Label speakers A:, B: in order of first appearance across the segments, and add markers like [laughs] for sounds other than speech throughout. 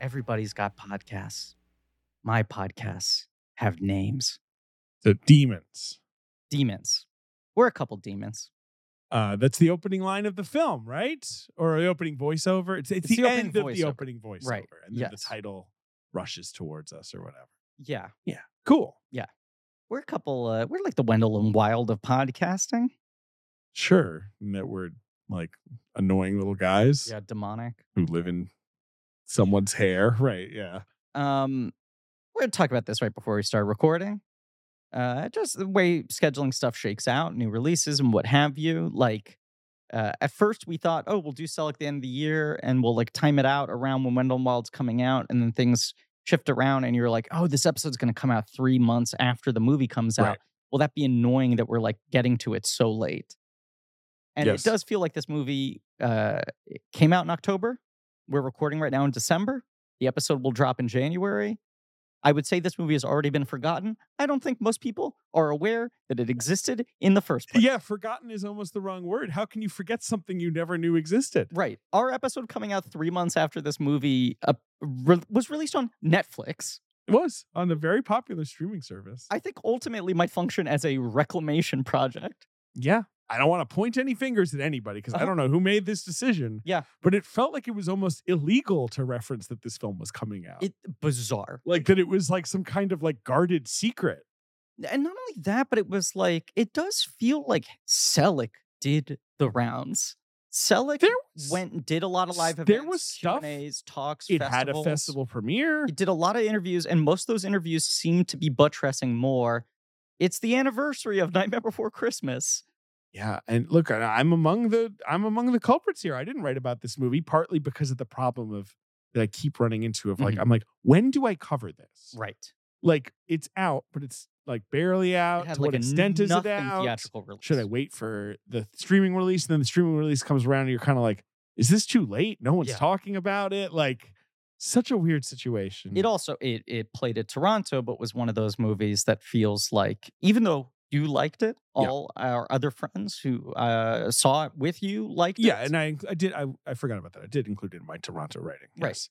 A: Everybody's got podcasts. My podcasts have names.
B: The demons.
A: Demons. We're a couple demons.
B: Uh, that's the opening line of the film, right? Or the opening voiceover. It's, it's,
A: It's
B: the,
A: the opening
B: end of the
A: voiceover.
B: opening voiceover,
A: Right.
B: and then the
A: Yes.
B: title rushes towards us or whatever.
A: Yeah.
B: Cool.
A: We're a couple uh, we're like the Wendell and Wild of podcasting.
B: Sure, and that we're like annoying little guys
A: Yeah, demonic.
B: who live in someone's hair, [laughs] right? Yeah.
A: Um we're gonna talk about this right before we start recording. Uh just the way scheduling stuff shakes out, new releases and what have you. Like uh, at first we thought, oh, we'll do sell at the end of the year and we'll like time it out around when Wendell and Wild's coming out and then things shift around and you're like, oh, this episode's gonna come out three months after the movie comes
B: Right.
A: out. Will that be annoying that we're like getting to it so late? And
B: Yes.
A: it does feel like this movie uh, it came out in October. We're recording right now in December. The episode will drop in January. I would say this movie has already been forgotten. I don't think most people are aware that it existed in the first place.
B: Yeah, forgotten is almost the wrong word. How can you forget something you never knew existed?
A: Right. Our episode coming out three months after this movie uh, re- was released on Netflix,
B: It was on the very popular streaming service.
A: I think ultimately might function as a reclamation project.
B: yeah. I don't want to point any fingers at anybody because I
A: Uh-huh.
B: don't know who made this decision.
A: Yeah.
B: But it felt like it was almost illegal to reference that this film was coming out.
A: It bizarre.
B: like that it was like some kind of like guarded secret.
A: And not only that, but it was like it does feel like Selick did the rounds. Selick
B: There was-
A: went and did a lot of live
B: there
A: events.
B: was stuff.
A: Q&As, talks.
B: It had a
A: festivals.
B: festival premiere.
A: He did a lot of interviews, and most of those interviews seem to be buttressing more. It's the anniversary of [laughs] Nightmare Before Christmas.
B: Yeah, and look, I- I'm among the I'm among the culprits here. I didn't write about this movie partly because of the problem of that I keep running into of like
A: Mhm.
B: I'm like, when do I cover this?
A: Right.
B: Like it's out, but it's like barely out.
A: It had
B: to
A: like
B: what
A: a
B: extent is it
A: nothing
B: out?
A: theatrical release.
B: Should I wait for the streaming release? And then the streaming release comes around, and you're kind of like, is this too late? No one's
A: Yeah.
B: talking about it. Like, such a weird situation.
A: It also it it played at Toronto, but was one of those movies that feels like even though you liked it,
B: Yeah.
A: all our other friends who uh, saw it with you liked it.
B: yeah, and I I did I, I forgot about that. I did include it in my Toronto writing.
A: Right.
B: Yes.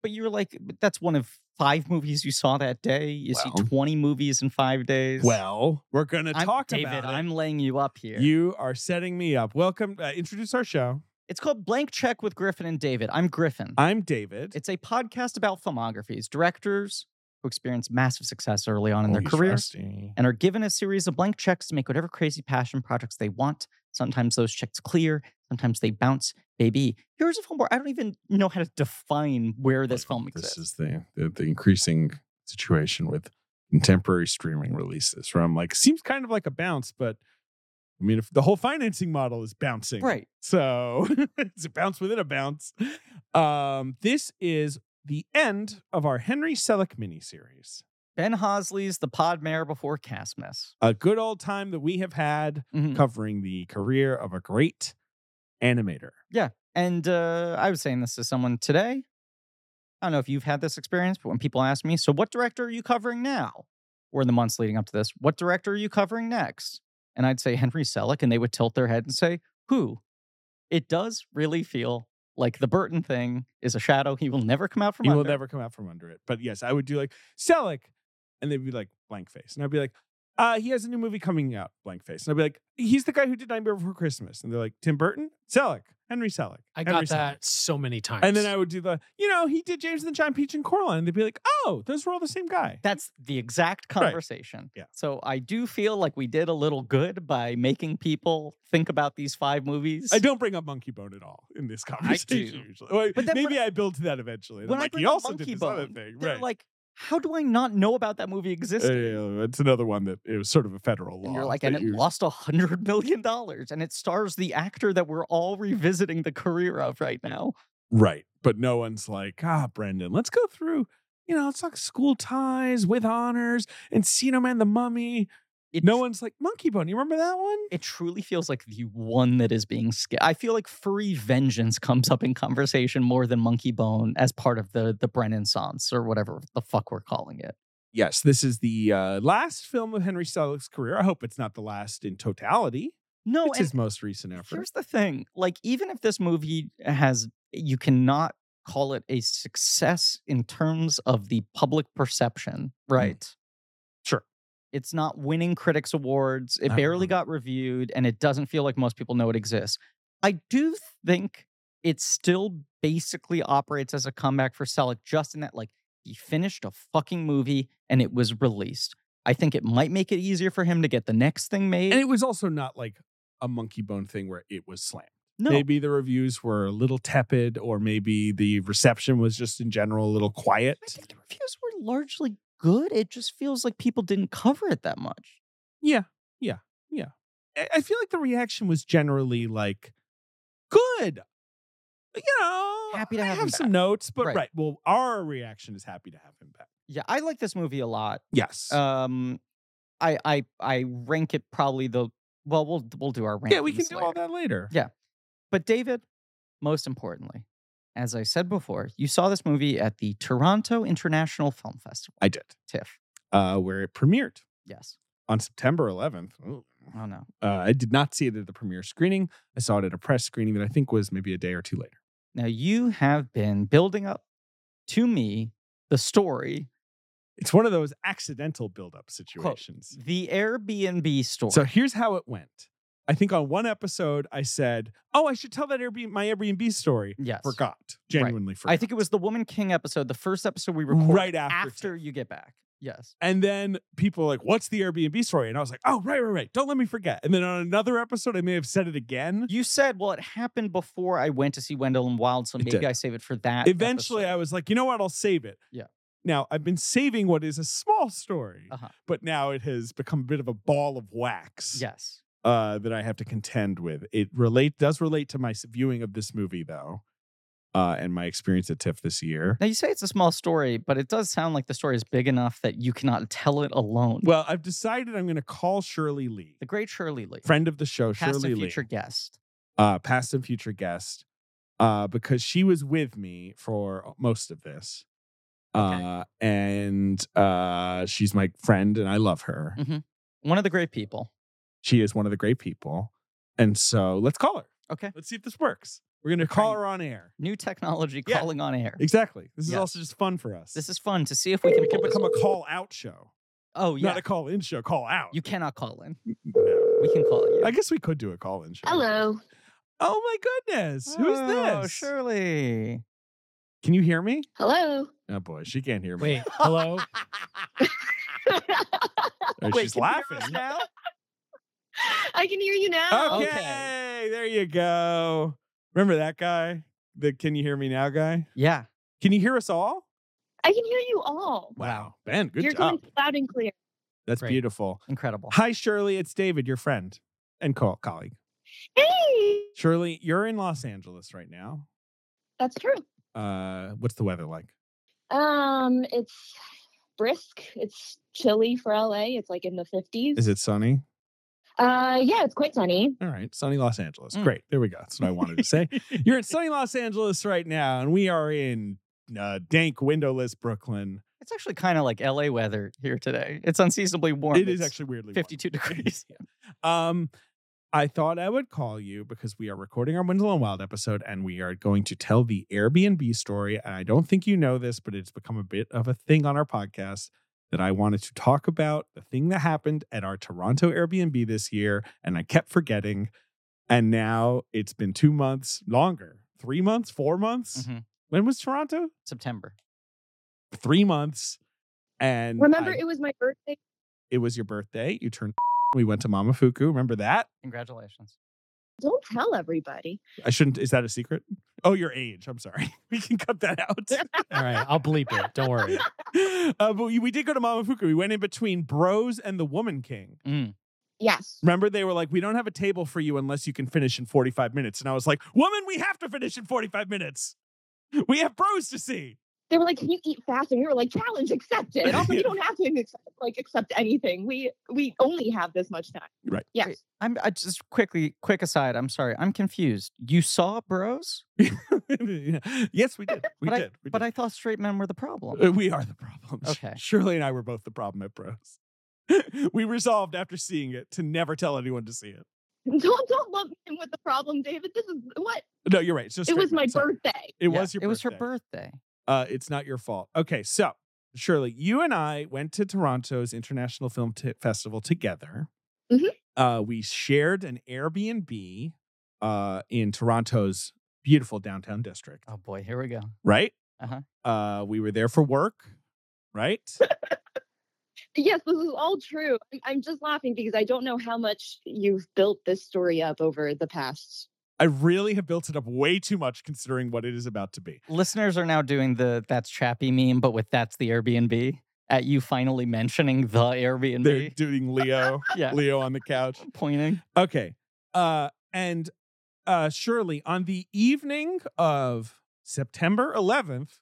A: but you were like, "But that's one of five movies you saw that day. You see
B: Well.
A: twenty movies in five days.
B: Well, we're gonna
A: I'm,
B: talk
A: David,
B: about it.
A: I'm laying you up here.
B: You are setting me up. Welcome. Uh, introduce our show.
A: It's called Blank Check with Griffin and David. I'm Griffin.
B: I'm David.
A: It's a podcast about filmographies, directors who experience massive success early on in their
B: Holy
A: careers
B: trusty.
A: and are given a series of blank checks to make whatever crazy passion projects they want. Sometimes those checks clear, sometimes they bounce. Baby, here's a film where I don't even know how to define where this
B: Look,
A: film exists.
B: oh, This is the, the the increasing situation with contemporary streaming releases, where I'm like, seems kind of like a bounce, but I mean, if the whole financing model is bouncing,
A: right.
B: So [laughs] it's a bounce within a bounce. Um, this is the end of our Henry Selick miniseries.
A: Ben Hosley's The Pod Mare Before Castmas.
B: A good old time that we have had
A: Mhm.
B: covering the career of a great animator.
A: And uh, I was saying this to someone today. I don't know if you've had this experience, but when people ask me, so what director are you covering now? Or in the months leading up to this, what director are you covering next? And I'd say [laughs] Henry Selick, and they would tilt their head and say, who? It does really feel like the Burton thing is a shadow. He will never come out from
B: you
A: under.
B: will never come out from under it. But yes, I would do like Selick, and they'd be like blank face, and I'd be like, uh, he has a new movie coming out, blank face, and I'd be like, he's the guy who did Nightmare Before Christmas, and they're like Tim Burton, Selick, Henry Selick.
C: I
B: Henry
C: got
B: Selick."
C: that so many times.
B: And then I would do the, you know, he did James and the Giant Peach and Coraline, and they'd be like, oh, those were all the same guy.
A: That's the exact
B: [laughs] Right.
A: conversation.
B: Yeah.
A: So I do feel like we did a little good by making people think about these five movies.
B: I don't bring up Monkey Bone at all in this [laughs] conversation. Usually. Well,
A: But then
B: maybe
A: when-
B: I build to that eventually. and
A: when
B: I'm
A: I
B: like,
A: bring
B: he
A: up
B: also
A: Monkey
B: did this other
A: Bone,
B: thing,
A: They're
B: right?
A: like, how do I not know about that movie
B: Uh,
A: existed?
B: yeah, it's another one that it was sort of a federal law.
A: and you're like,
B: that
A: and it
B: you-
A: lost a hundred million dollars, and it stars the actor that we're all revisiting the career of right now.
B: Right. But no one's like, ah, Brendan, let's go through, you know, let's talk school ties with honors and Cino Man the Mummy.
A: It
B: No
A: tr-
B: one's like, Monkey Bone, you remember that one?
A: It truly feels like the one that is being skipped. I feel like Furry Vengeance comes up in conversation more than Monkey Bone as part of the the Brennan Sans or whatever the fuck we're calling it.
B: Yes, this is the uh, last film of Henry Selick's career. I hope it's not the last in totality.
A: No,
B: it's
A: and
B: his most recent effort.
A: Here's the thing. Like, even if this movie has, you cannot call it a success in terms of the public perception, right?
B: Mm. Sure. Uh-huh.
A: It's not winning critics awards. It
B: Not
A: barely
B: really.
A: got reviewed and it doesn't feel like most people know it exists. I do think it still basically operates as a comeback for Selleck just in that like he finished a fucking movie and it was released. I think it might make it easier for him to get the next thing made.
B: And it was also not like a monkey bone thing where it was slammed.
A: no,
B: Maybe the reviews were a little tepid, or maybe the reception was just in general a little quiet.
A: I think the reviews were largely good. It just feels like people didn't cover it that much.
B: Yeah, yeah, yeah. I, I feel like the reaction was generally like good. You know,
A: Happy to
B: I
A: have him
B: have some
A: back.
B: notes, but
A: Right.
B: right. Well, our reaction is happy to have him back. Uh,
A: Yeah, I like this movie a lot.
B: Yes.
A: Um, I I I rank it probably the well. We'll we'll do our rank.
B: yeah, we can do all that later.
A: Yeah. But David, most importantly, as I said before, you saw this movie at the Toronto International Film Festival.
B: I did.
A: TIFF.
B: Uh, where it premiered
A: Yes.
B: on September 11th. Ooh.
A: Oh no.
B: Uh, I did not see it at the premiere screening. I saw it at a press screening that I think was maybe a day or two later.
A: Now you have been building up to me the story,
B: It's one of those accidental build-up situations.
A: the Airbnb story.
B: So here's how it went. I think on one episode I said, "Oh, I should tell that Airbnb my Airbnb story."
A: yes.
B: Forgot. Genuinely forgot.
A: I think it was the Woman King episode, the first episode we recorded
B: right after.
A: after,
B: Tiff.
A: you get back.
B: [laughs]
A: Yes.
B: And then people were like, "What's the Airbnb story?" And I was like, "Oh, right, right, right. Don't let me forget." And then on another episode I may have said it again.
A: You said, well, it happened before I went to see Wendell and Wild, so
B: It
A: maybe
B: did.
A: I save it for that.
B: Eventually I was like, "You know what? I'll save it."
A: Yeah.
B: Now, I've been saving what is a small story,
A: Uh-huh.
B: but now it has become a bit of a ball of wax.
A: Yes.
B: uh, that I have to contend with. It relate does relate to my s- viewing of this movie though, uh, and my experience at TIFF this year.
A: Now you say it's a small story, but it does sound like the story is big enough that you cannot tell it alone.
B: Well, I've decided I'm going to call Shirley Lee,
A: the great Shirley Lee,
B: friend of the show,
A: past
B: Shirley
A: and
B: Lee,
A: future guest.
B: uh, past and future guest, uh, because she was with me for most of this.
A: Okay.
B: Uh, and uh, she's my friend, and I love her.
A: Mm. One of the great people.
B: She is one of the great people, and so let's call her.
A: Okay.
B: Let's see if this works. We're going to call
A: Great.
B: her on air.
A: New technology
B: Yeah.
A: calling on air.
B: Exactly. This is
A: Yes.
B: also just fun for us.
A: This is fun to see if we can
B: It
A: pull
B: can
A: this
B: become a call out show,
A: Oh yeah.
B: not a call in show. Call out.
A: you cannot call in.
B: No.
A: We can call you.
B: I guess we could do a call in show.
C: Hello.
B: Oh my goodness. Who's
A: Oh,
B: this?
A: Shirley.
B: Can you hear me?
C: Hello.
B: Oh boy, she can't hear me.
D: Wait,
A: [laughs]
D: hello?
B: Oh,
A: Wait,
B: she's
A: can you hear us
B: laughing.
A: now.
C: I can hear you now.
B: Okay.
A: Okay.
B: there you go. Remember that guy, the "Can you hear me now" guy?
A: Yeah.
B: Can you hear us all?
C: I can hear you all.
B: Wow, Ben, good
C: You're
B: job.
C: going loud and clear.
B: That's
D: Great.
B: beautiful.
A: Incredible.
B: Hi, Shirley. It's David, your friend and co- colleague.
C: Hey.
B: Shirley, you're in Los Angeles right now.
C: That's true.
B: Uh, what's the weather like?
C: Um, it's brisk. It's chilly for LA. It's like in the 50s.
B: Is it sunny?
C: Uh, yeah, it's quite sunny.
B: All right, sunny Los Angeles.
A: Mm.
B: Great. There we go. That's what I wanted to say. You're in sunny Los Angeles right now, and we are in uh, dank, windowless Brooklyn.
A: It's actually kind of like LA weather here today. It's unseasonably warm.
B: It is
A: It's
B: actually weirdly warm.
A: 52 [laughs] degrees.
B: Um, I thought I would call you because we are recording our Wendell and Wild episode, and we are going to tell the Airbnb story. And I don't think you know this, but it's become a bit of a thing on our podcast that I wanted to talk about the thing that happened at our Toronto Airbnb this year, and I kept forgetting. And now it's been two months longer, three months, four months.
C: Mm-hmm.
A: Mhm.
B: When was Toronto?
A: September.
B: Three months. And
C: Remember,
B: I-
C: it was my birthday.
B: it was your birthday. You turned. We went to Mamafuku. Remember that?
A: Congratulations.
C: Don't tell everybody.
B: I shouldn't. Is that a secret? Oh, your age. I'm sorry. [laughs] We can cut that out.
D: [laughs] All right, I'll bleep it. Don't worry.
B: [laughs] uh, but we, we did go to Mamafuku. We went in between Bros and the Woman King.
A: Mm.
C: Yes.
B: Remember, they were like, "We don't have a table for you unless you can finish in 45 minutes." And I was like, "Woman, we have to finish in 45 minutes. We have Bros to see." [laughs]
C: They were like, "Can you eat fast?" And we were like, "Challenge accepted." And also,
B: Yeah.
C: you don't have to accept, like accept anything. We we only have this much time.
B: Right.
C: Yes.
A: Wait, I'm I just quickly, quick aside. I'm sorry. I'm confused. You saw bros,
B: yes, we did. We
A: But I-
B: did. we
A: but
B: did.
A: I thought straight men were the problem.
B: Uh, we are the problem. Sh-
A: Okay.
B: [laughs] Shirley and I were [laughs] both the problem at Bros. we resolved after seeing it to never tell anyone to see it.
C: [laughs] Don't don't lump him with the problem, David. This is what
B: No, you're right. It's just
C: it was
B: straight
C: my
B: men. Sorry.
C: birthday.
B: It
A: Yeah,
B: was your.
A: It was her
B: birthday.
A: birthday.
B: Uh, it's not your fault. Okay, so Shirley, you and I went to Toronto's International Film T- Festival together.
A: Mm-hmm.
C: Mhm.
B: Uh, we shared an Airbnb uh, in Toronto's beautiful downtown district,
A: Oh boy, here we go.
B: right?
A: Uh-huh.
B: Uh, we were there for work, right?
C: Yes, this is all true. I- I'm just laughing because I don't know how much you've built this story up over the past.
B: I really have built it up way too much considering what it is about to be.
A: Listeners are now doing the that's Chappie meme, but with that's the Airbnb at you finally mentioning the Airbnb.
B: They're doing Leo,
A: [laughs] yeah.
B: Leo on the couch.
A: Pointing.
B: Okay. Uh and uh Shirley, on the evening of September 11th,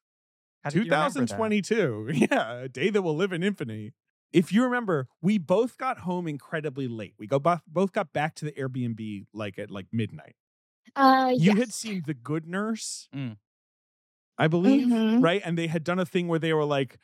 A: How did you remember that?
B: 2022. [laughs] Yeah, a day that will live in infamy. If you remember, we both got home incredibly late. We go both both got back to the Airbnb like at like midnight.
C: Uh,
B: You
C: yes.
B: had seen The Good Nurse,
A: Mm.
B: I believe,
C: Mhm.
B: right? And they had done a thing where they were like,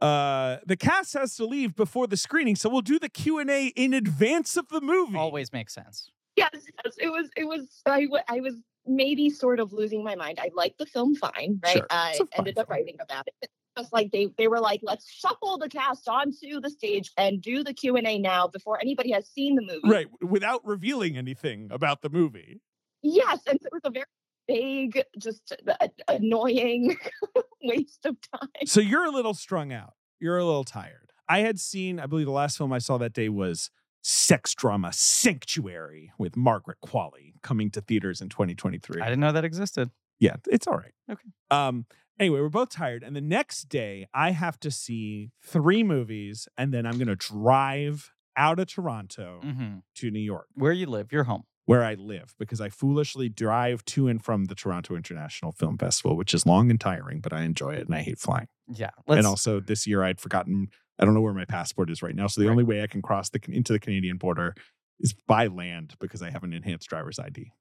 B: uh, the cast has to leave before the screening, so we'll do the Q and A in advance of the movie.
A: Always makes sense.
C: yes, yes, it was. It was. I, w- I was maybe sort of losing my mind. I liked the film fine, right?
B: Sure,
C: I
B: it's a fine
C: ended up
B: film.
C: writing about it. Just like they, they were like, let's shuffle the cast onto the stage and do the Q and A now before anybody has seen the movie.
B: right without revealing anything about the movie
C: Yes, and it was a very vague, just a- annoying [laughs] waste of time.
B: so you're a little strung out you're a little tired i had seen i believe the last film i saw that day was sex drama sanctuary with margaret qualley coming to theaters in 2023
A: I didn't know that existed.
B: yeah it's all right
A: Okay.
B: um anyway we're both tired and the next day i have to see three movies and then i'm gonna drive out of toronto
A: hmm
B: to new york
A: Where you live, your home.
B: where I live because I foolishly drive to and from the Toronto International Film Festival, which is long and tiring, but I enjoy it and I hate flying.
A: Yeah. Let's,
B: and also, this year I'd forgotten, I don't know where my passport is right now. So the
A: Right.
B: only way I can cross the into the Canadian border is by land because I have an enhanced driver's ID.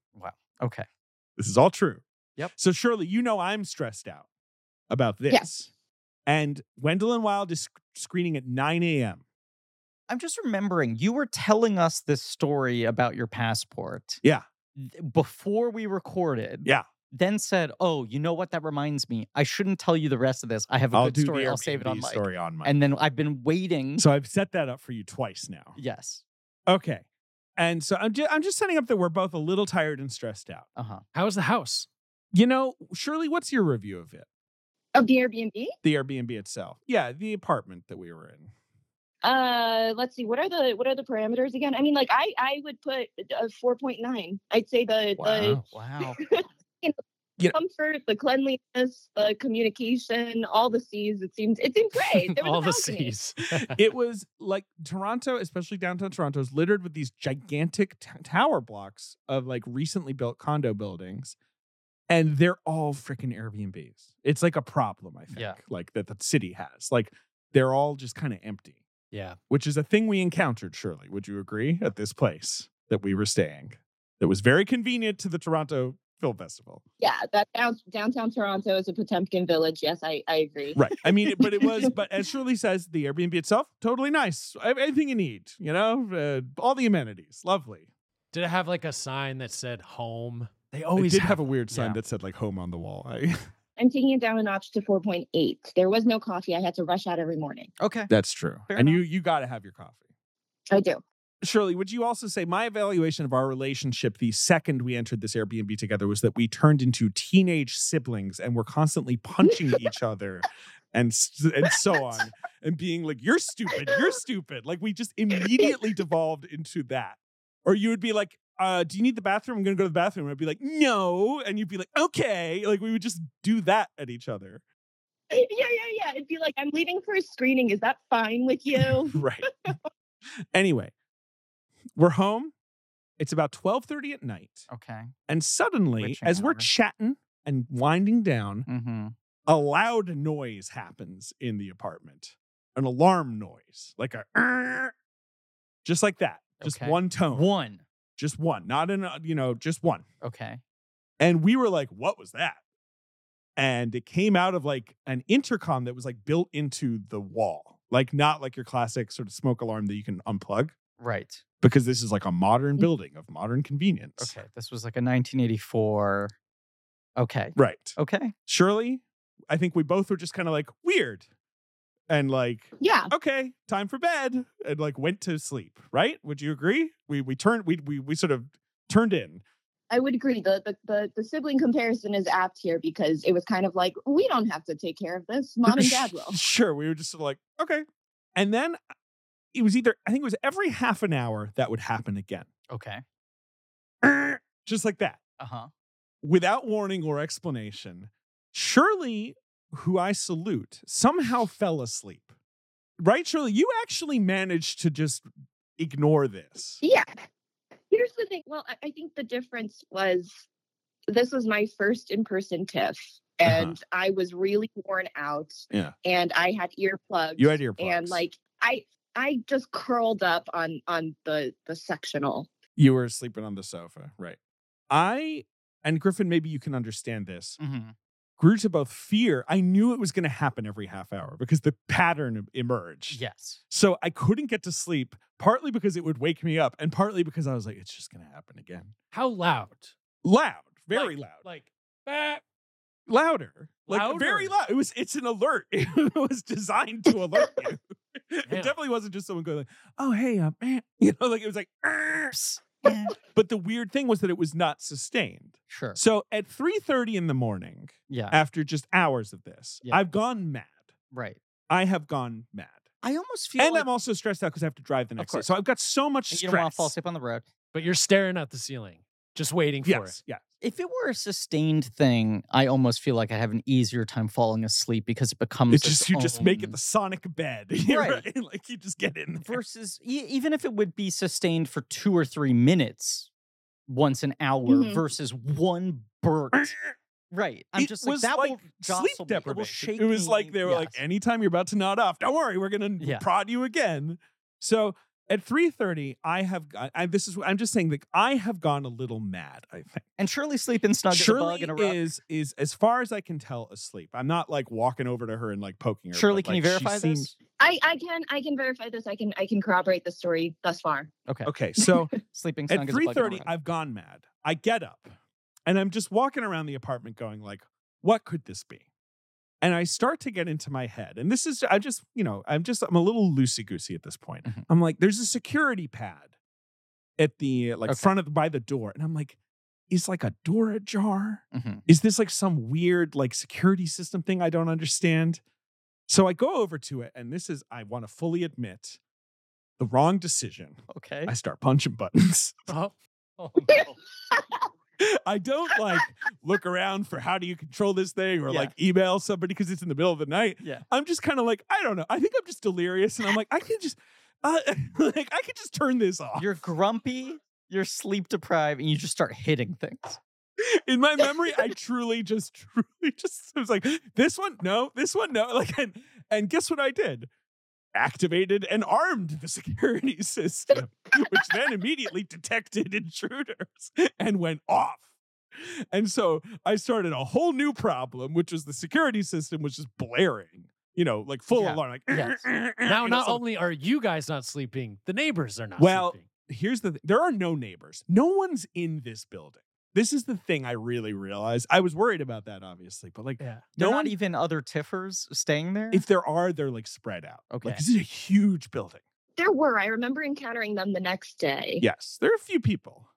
A: okay.
B: This is all true.
A: Yep.
B: So, Shirley, you know I'm stressed out about this.
C: Yes.
B: And Wendell and Wild is sc- screening at 9 a.m.
A: I'm just remembering you were telling us this story about your passport.
B: Yeah.
A: th- Before we recorded.
B: Yeah.
A: Then said, "Oh, you know what? That reminds me. I shouldn't tell you the rest of this. I have a
B: I'll
A: good
B: do
A: story.
B: the
A: I'll save it on
B: Airbnb
A: mic."
B: story on my.
A: And then I've been waiting.
B: so I've set that up for you twice now.
A: yes.
B: Okay. And so I'm just, I'm just setting up that we're both a little tired and stressed out.
A: Uh huh.
D: How's the house?
B: You know, Shirley, what's your review of it?
C: Of the Airbnb?
B: The Airbnb itself. Yeah, the apartment that we were in.
C: Uh, let's see. What are the what are the parameters again? I mean, like I I would put a four point nine. I'd say the the
D: Wow.
A: Wow.
B: Yeah.
C: comfort, the cleanliness, the communication, all the C's. It seems [laughs] it seemed [laughs]
D: [laughs]
C: great. There was a
D: All the
C: balcony.
D: C's.
B: It was like Toronto, especially downtown Toronto, is littered with these gigantic t- tower blocks of like recently built condo buildings. And they're all freaking Airbnbs. It's like a problem, I think,
A: Yeah.
B: like that the city has. Like they're all just kind of empty,
D: yeah.
B: which is a thing we encountered, Shirley. Would you agree at this place that we were staying that was very convenient to the Toronto Film Festival?
C: Yeah, that down, downtown Toronto is a Potemkin village. Yes, I I agree.
B: Right. I mean, it- but
A: [laughs]
B: it was, but as Shirley says, the Airbnb itself, totally nice. I have Everything you need, you know, uh, all the amenities, lovely.
D: Did it have like a sign that said home? They
B: We
D: always
B: did have a weird sign
A: yeah.
B: that said like home on the wall. I,
C: I'm taking it down a notch to four point eight. There was no coffee. I had to rush out every morning.
A: okay.
B: that's true.
A: Fair
B: and
A: enough.
B: you, you got to have your coffee.
C: I do. [laughs]
B: Shirley, would you also say my evaluation of our relationship the second we entered this Airbnb together was that we turned into teenage siblings and were constantly punching each other and s- and so on and being like you're stupid, you're stupid. Like we just immediately devolved into that. Or you would be like uh, do you need the bathroom? I'm going to go to the bathroom. And I'd be like, no. And you'd be like, okay. Like, we would just do that at each other.
C: Yeah, yeah, yeah. It'd be like I'm leaving for a screening. Is that fine with
D: [laughs]
C: you?
B: Right. anyway, we're home. It's about 12.30 at night.
A: Okay.
B: And suddenly,
A: Witching
B: as we're
A: hour.
B: chatting and winding down,
A: Mm-hmm.
B: a loud noise happens in the apartment. An alarm noise, like a [clears throat] "Err," just like that. Just
A: Okay.
B: one tone.
A: One.
B: Just one. Not an, uh, you know, just one.
A: Okay.
B: And we were like, what was that? And it came out of like an intercom that was like built into the wall. Like not like your classic sort of smoke alarm that you can unplug.
A: Right.
B: because this is like a modern building of modern convenience.
A: Mm. Okay. This was like a 1984. Okay.
B: Right.
A: Okay.
B: Shirley, I think we both were just kind of like weird and like,
C: Yeah.
B: okay, time for bed and like went to sleep, right? Would you agree? We we turned we we we sort of turned in. [laughs]
C: I would agree. The, the the the sibling comparison is apt here because it was kind of like we don't have to take care of this. Mom and dad
B: [laughs]
C: will.
B: sure, we were just sort of like, okay. And then uh, it was either I think it was every half an hour that would happen again. [clears throat]
A: Okay.
B: Just like that.
A: Uh huh.
B: without warning or explanation, Shirley, who I salute, somehow fell asleep. Right, Shirley? You actually managed to just ignore this.
C: Yeah. Here's the thing. Well, I, I think the difference was this was my first in person TIFF, and I was really worn out.
B: Uh-huh. Yeah.
C: And I had earplugs.
B: You had earplugs.
C: And like I I just curled up on on the the sectional.
B: you were sleeping on the sofa. Right. I and Griffin, maybe you can understand this,
A: Mm-hmm.
B: grew to both fear. I knew it was going to happen every half hour because the pattern emerged.
A: Yes.
B: So I couldn't get to sleep, partly because it would wake me up, and partly because I was like, it's just going to happen again.
D: How loud?
B: Loud, very
D: Like-
B: loud.
D: Like, bah.
B: louder like very
D: Louder.
B: loud it was it's an alert [laughs] it was designed to alert you [laughs] it
D: Yeah.
B: definitely wasn't just someone going like oh hey uh, man [laughs] you know like it was like "Arr."
A: Yeah.
B: [laughs] but the weird thing was that it was not sustained
A: Sure.
B: so at 3.30 in the morning
A: Yeah.
B: after just hours of this
A: Yeah.
B: i've gone mad
A: Right.
B: i have gone mad
A: I almost feel
B: and
A: like
B: i'm also stressed out because i have to drive the next day
A: course.
B: so i've got so much
A: and
B: stress
A: you don't want to fall asleep on the road.
D: but you're staring at the ceiling, just waiting for
B: yes yeah
A: If it were a sustained thing, I almost feel like I have an easier time falling asleep because it becomes
B: it's just you just make it
A: own-
B: the sonic bed [laughs] You're
A: Right.
B: like you just get in there.
A: versus e- even if it would be sustained for two or three minutes once an hour
C: Mhm.
A: versus one
B: [clears throat]
A: burst. Right. I'm
B: Mm-hmm. It
A: just like
B: was
A: that
B: like
A: will jostle
B: sleep
A: me. It will
B: deprivation.
A: shake
B: It, was like
A: me.
B: they were like,
A: Yes.
B: anytime you're about to nod off, don't worry, we're gonna
A: Yeah.
B: prod you again. So at 3:30, I have got- I, this is I'm just saying that I have gone a little mad. I think
A: and surely sleeping snug is a bug
B: Shirley
A: in a rug.
B: is is as far as I can tell asleep. I'm not like walking over to her and like poking her.
A: Shirley,
B: but,
A: can you
B: like, she
A: verify
B: seemed-
A: this?
C: I I can I can verify this. I can I can corroborate the story thus far.
A: Okay.
B: Okay, so
A: Sleeping
B: at
A: snug is a bug in a
B: 3.30
A: rug.
B: i've gone mad i get up and i'm just walking around the apartment going like what could this be and i start to get into my head and this is i just you know i'm just i'm a little loosey goosey at this point
A: Mhm.
B: i'm like there's a security pad at the like
A: Okay.
B: front of by the door and i'm like is like a door ajar
A: Mhm.
B: is this like some weird like security system thing I don't understand? So I go over to it, and this is, I want to fully admit, the wrong decision.
A: Okay.
B: I start punching buttons.
A: [laughs]
D: Oh,
B: [laughs]
D: oh
C: no.
B: I don't like look around for how do you control this thing or
A: Yeah.
B: like email somebody because it's in the middle of the night.
A: yeah.
B: I'm just kind of like, I don't know. I think I'm just delirious and I'm like, I can just, uh, [laughs] like, I can just turn this off.
A: You're grumpy, you're sleep deprived, and you just start hitting things.
B: in my memory, I truly just, [laughs] truly just, I was like, this one, no, this one, no. [laughs] Like, and, and guess what I did? Activated and armed the [laughs] security system, which then immediately detected intruders and went off. And so I started a whole new problem, which was the security system was just blaring, you know, like full
A: Yeah,
B: alarm. Like, "Eh,
A: yes.
D: Now,
B: you know,
D: not
B: so-
D: only are you guys not sleeping, the neighbors are not
B: Well,
D: sleeping.
B: here's the th- there are no neighbors. No one's in this building. This is the thing I really realized. I was worried about that, obviously, but like
D: Yeah.
A: They're
B: no
A: not
B: one-
A: even other tiffers staying there.
B: if there are, they're like spread out.
A: Mm-hmm. Okay.
B: Like this is a huge building.
C: There were. I remember encountering them the next day.
B: Yes. There are a few people.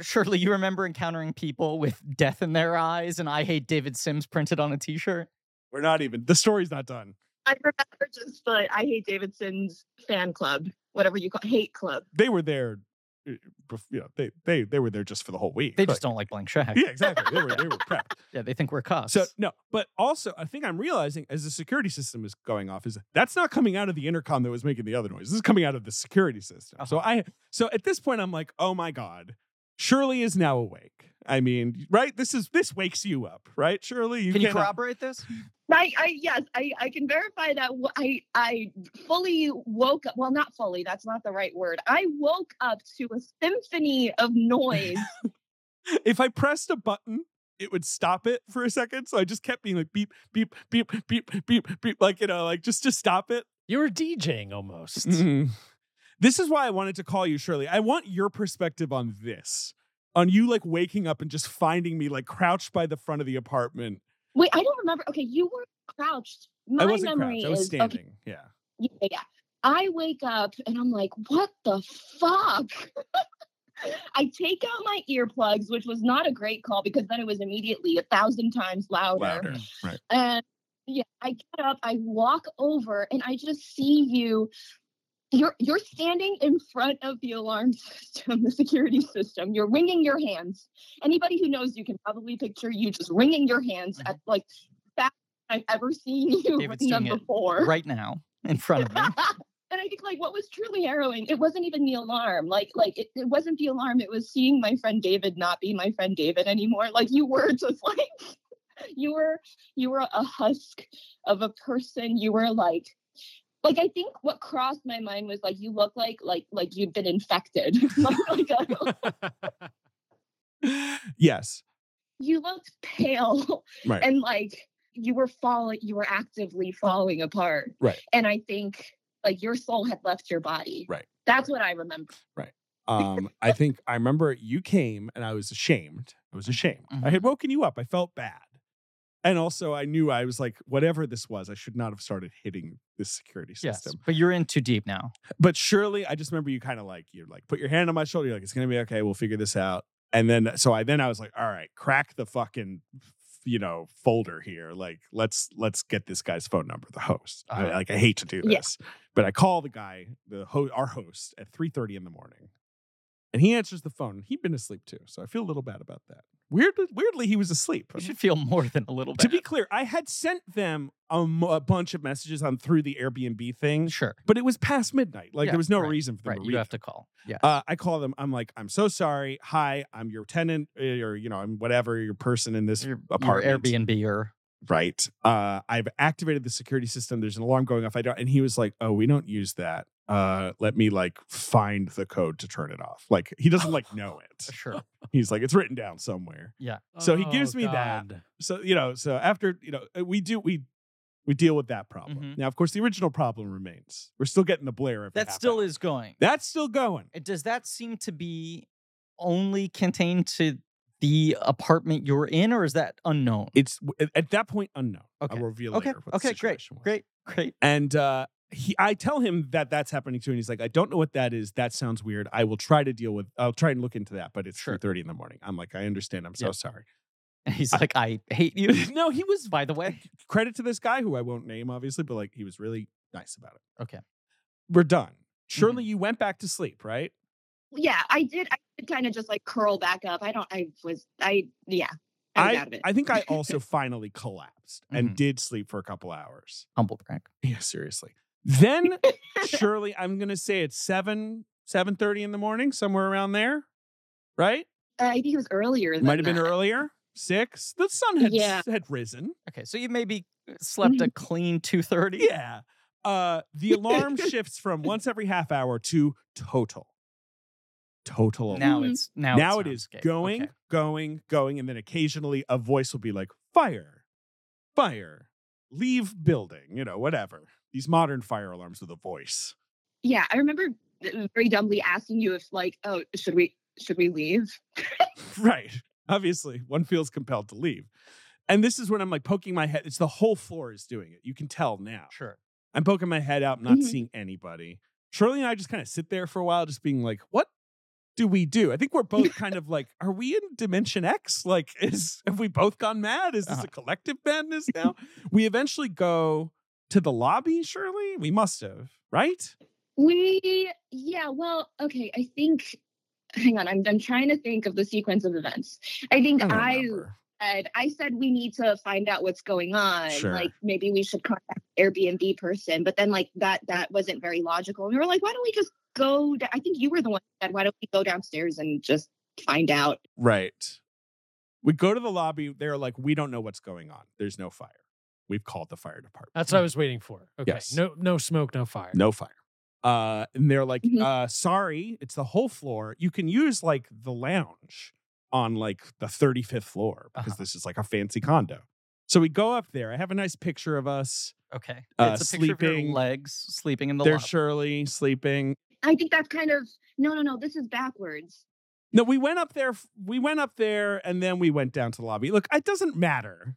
A: Surely you remember encountering people with death in their eyes and I hate David Sims printed on a t shirt.
B: We're not even the story's not done.
C: I remember just the I Hate Davidson's fan club, whatever you call hate club.
B: They were there uh, bef- you know, they they they were there just for the whole week.
A: They just don't like Blank Shack.
B: Like, yeah, exactly. They were they were prepped.
A: [laughs] Yeah, they think we're cuffs.
B: So no, but also I think I'm realizing as the security system is going off is that's not coming out of the intercom that was making the other noise. This is coming out of the security system. So
A: Uh-huh.
B: I so at this point I'm like, oh my god, Shirley is now awake. I mean, right? This is this wakes you up, right, Shirley?
A: Can you
B: cannot-
A: corroborate this?
C: I, I yes, I, I can verify that w- I I fully woke up. Well, not fully. That's not the right word. I woke up to a symphony of
B: [laughs]
C: noise.
B: If I pressed a button. It would stop it for a second, so I just kept being like beep, beep, beep, beep, beep, beep, like you know, like just just stop it.
D: You were DJing almost.
B: Mm. This is why I wanted to call you, Shirley. I want your perspective on this, on you like waking up and just finding me like crouched by the front of the apartment.
C: Wait, I don't remember. Okay, you were crouched. My
B: I wasn't
C: memory
B: crouched. I was
C: is
B: standing.
C: okay.
B: Yeah.
C: Yeah, yeah. I wake up and I'm like, what the fuck? [laughs] I take out my earplugs, which was not a great call because then it was immediately a thousand times louder.
B: Louder. Right.
C: And yeah, I get up, I walk over, and I just see you. You're you're standing in front of the alarm [laughs] system, the security system. You're wringing your hands. Anybody who knows you can probably picture you just wringing your hands at like fast I've ever seen [laughs] you
A: David's
C: wring them
A: doing it
C: before.
A: right now in front of
B: [laughs]
A: me.
B: Mm-hmm.
C: [laughs] and I think like what was truly harrowing, it wasn't even the alarm. Like like it, it wasn't the alarm. It was seeing my friend David not be my friend David anymore. Like you were [laughs] just like you were you were a husk of a person. You were like like I think what crossed my mind was like you look like like like you'd been infected. [laughs] like, like [laughs] a,
B: [laughs] Yes.
C: you looked pale
B: Right.
C: and like you were falling you were actively falling apart
B: Right.
C: and i think like your soul had left your body
B: Right.
C: that's what i remember
B: um, I think I remember you came and I was ashamed. I was ashamed. I had woken you up. I felt bad. And also, I knew I was like, whatever this was, I should not have started hitting this security
A: Yes,
B: system.
A: but you're in too deep now.
B: But surely, I just remember you kind of like, you're like, put your hand on my shoulder. You're like, it's going to be okay. We'll figure this out. And then, so I then I was like, all right, crack the fucking, you know, folder here. Like, let's let's get this guy's phone number, the host. I,
A: Uh-huh.
B: like, I hate to do
C: Yeah.
B: this, but I call the guy, the ho- our host, at three thirty in the morning, and he answers the phone. He'd been asleep too, so I feel a little bad about that. Weirdly, weirdly, he was asleep.
A: You should feel more than a little bit.
B: To be clear, I had sent them a, mo- a bunch of messages on through the Airbnb thing
A: sure,
B: but it was past midnight. Like
A: Yeah,
B: there was no
A: right,
B: reason for them
A: right?
B: to
A: You
B: read
A: have
B: it.
A: to call. Yeah,
B: Uh, I call them. I'm like, I'm so sorry. Hi, I'm your tenant, uh, or you know, I'm whatever your person in this
A: your, your
B: apartment.
A: Airbnb or
B: Right. Uh, I've activated the security system. There's an alarm going off. I don't. And he was like, Oh, we don't use that. Uh, let me like find the code to turn it off. Like he
A: [laughs]
B: doesn't like know it. [laughs]
A: sure.
B: He's like, it's written down somewhere. So he
D: Oh,
B: gives me that. So you know. So after you know, uh, we do we. We deal with that problem.
A: Mhm.
B: Now, of course, the original problem remains. We're still getting the Blair. Every
A: That
B: half
A: still
B: hour.
A: is going.
B: That's still going.
A: Uh, Does that seem to be only contained to the apartment you're in, or is that unknown?
B: It's w- at- at that point unknown.
A: Okay.
B: I'll reveal
A: okay,
B: later. What
A: okay,
B: the
A: great,
B: situation was.
A: great, great.
B: And uh, he, I tell him that that's happening too, and he's like, "I don't know what that is. That sounds weird. I will try to deal with. I'll try and look into that." But it's
A: Sure.
B: three thirty in the morning. I'm like, "I understand. I'm so
A: Yeah.
B: sorry."
A: [laughs] And he's like, I hate you. [laughs]
B: no, he was
A: By the way,
B: credit to this guy who I won't name, obviously, but like he was really nice about it.
A: Okay. Mm-hmm.
B: we're done. Surely you went back to sleep, right?
C: yeah i did i did kind of just like curl back up i don't i was i yeah i was out of it Uh,
B: I think I
A: [laughs]
B: also finally collapsed and
A: Mhm.
B: did sleep for a couple hours.
A: humble brag.
B: Yeah, seriously. Then surely I'm gonna say it's seven, seven thirty in the morning, somewhere around there. Right?
C: uh, i think it was earlier
B: It
C: than
B: might have been
C: that.
B: earlier. Six. The sun had
C: Yeah.
B: had risen.
A: Okay, so you maybe uh, slept a clean two thirty.
B: Yeah. Uh the alarm shifts from once every half hour to total. Total alarm.
A: Now
C: Mhm.
A: it's now
B: now
A: it's
B: it is
A: soundscape.
B: going,
A: Okay.
B: going, going, and then occasionally a voice will be like, "Fire, fire, leave building," you know, whatever. These modern fire alarms with a voice.
C: yeah i remember very dumbly asking you if like oh should we should we leave
B: [laughs] Right. Obviously, one feels compelled to leave. And this is when I'm like poking my head. It's the whole floor is doing it. You can tell now.
A: Sure.
B: I'm poking my head out, not
C: Mhm.
B: seeing anybody. Shirley and I just kind of sit there for a while, just being like, what do we do? I think we're both kind of like, are we in Dimension X? Like, is have we both gone mad? Is this
A: Uh-huh.
B: a collective madness now? we eventually go to the lobby, Shirley. We must have, right?
C: We, yeah, well, okay. I think, hang on, I'm, I'm trying to think of the sequence of events. I think
B: don't
C: I,
B: remember.
C: said, I said we need to find out what's going on.
B: Sure.
C: Like maybe we should contact Airbnb person, but then like that, that wasn't very logical. We were like, why don't we just go? Da-? I think you were the one that said, why don't we go downstairs and just find out?
B: Right. We go to the lobby. They're like, we don't know what's going on. There's no fire. We've called the fire department. [laughs]
D: That's what I was waiting for. Okay.
B: Mm. Yes.
D: No, no smoke, no fire.
B: No fire. Uh, and they're like,
C: Mhm.
B: uh, sorry, it's the whole floor. You can use like the lounge on like the 35th floor because
A: Uh-huh.
B: this is like a fancy condo. So we go up there. I have a nice picture of us.
A: Okay.
B: Uh,
A: it's a picture of
B: sleeping.
A: your legs sleeping in the
B: There's
A: lobby.
B: Shirley sleeping.
C: I think that's kind of no, no, no. This is backwards.
B: No, we went up there. f- We went up there, and then we went down to the lobby. Look, it doesn't matter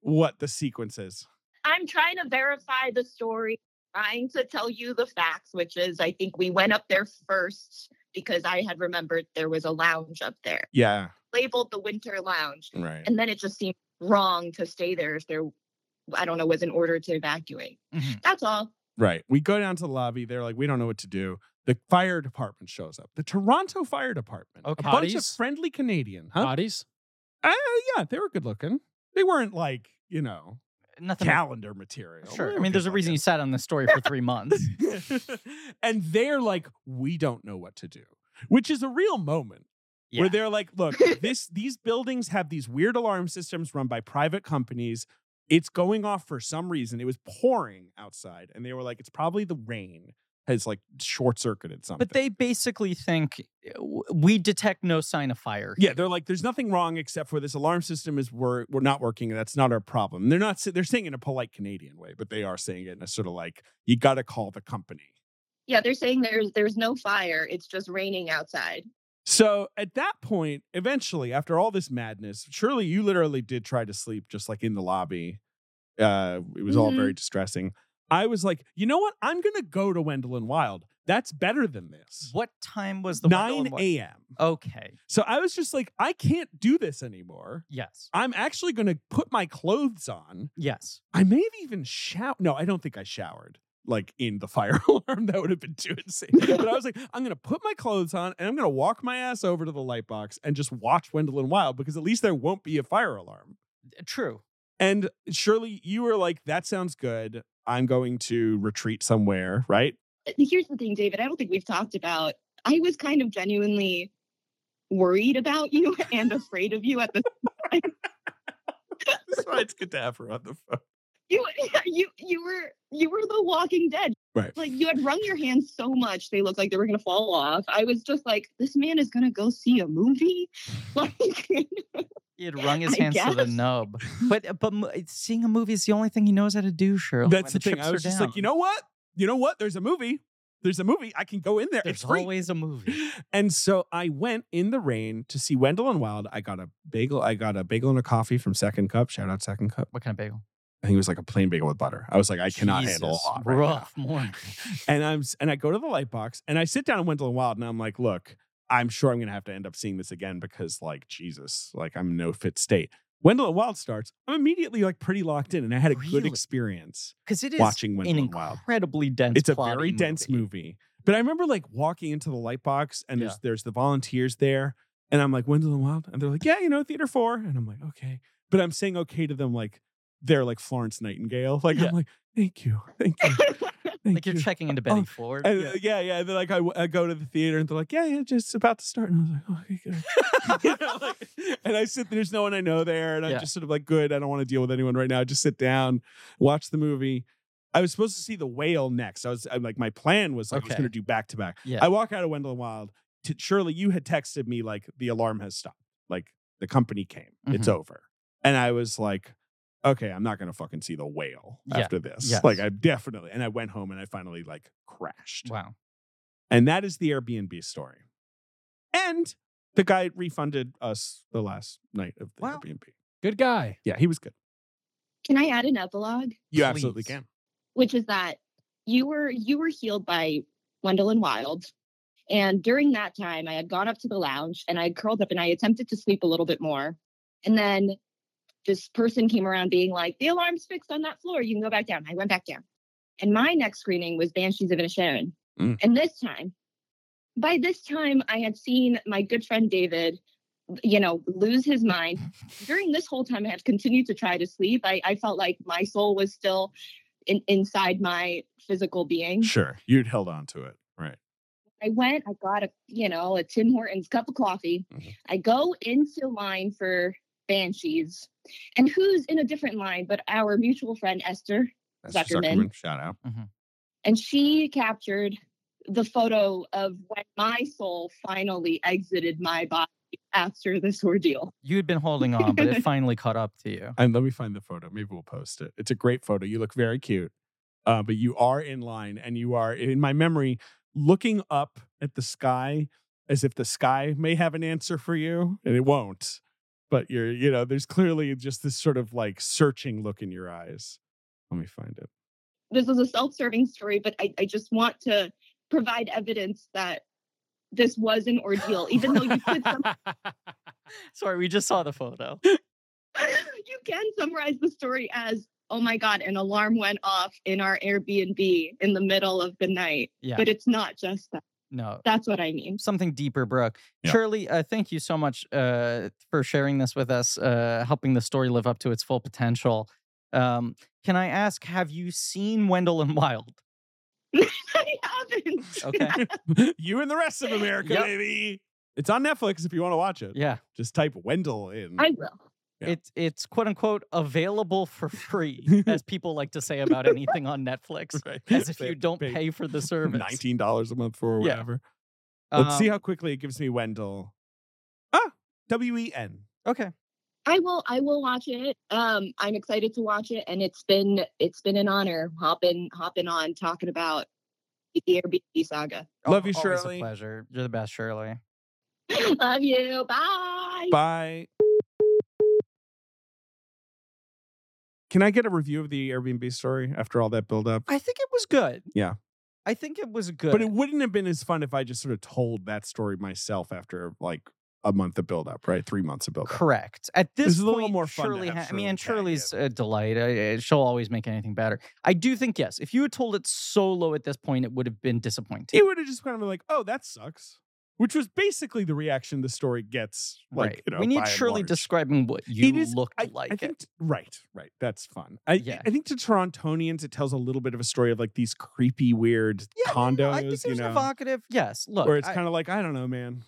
B: what the sequence is.
C: I'm trying to verify the story, trying to tell you the facts, which is I think we went up there first because I had remembered there was a lounge up there
B: Yeah,
C: labeled the Winter Lounge.
B: right.
C: And then it just seemed wrong to stay there if there, I don't know, was an order to evacuate.
A: Mhm.
C: That's all.
B: Right. We go down to the lobby. They're like, we don't know what to do. The fire department shows up. The Toronto Fire Department.
D: Okay.
B: A bunch of
D: Hotties?
B: friendly Canadian, huh?
D: Bodies?
B: Uh, yeah, they were good looking. They weren't like, you know,
A: Nothing.
B: calendar [laughs] material.
A: Sure.
B: They
A: I
B: were
A: mean, there's a
B: good
A: reason you sat on this story for
B: [laughs]
A: three months.
B: looking. [laughs] and they're like, we don't know what to do, which is a real moment
A: Yeah.
B: where they're like, look, this these buildings have these weird alarm systems run by private companies. It's going off for some reason. It was pouring outside, and they were like, it's probably the rain has like short circuited something.
A: But they basically think uh, "W- we detect no sign of fire.
B: Yeah, they're like, there's nothing wrong except for this alarm system is we're we're not working. and That's not our problem. They're not. sa- They're saying it in a polite Canadian way, but they are saying it in a sort of like you got to call the company.
C: Yeah, they're saying there's there's no fire. It's just raining outside.
B: So at that point, eventually, after all this madness, surely you literally did try to sleep just like in the lobby. Uh, it was all
A: Mm-hmm.
C: Mhm.
B: very distressing. I was like, you know what? I'm gonna go to Wendell and Wild. That's better than this.
A: What time was the uh, window
B: Nine
A: and what-
B: a.m.
A: Okay.
B: So I was just like, I can't do this anymore.
A: Yes.
B: I'm actually gonna put my clothes on.
A: Yes.
B: I may have even showered. No, I don't think I showered like in the [laughs] fire alarm. That would have been too insane. but I was like, I'm gonna put my clothes on and I'm gonna walk my ass over to the light box and just watch Wendell and Wild because at least there won't be a fire alarm.
A: eh, True.
B: And surely you were like, that sounds good. I'm going to retreat somewhere, right?
C: Uh, Here's the thing, David. I don't think we've talked about. I was kind of genuinely worried about you [laughs] and afraid of you at the
B: [laughs] That's why it's good to have her on the phone.
C: you [laughs] you you were you were the Walking Dead.
B: [laughs] Right.
C: Like you had wrung your hands so much they looked like they were gonna fall off. I was just like, this man is gonna go see a movie. [laughs] Like
A: He had wrung his
C: I
A: hands to the
C: guess.
A: nub. But but mo- it's- seeing a movie is the only thing he knows how to do, Shirley.
B: That's the thing. I was just like, you know what? You know what? There's a movie. There's a movie. I can go in there.
A: there's
B: it's free.
A: always a
B: [laughs]
A: movie.
B: And so I went in the rain to see Wendell and Wild. I got a bagel. I got a bagel and a coffee from Second Cup. Shout out Second Cup.
A: What kind of bagel?
B: I think it was like a plain bagel with butter. I was like, I cannot handle
A: Jesus,
B: a lot. right
A: rough
B: now. [laughs]
A: morning. [laughs]
B: And I'm s- and I go to the light box and I sit down at Wendell and Wild and I'm like, look, I'm sure I'm gonna have to end up seeing this again because like Jesus, like I'm in no fit state. Wendell and Wild starts. I'm immediately like pretty locked in, and I had a good
A: Really?
B: experience
A: Because it is
B: watching
A: an
B: Wendell and Wild
A: incredibly dense.
B: it's a
A: plotty
B: very dense movie. But I remember like walking into the light box and there's there's the volunteers there, and I'm like Wendell and Wild, and they're like, yeah, you know, theater four, and I'm like, okay, but I'm saying okay to them like they're like Florence Nightingale, like
A: Yeah.
B: I'm like, thank you, thank you, thank
A: [laughs] Like you're
B: [laughs] you.
A: checking into Betty Ford.
B: And, uh, yeah, yeah. They're like, I, w- I go to the theater and they're like, yeah, yeah, just about to start. And I was like, okay,
A: [laughs]
B: good. [laughs] You know, like- and I sit, there's no one I know there. And
A: Yeah.
B: I'm just sort of like, good, I don't want to deal with anyone right now. I just sit down, watch the movie. I was supposed to see The Whale next. I was I'm like, my plan was like, I was
A: Okay.
B: going to do back to back.
A: Yeah.
B: I walk out of Wendell and Wild. T- Shirley, you had texted me like, the alarm has stopped. Like, the company came. It's
A: Mm-hmm.
B: over. And I was like, okay, I'm not going to fucking see The Whale
A: Yeah.
B: after this.
A: Yes.
B: Like, I definitely. And I went home and I finally like crashed.
A: Wow.
B: And that is the Airbnb story. And the guy refunded us the last night of the
A: Wow.
B: Airbnb.
D: Good guy.
B: Yeah, he was good.
C: Can I add an epilogue?
B: You absolutely
A: Please.
B: can.
C: Which is that you were you were healed by Wendell and Wild. And during that time I had gone up to the lounge and I had curled up and I attempted to sleep a little bit more. And then this person came around being like, the alarm's fixed on that floor. You can go back down. I went back down. And my next screening was Banshees of Inisherin.
B: Mm.
C: And this time, by this time, I had seen my good friend David, you know, lose his mind. During this whole time, I had continued to try to sleep. I, I felt like my soul was still in, inside my physical being.
B: Sure. You'd held on to it. Right.
C: I went, I got a, you know, a Tim Hortons cup of coffee.
B: Mhm.
C: I go into line for Banshees. And who's in a different line but our mutual friend Esther?
B: Esther
C: Zuckerman.
B: Shout out.
C: And she captured the photo of when my soul finally exited my body after this ordeal.
A: You had been holding on, but it
B: [laughs]
A: finally caught up to you.
B: And let me find the photo. Maybe we'll post it. It's a great photo. You look very cute. Uh, but you are in line and you are, in my memory, looking up at the sky as if the sky may have an answer for you and it won't. But you're, you know, there's clearly just this sort of like searching look in your eyes. Let me find it.
C: this is a self-serving story, but I, I just want to provide evidence that this was an ordeal, even though you
D: [laughs]
C: could sum-
A: Sorry, we just saw the photo.
C: [laughs] you can summarize the story as, oh my god, an alarm went off in our Airbnb in the middle of the night.
A: Yeah.
C: But it's not just that.
A: No,
C: That's what I mean. [laughs]
A: something deeper, Brooke.
B: Yeah.
A: Shirley, uh, thank you so much uh, for sharing this with us, uh, helping the story live up to its full potential. Um, can I ask, have you seen Wendell and
B: [laughs]
A: Wild?
C: I haven't.
A: Okay.
B: [laughs] you and the rest of America,
A: Yep.
B: baby. It's on Netflix if you want to watch it.
A: Yeah,
B: Just type Wendell in. [laughs]
C: I will.
B: Yeah.
A: It's it's quote unquote available for free,
B: [laughs]
A: as people like to say about anything on Netflix,
B: Right.
A: as if
B: They
A: you don't
B: pay
A: pay for the service.
B: nineteen dollars a month for or
A: Yeah.
B: whatever. Let's see
A: Um,
B: how quickly it gives me Wendell. Ah, W E N.
A: okay.
C: I will I will watch it. Um I'm excited to watch it and it's been it's been an honor hopping hopping on talking about the Airbnb saga. [laughs]
B: Love you,
A: Always
B: Shirley.
A: A pleasure. You're the best, Shirley.
C: Love you. Bye.
B: Bye. Can I get a review of the Airbnb story after all that build up?
A: I think it was good.
B: Yeah.
A: I think it was good.
B: But it wouldn't have been as fun if I just sort of told that story myself after like a month of build up, right? Three months of build up.
A: Correct. At this,
B: This is a
A: point,
B: little more fun to
A: Shirley
B: have
A: ha- I mean, and
B: Shirley tag
A: Shirley's a delight. Uh, uh, she'll always make anything better. I do think yes. If you had told it solo at this point, it would have been disappointing.
B: It would have just kind of been like, oh, that sucks. Which was basically the reaction the story gets. Like,
A: right.
B: you know,
A: we need
B: by and
A: Shirley
B: large.
A: describing what you
B: is-
A: looked
B: I,
A: like.
B: I think t- right, right. That's fun. I,
A: Yeah.
B: I think to Torontonians, it tells a little bit of a story of like these creepy, weird
A: yeah, no, no,
B: condos,
A: no, I think
B: you
A: there's
B: know,
A: evocative. Yes. Look,
B: where it's
A: I-
B: kind of like, I don't know, man,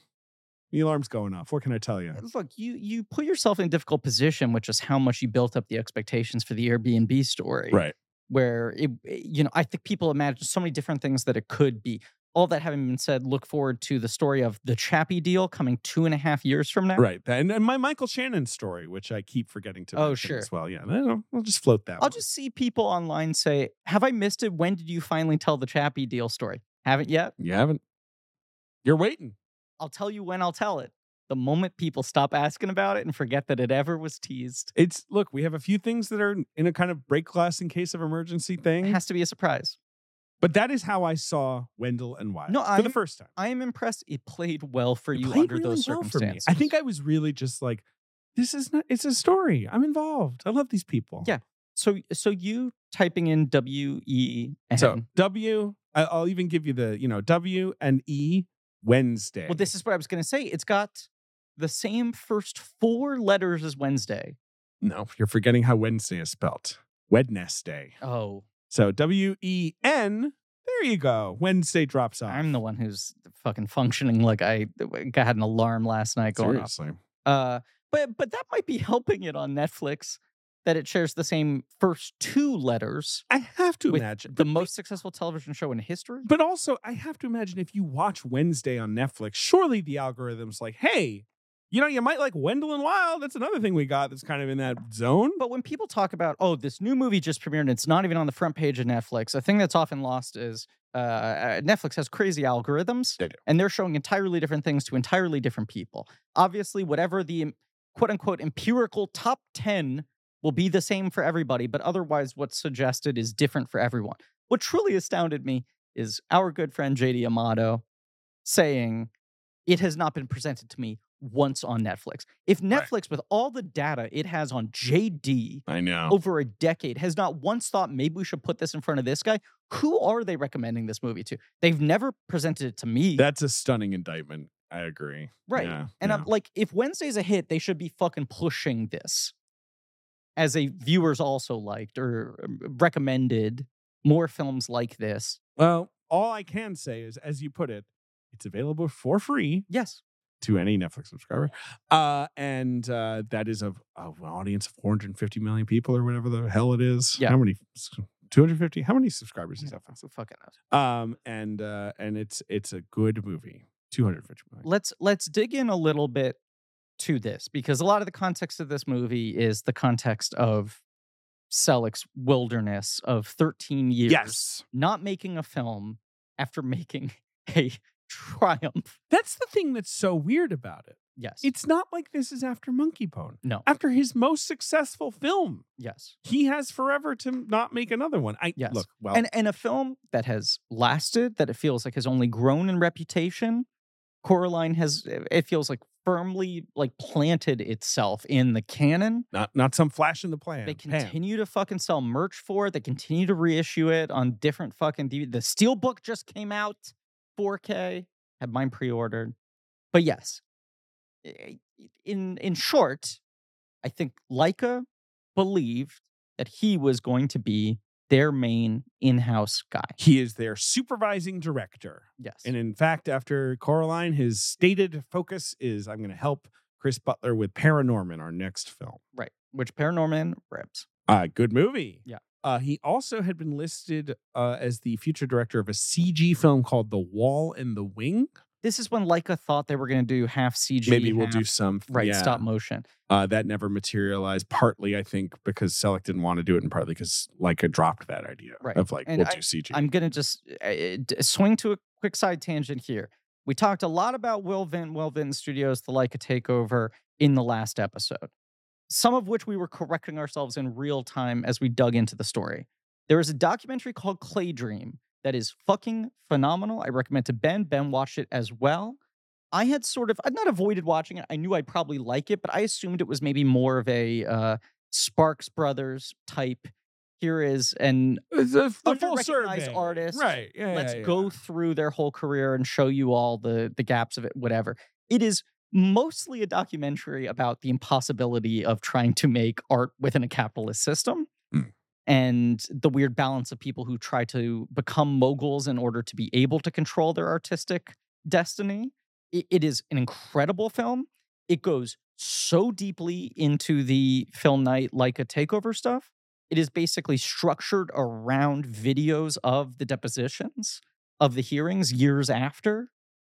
B: the alarm's going off. What can I tell you?
A: uh, look, you you put yourself in a difficult position, which is how much you built up the expectations for the Airbnb story.
B: Right.
A: where it, it- you know i think people imagine so many different things that it could be all that having been said look forward to the story of the chappie deal coming two and a half years from now
B: Right. And, and my Michael Shannon story, which I keep forgetting to
A: Oh,
B: mention
A: sure.
B: as well. Yeah. I don't know. I'll just float that
A: i'll
B: one.
A: just see people online say have i missed it when did you finally tell the chappie deal story haven't yet
B: You haven't. You're waiting.
A: i'll tell you when i'll tell it the moment people stop asking about it and forget that it ever was teased
B: It's look, we have a few things that are in a kind of break glass in case of emergency
A: it
B: thing.
A: has to be a surprise
B: But that is how I saw Wendell and Wild
A: No,
B: for the
A: I'm-
B: first time.
A: i am impressed it played well for
B: It
A: you
B: played
A: under those
B: really well for me.
A: circumstances
B: I think I was really just like, this is not, it's a story. I'm involved. I love these people.
A: Yeah. so so you typing in E w-e-n
B: So W, I- I'll even give you the, you know, W and E Wednesday.
A: Well, this is what I was going to say. It's got the same first four letters as Wednesday.
B: no, you're forgetting how Wednesday is spelt. Wednesday.
A: Oh,
B: So W E N. There you go. Wednesday drops off.
A: I'm the one who's fucking functioning like I got an alarm last night going off.
B: Seriously.
A: Uh, but but that might be helping it on Netflix that it shares the same first two letters.
B: I have to
A: with
B: imagine.
A: the most successful television show in history.
B: But also, I have to imagine if you watch Wednesday on Netflix, surely the algorithm's like, hey, you know, you might like Wendell and Wild. That's another thing we got that's kind of in that zone.
A: But when people talk about, oh, this new movie just premiered and it's not even on the front page of Netflix, a thing that's often lost is uh, uh, Netflix has crazy algorithms
B: They do.
A: and they're showing entirely different things to entirely different people. Obviously, whatever the em- quote unquote empirical top 10 will be the same for everybody, but otherwise, what's suggested is different for everyone. What truly astounded me is our good friend JD Amato saying, it has not been presented to me once on Netflix. If Netflix, with all the data it has on JD
B: I know.
A: over a decade, has not once thought maybe we should put this in front of this guy, who are they recommending this movie to? They've never presented it to me.
B: That's a stunning indictment. I agree.
A: right.
B: Yeah,
A: and
B: yeah.
A: I'm like, if Wednesday's a hit, they should be fucking pushing this as a viewers also liked or um, recommended more films like this.
B: well, all I can say is, as you put it, it's available for free
A: Yes.
B: to any Netflix subscriber. Uh, and uh, that is of of an audience of 450 million people or whatever the hell it is.
A: Yeah.
B: How many? 250? How many subscribers is
A: Yeah,
B: that?
A: who fucking knows?
B: Um, and uh, and it's it's a good movie. 250 million.
A: let's let's dig in a little bit to this because a lot of the context of this movie is the context of Selleck's wilderness of 13 years
B: Yes.
A: not making a film after [laughs] making a triumph.
B: That's the thing that's so weird about it.
A: Yes.
B: It's not like this is after Monkey Bone.
A: no.
B: After his most successful film,
A: Yes.
B: he has forever to not make another one. I
A: Yes.
B: look well.
A: And and a film that has lasted, that it feels like has only grown in reputation. Coraline has eh, it feels like firmly like planted itself in the canon.
B: not not some flash in the plan.
A: They
B: Pan.
A: continue to fucking sell merch for it. They continue to reissue it on different fucking DVD. The Steel Book just came out 4K. Had mine pre-ordered. But yes, i- i- in in short, I think Leica believed that he was going to be their main in-house guy.
B: He is their supervising director.
A: Yes.
B: And in fact, after Coraline, his stated focus is I'm going to help Chris Butler with Paranorman, our next film.
A: right. Which Paranorman rips.
B: Uh, good movie.
A: Yeah.
B: Uh, he also had been listed uh, as the future director of a CG film called The Wall and the Wing.
A: This is when Leica thought they were going to do half CG.
B: Maybe we'll do
A: half-
B: some.
A: right
B: yeah.
A: stop motion.
B: Uh, that never materialized, partly, I think, because Selleck didn't want to do it, and partly because Leica dropped that idea
A: Right.
B: of like,
A: And
B: we'll do CG.
A: I'm going to just uh, d- swing to a quick side tangent here. We talked a lot about Will Vint, Will Vinton Studios, the Leica takeover in the last episode, some of which we were correcting ourselves in real time as we dug into the story. There is a documentary called Clay Dream that is fucking phenomenal. I recommend to Ben. Ben watched it as well. I had sort of, I'd not avoided watching it. I knew I'd probably like it, but I assumed it was maybe more of a uh, Sparks Brothers type. Here is an
B: it's a, the full
A: underrecognized
B: survey.
A: artist.
B: Right. Yeah,
A: let's
B: yeah,
A: go
B: yeah.
A: through their whole career and show you all the the gaps of it whatever it is mostly a documentary about the impossibility of trying to make art within a capitalist system
B: Mm.
A: and the weird balance of people who try to become moguls in order to be able to control their artistic destiny I- it is an incredible film it goes so deeply into the film night like a takeover stuff it is basically structured around videos of the depositions of the hearings years after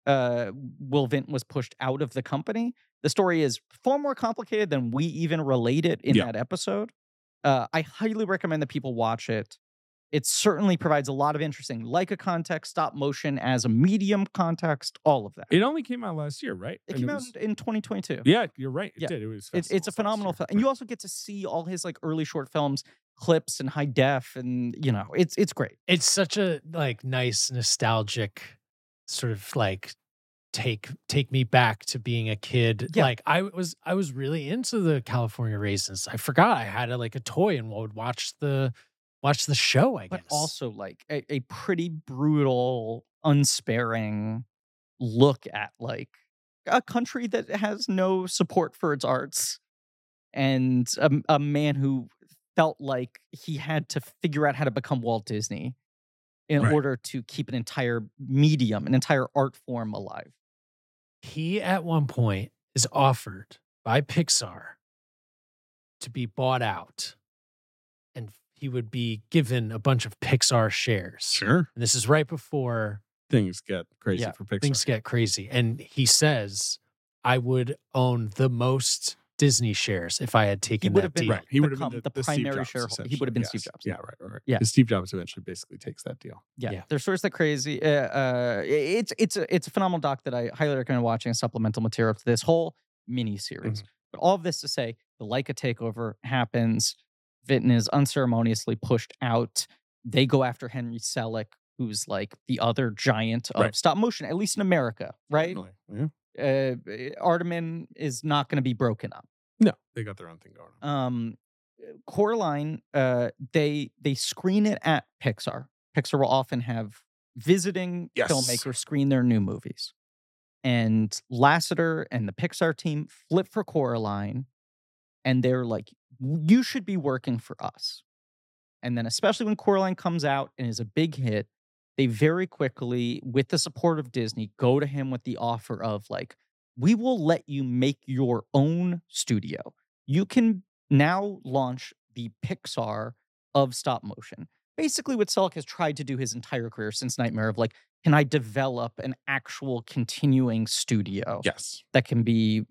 A: uh, Will Vint was pushed out of the company. The story is far more complicated than we even relate it in
B: Yeah.
A: that episode. Uh, I highly recommend that people watch it. It certainly provides a lot of interesting, like a context, stop motion as a medium context, all of that. It,
B: It only came out last year, right? And
A: came
B: it
A: out
B: was-
A: in 2022.
B: Yeah, you're right. It
A: Yeah.
B: did. It was.
A: It's it's a
B: festivals last
A: phenomenal
B: year,
A: film, and
B: but-
A: you also get to see all his like early short films, clips, and high def, and you know, it's it's great.
D: It's such a like nice nostalgic sort of like take take me back to being a kid.
A: Yeah.
D: Like I was I was really into the California raisins. I forgot I had a, like a toy and would watch the watch the show. I
A: but
D: guess
A: also like a, a pretty brutal, unsparing look at like a country that has no support for its arts and a, m- a man who felt like he had to figure out how to become Walt Disney in
B: Right.
A: order to keep an entire medium, an entire art form alive.
D: he at one point is offered by Pixar to be bought out, and he would be given a bunch of Pixar shares.
B: [laughs] Sure.
D: And this is right before
B: Things get crazy
A: Yeah,
B: for Pixar.
D: things get crazy. And he says, I would own the most Disney shares if I had taken
A: would
D: that
A: have been
D: deal.
B: right. He would have
A: become
B: been
A: the primary shareholder. He would have been Steve
B: essentially.
A: Jobs.
B: Yes. Yeah. Right. Right. right.
A: Yeah.
B: 'Cause Steve Jobs eventually basically takes that deal.
A: Yeah,
D: Yeah.
A: they're stories that crazy. Uh, uh, i- it's it's a, it's a phenomenal doc that I highly recommend watching. Supplemental material to this whole mini
B: Mm-hmm.
A: series. But all of this to say, the Leica takeover happens. Vinton is unceremoniously pushed out. They go after Henry Selick, who's like the other giant of
B: Right.
A: stop motion, at least in America, right?
B: Definitely, Yeah.
A: Uh, Artemin is not going to be broken up
B: No, they got their own thing going on.
A: um uh, Coraline, uh, they they screen it at Pixar. Pixar will often have visiting
B: Yes.
A: filmmakers screen their new movies. And Lasseter and the Pixar team flip for Coraline and they're like, you should be working for us. And then, especially when Coraline comes out and is a big hit, they very quickly, with the support of Disney, go to him with the offer of, like, we will let you make your own studio you can now launch the Pixar of stop motion. Basically, what Selleck has tried to do his entire career since Nightmare of like, can I develop an actual continuing studio
B: yes.
A: that can be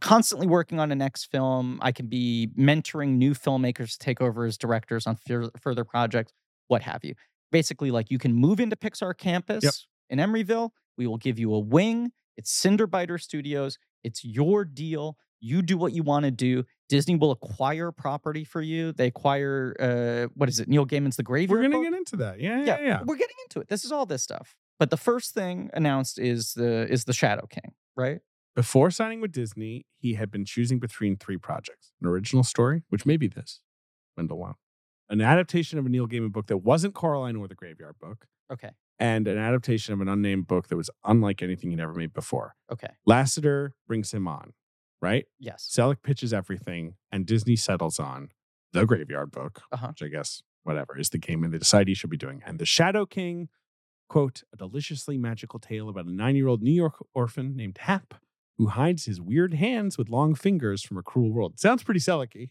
A: constantly working on the next film? I can be mentoring new filmmakers to take over as directors on fur- further projects, what have you. Basically, like you can move into Pixar campus in Emeryville. We will give you a wing. It's Cinderbiter Studios. It's your deal. You do what you want to do. Disney will acquire property for you. They acquire uh, what is it? Neil Gaiman's The
B: We're
A: Graveyard.
B: gonna
A: Book?
B: get into that. Yeah, yeah,
A: yeah,
B: yeah.
A: We're getting into it. This is all this stuff. But the first thing announced is the is the Shadow King, right?
B: Before signing with Disney, he had been choosing between three projects: an original story, which may be this, Wendell Wong, an adaptation of a Neil Gaiman book that wasn't Coraline or the Graveyard Book,
A: Okay.
B: and an adaptation of an unnamed book that was unlike anything he'd ever made before.
A: Okay.
B: Lasseter brings him on, right?
A: Yes.
B: Selleck pitches everything, and Disney settles on the Graveyard Book,
A: Uh-huh.
B: which I guess whatever is the game and they decide he should be doing, and the Shadow King, quote, a deliciously magical tale about a nine-year-old New York orphan named Hap who hides his weird hands with long fingers from a cruel world. Sounds pretty Sellecky.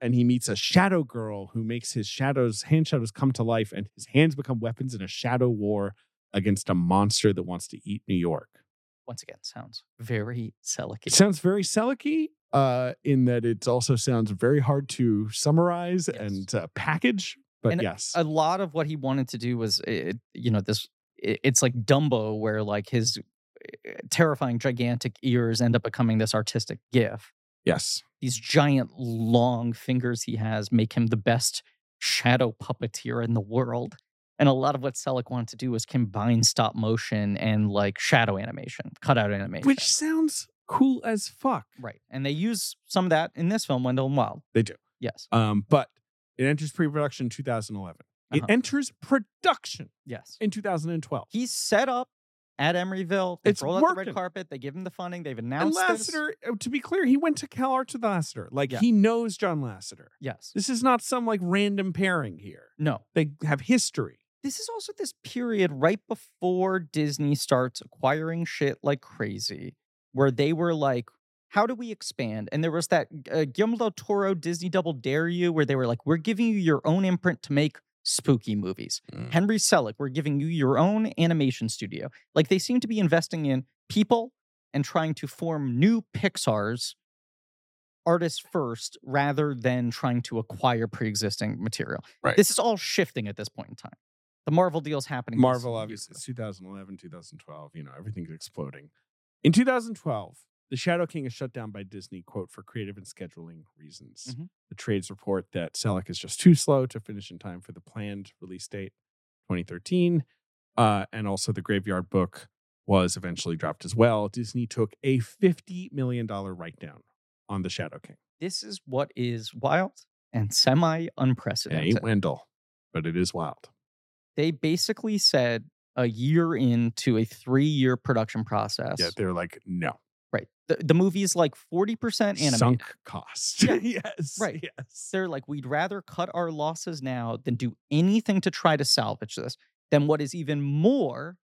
B: And he meets a shadow girl who makes his shadows, hand shadows come to life, and his hands become weapons in a shadow war against a monster that wants to eat New York.
A: Once again, sounds very [laughs]
B: It
A: Sellecky.
B: sounds very Sellecky uh, in that it also sounds very hard to summarize
A: Yes.
B: and uh, package. But
A: And, uh,
B: yes,
A: a lot of what he wanted to do was it, you know this it, it's like dumbo where like his eh, terrifying gigantic ears end up becoming this artistic gif
B: yes,
A: these giant long fingers he has make him the best shadow puppeteer in the world and a lot of what Selleck wanted to do was combine stop motion and like shadow animation, cutout animation.
B: which sounds cool as fuck.
A: right. And they use some of that in this film, Wendell and Wild.
B: They do.
A: Yes.
B: Um, but it enters pre-production 2011. It
A: Uh-huh.
B: enters production
A: Yes.
B: in 2012.
A: He's set up at Emeryville. They
B: It's
A: roll out the
B: working.
A: red carpet. They give him the funding. They've
B: And
A: announced this.
B: Lasseter, uh, to be clear, he went to CalArts with Lasseter. Like
A: Yeah.
B: he knows John Lasseter.
A: Yes.
B: This is not some like random pairing here.
A: No.
B: They have history.
A: This is also this period right before Disney starts acquiring shit like crazy, where they were like, how do we expand? And there was that uh, Guillermo del Toro Disney Double Dare You, where they were like, we're giving you your own imprint to make spooky movies.
B: Mm.
A: Henry Selick, we're giving you your own animation studio. Like they seem to be investing in people and trying to form new Pixar's artists first rather than trying to acquire pre-existing material.
B: Right.
A: This is all shifting at this point in time. The Marvel deal's happening. this
B: Marvel,
A: year.
B: obviously, it's 2011, 2012. You know, everything's exploding. In 2012, the Shadow King is shut down by Disney, quote, for creative and scheduling reasons.
A: Mhm.
B: The trades report that Selleck is just too slow to finish in time for the planned release date, 2013. Uh, and also, the Graveyard Book was eventually dropped as well. Disney took a $50 million write down on the Shadow King.
A: This is what is wild and
B: It
A: semi-unprecedented.
B: ain't Wendell, but it is wild.
A: They basically said a year into a three-year production process.
B: Yeah, they're like, no.
A: Right. The, the movie is like 40% animated.
B: Sunk cost. [laughs]
A: Yeah.
B: yes.
A: Right.
B: Yes.
A: they're like, we'd rather cut our losses now than do anything to try to salvage this. Then what is even more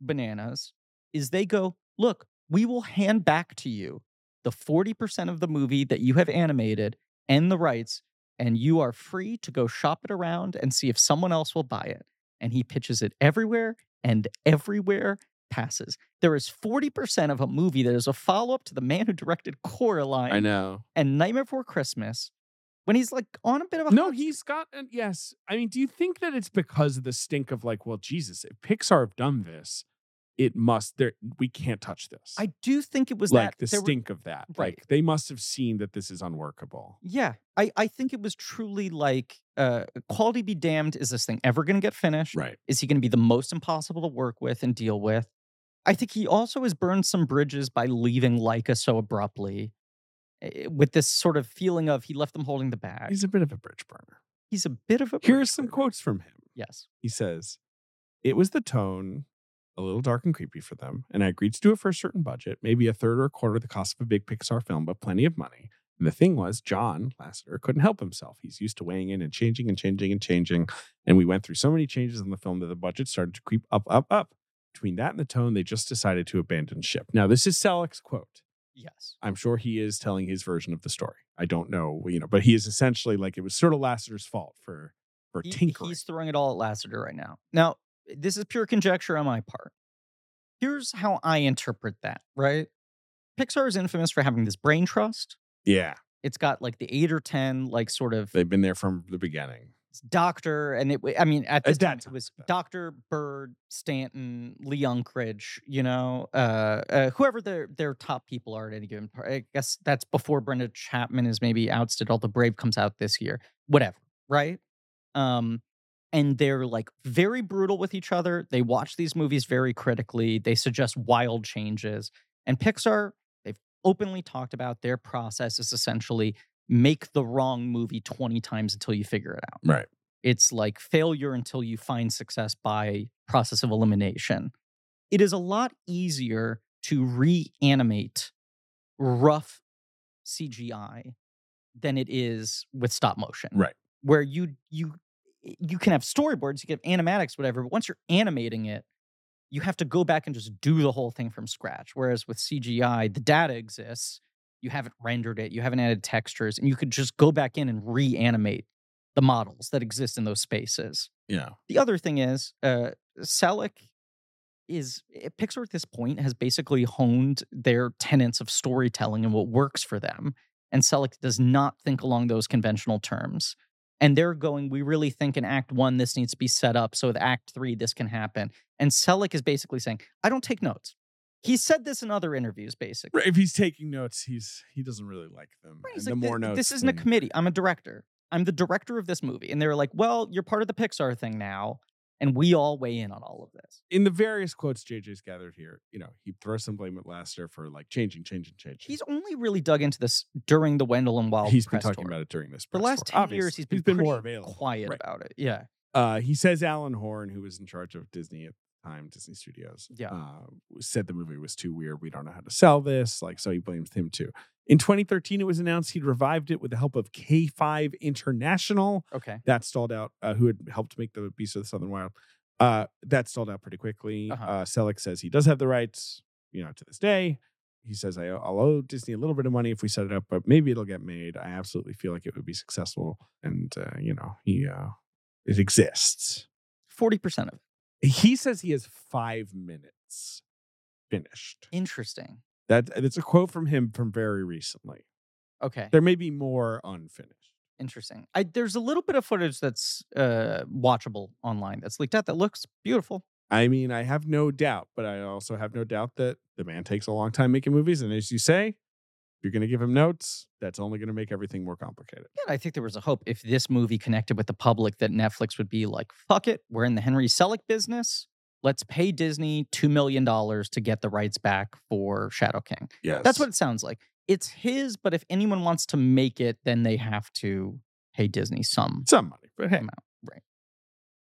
A: bananas is they go, look, we will hand back to you the 40% of the movie that you have animated and the rights, and you are free to go shop it around and see if someone else will buy it. And he pitches it everywhere and everywhere passes. There is 40% of a movie that is a follow up to the man who directed Coraline
B: I know.
A: and Nightmare Before Christmas when he's like on a bit of a
B: No,
A: hot-
B: he's got an yes. I mean, do you think that it's because of the stink of like, well, Jesus, if Pixar have done this, it must there we can't touch this.
A: I do think it was
B: like
A: that
B: the
A: there were-
B: stink of that.
A: Right.
B: Like they must have seen that this is unworkable.
A: yeah, I I think it was truly like uh, quality be damned. Is this thing ever going to get finished?
B: Right.
A: Is he going to be the most impossible to work with and deal with? I think he also has burned some bridges by leaving Leica so abruptly, eh, with this sort of feeling of he left them holding the bag. He's
B: He's
A: a,
B: a bit of a bridge burner.
A: bit of a
B: Here's
A: bridge
B: some
A: burner.
B: quotes from him.
A: Yes.
B: He says, It was the tone, a little dark and creepy for them, and I agreed to do it for a certain budget, maybe a third or a quarter of the cost of a big Pixar film, but plenty of money. And the thing was, John Lasseter couldn't help himself. He's used to weighing in and changing and changing and changing. And we went through so many changes in the film that the budget started to creep up, up, up. Between that and the tone, they just decided to abandon ship. Now, this is Selleck's quote.
A: Yes.
B: I'm sure he is telling his version of the story. I don't know, you know, but he is essentially like it was sort of Lasseter's fault for for
A: He-
B: tinkering.
A: he's throwing it all at Lasseter right now. Now, this is pure conjecture on my part. Here's how I interpret that, right? Pixar is infamous for having this brain trust.
B: yeah,
A: It's got like the eight or 10, like sort of
B: they've been there from the beginning.
A: Doctor, and it. wa- I mean, at
B: At
A: this
B: that
A: time, it
B: time,
A: was
B: yeah.
A: Doctor Bird, Stanton, Lee Unkrich. You know, uh, uh, whoever their their top people are at any given. par- I guess that's before Brenda Chapman is maybe ousted. All the Brave comes out this year. Whatever, right? Um, and they're like very brutal with each other. They watch these movies very critically. They suggest wild changes. And Pixar, they've openly talked about their process is essentially make the wrong movie 20 times until you figure it out.
B: Right.
A: It's like failure until you find success by process of elimination. It is a lot easier to reanimate rough CGI than it is with stop motion.
B: Right.
A: Where you you eh, you can have storyboards, you can have animatics, whatever, but once you're animating it, you have to go back and just do the whole thing from scratch. Whereas with CGI, the data exists, you haven't rendered it, you haven't added textures, and you could just go back in and reanimate the models that exist in those spaces.
B: Yeah.
A: The other thing is, uh, Selleck is eh, Pixar at this point has basically honed their tenets of storytelling and what works for them. And Selleck does not think along those conventional terms. And they're going, we really think in act one, this needs to be set up. So with act three, this can happen. And Selleck is basically saying, I don't take notes. He said this in other interviews, basically.
B: Right, If he's taking notes, he's he doesn't really like them.
A: Right,
B: and
A: he's
B: the
A: like,
B: more
A: "Th-
B: notes,
A: This isn't a
B: then-
A: committee. I'm a director. I'm the director of this movie. And they were like, well, you're part of the Pixar thing now. And we all weigh in on all of this.
B: in the various quotes JJ's gathered here, you know, he throws some blame at Lassiter for like changing, changing, changing.
A: He's only really dug into this during the Wendell and Wild.
B: he's been
A: press
B: talking
A: tour.
B: about it during this.
A: For the
B: press
A: last
B: tour,
A: 10 years,
B: obviously.
A: he's been,
B: he's been more
A: pretty
B: available.
A: quiet
B: Right.
A: about it. Yeah.
B: Uh, he says Alan Horn, who was in charge of Disney at the time, Disney Studios,
A: Yeah.
B: uh, said the movie was too weird. We don't know how to sell this. Like, so he blames him too. In 2013, it was announced he'd revived it with the help of K5 International.
A: Okay.
B: that stalled out. Uh, who had helped make the Beast of the Southern Wild? Uh, that stalled out pretty quickly.
A: Uh-huh.
B: Uh, Selleck says he does have the rights. You know, to this day, he says I, I'll owe Disney a little bit of money if we set it up, but maybe it'll get made. I absolutely feel like it would be successful, and uh, you know, he uh, it exists.
A: 40% of it.
B: He says he has five minutes finished.
A: Interesting.
B: That that's a quote from him from very recently.
A: Okay.
B: There may be more unfinished.
A: Interesting. I, there's a little bit of footage that's uh, watchable online that's leaked out that looks beautiful.
B: I mean, I have no doubt, but I also have no doubt that the man takes a long time making movies. And as you say, if you're going to give him notes, that's only going to make everything more complicated.
A: Yeah, I think there was a hope if this movie connected with the public that Netflix would be like, fuck it, we're in the Henry Selick business. Let's pay Disney $2 million to get the rights back for Shadow King.
B: Yes.
A: That's what it sounds like. It's his, but if anyone wants to make it, then they have to pay Disney some.
B: some money, but hey.
A: amount, right.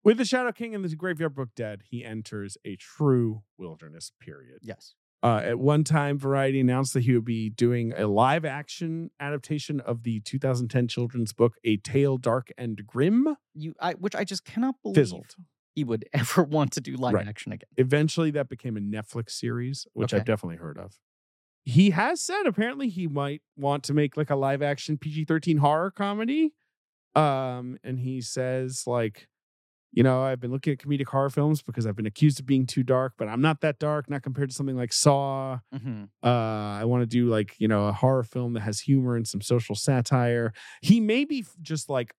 B: With the Shadow King and the Graveyard Book dead, he enters a true wilderness period.
A: Yes.
B: Uh, at one time, Variety announced that he would be doing a live action adaptation of the 2010 children's book, A Tale Dark and Grim,
A: You I which I just cannot believe
B: fizzled.
A: he would [laughs] ever want to do live
B: Right.
A: action again.
B: eventually that became a Netflix series, which I've
A: Okay.
B: definitely heard of. He has said apparently he might want to make like a live action PG 13 horror comedy. Um, and he says, like, you know, I've been looking at comedic horror films because I've been accused of being too dark, but I'm not that dark, not compared to something like Saw.
A: Mhm.
B: Uh, I want to do like, you know, a horror film that has humor and some social satire. He may be f- just like,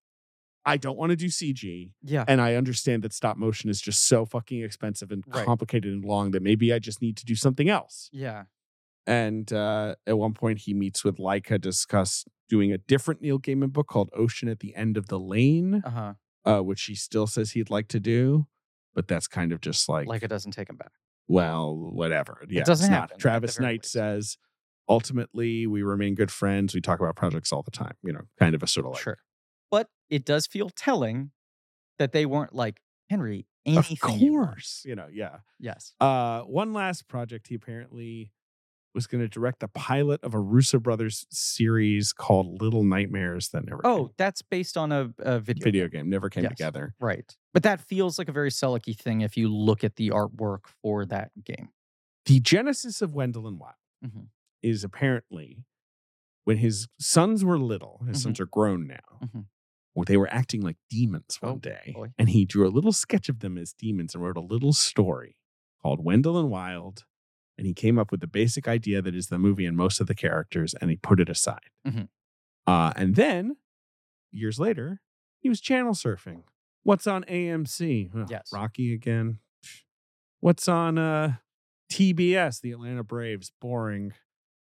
B: I don't want to do CG
A: Yeah.
B: and I understand that stop motion is just so fucking expensive and
A: Right.
B: complicated and long that maybe I just need to do something else.
A: yeah.
B: And uh, at one point, he meets with Leica, to discuss doing a different Neil Gaiman book called Ocean at the End of the Lane,
A: Uh-huh.
B: uh, which he still says he'd like to do. But that's kind of just like,
A: Like it doesn't take him back.
B: well, whatever. Yeah,
A: doesn't
B: it's
A: happen, at the
B: Travis
A: very
B: Knight
A: least.
B: says, ultimately, we remain good friends. We talk about projects all the time. You know, kind of a sort of like,
A: Sure. But it does feel telling that they weren't like, Henry,
B: of
A: anything. you want."
B: course, you know, yeah.
A: Yes.
B: Uh, one last project he apparently was going to direct the pilot of a Russo brothers series called Little Nightmares that never
A: Oh, that's based on a, a
B: came,
A: video.
B: video game never came
A: Yes.
B: together.
A: Right. But that feels like a very Selicky thing if you look at the artwork for that game.
B: The genesis of Wendell and Wild
A: Mhm.
B: is apparently when his sons were little. His
A: Mhm.
B: sons are grown now.
A: Mhm.
B: Well, they were acting like demons one
A: Oh,
B: day,
A: boy.
B: and he drew a little sketch of them as demons and wrote a little story called Wendell and Wild. And he came up with the basic idea that is the movie and most of the characters, and he put it aside.
A: Mhm.
B: Uh, and then years later, He was channel surfing. What's on AMC? Ugh,
A: Yes.
B: Rocky again. Psh. What's on uh, TBS? The Atlanta Braves. Boring.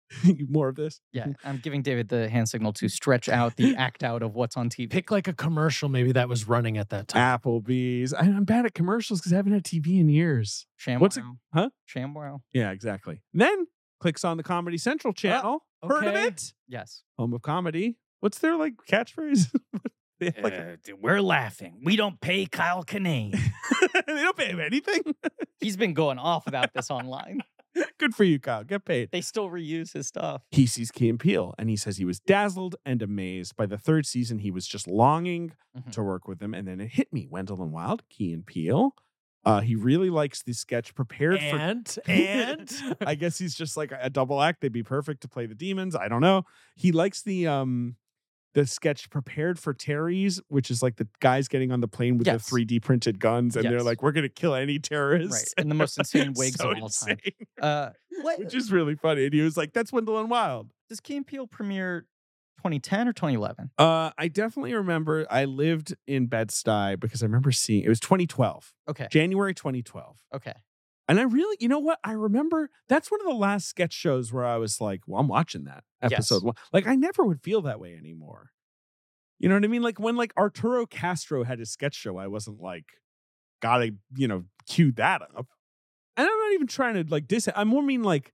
B: [laughs] More of this.
A: Yeah, I'm giving David the hand signal to stretch out
B: [laughs]
A: the act out of what's on TV.
D: Pick like a commercial maybe that was running at that time.
B: Applebee's. I, I'm bad at commercials because I haven't had TV in years.
A: ShamWow.
B: what's it- huh?
A: ShamWow.
B: Yeah, exactly. Then clicks on the Comedy Central channel. Heard of
D: okay.
B: it?
A: Yes.
B: Home of Comedy. What's their like catchphrase? [laughs] they, have, like,
A: Uh, we're laughing. We don't pay Kyle Kinane.
B: [laughs] they don't pay him anything.
A: He's been going off about this online.
B: Good for you, Kyle. Get paid.
A: They still reuse his stuff.
B: He sees Key and Peele and he says he was dazzled and amazed. By the third season, he was just longing
A: Mhm.
B: to work with them. And then it hit me Wendell and Wild, Key and Peele. Uh, he really likes the sketch prepared for
D: [laughs] And and
B: I guess he's just like a double act. They'd be perfect to play the demons. I don't know. He likes the um the sketch prepared for Terry's, which is like the guys getting on the plane with
A: Yes.
B: the 3D printed guns, and they're
A: Yes.
B: like, "We're gonna kill any
A: Right.
B: terrorists."
A: And the
B: [laughs]
A: most insane wigs
B: So
A: of all time.
B: insane,
A: Uh, what,
B: which is really funny. And he was like, "That's Wendell and Wild."
A: does Key and Peele premiere 2010 or 2011?
B: Uh, I definitely remember. I lived in Bed Stuy because I remember seeing it was 2012,
A: Okay.
B: January 2012.
A: Okay.
B: And I really, you know what? I remember that's one of the last sketch shows where I was like, well, I'm watching that
A: Yes.
B: episode one. Like, I never would feel that way anymore. You know what I mean? Like, when like Arturo Castro had his sketch show, I wasn't like, gotta, you know, cue that up. And I'm not even trying to like diss it. I more mean like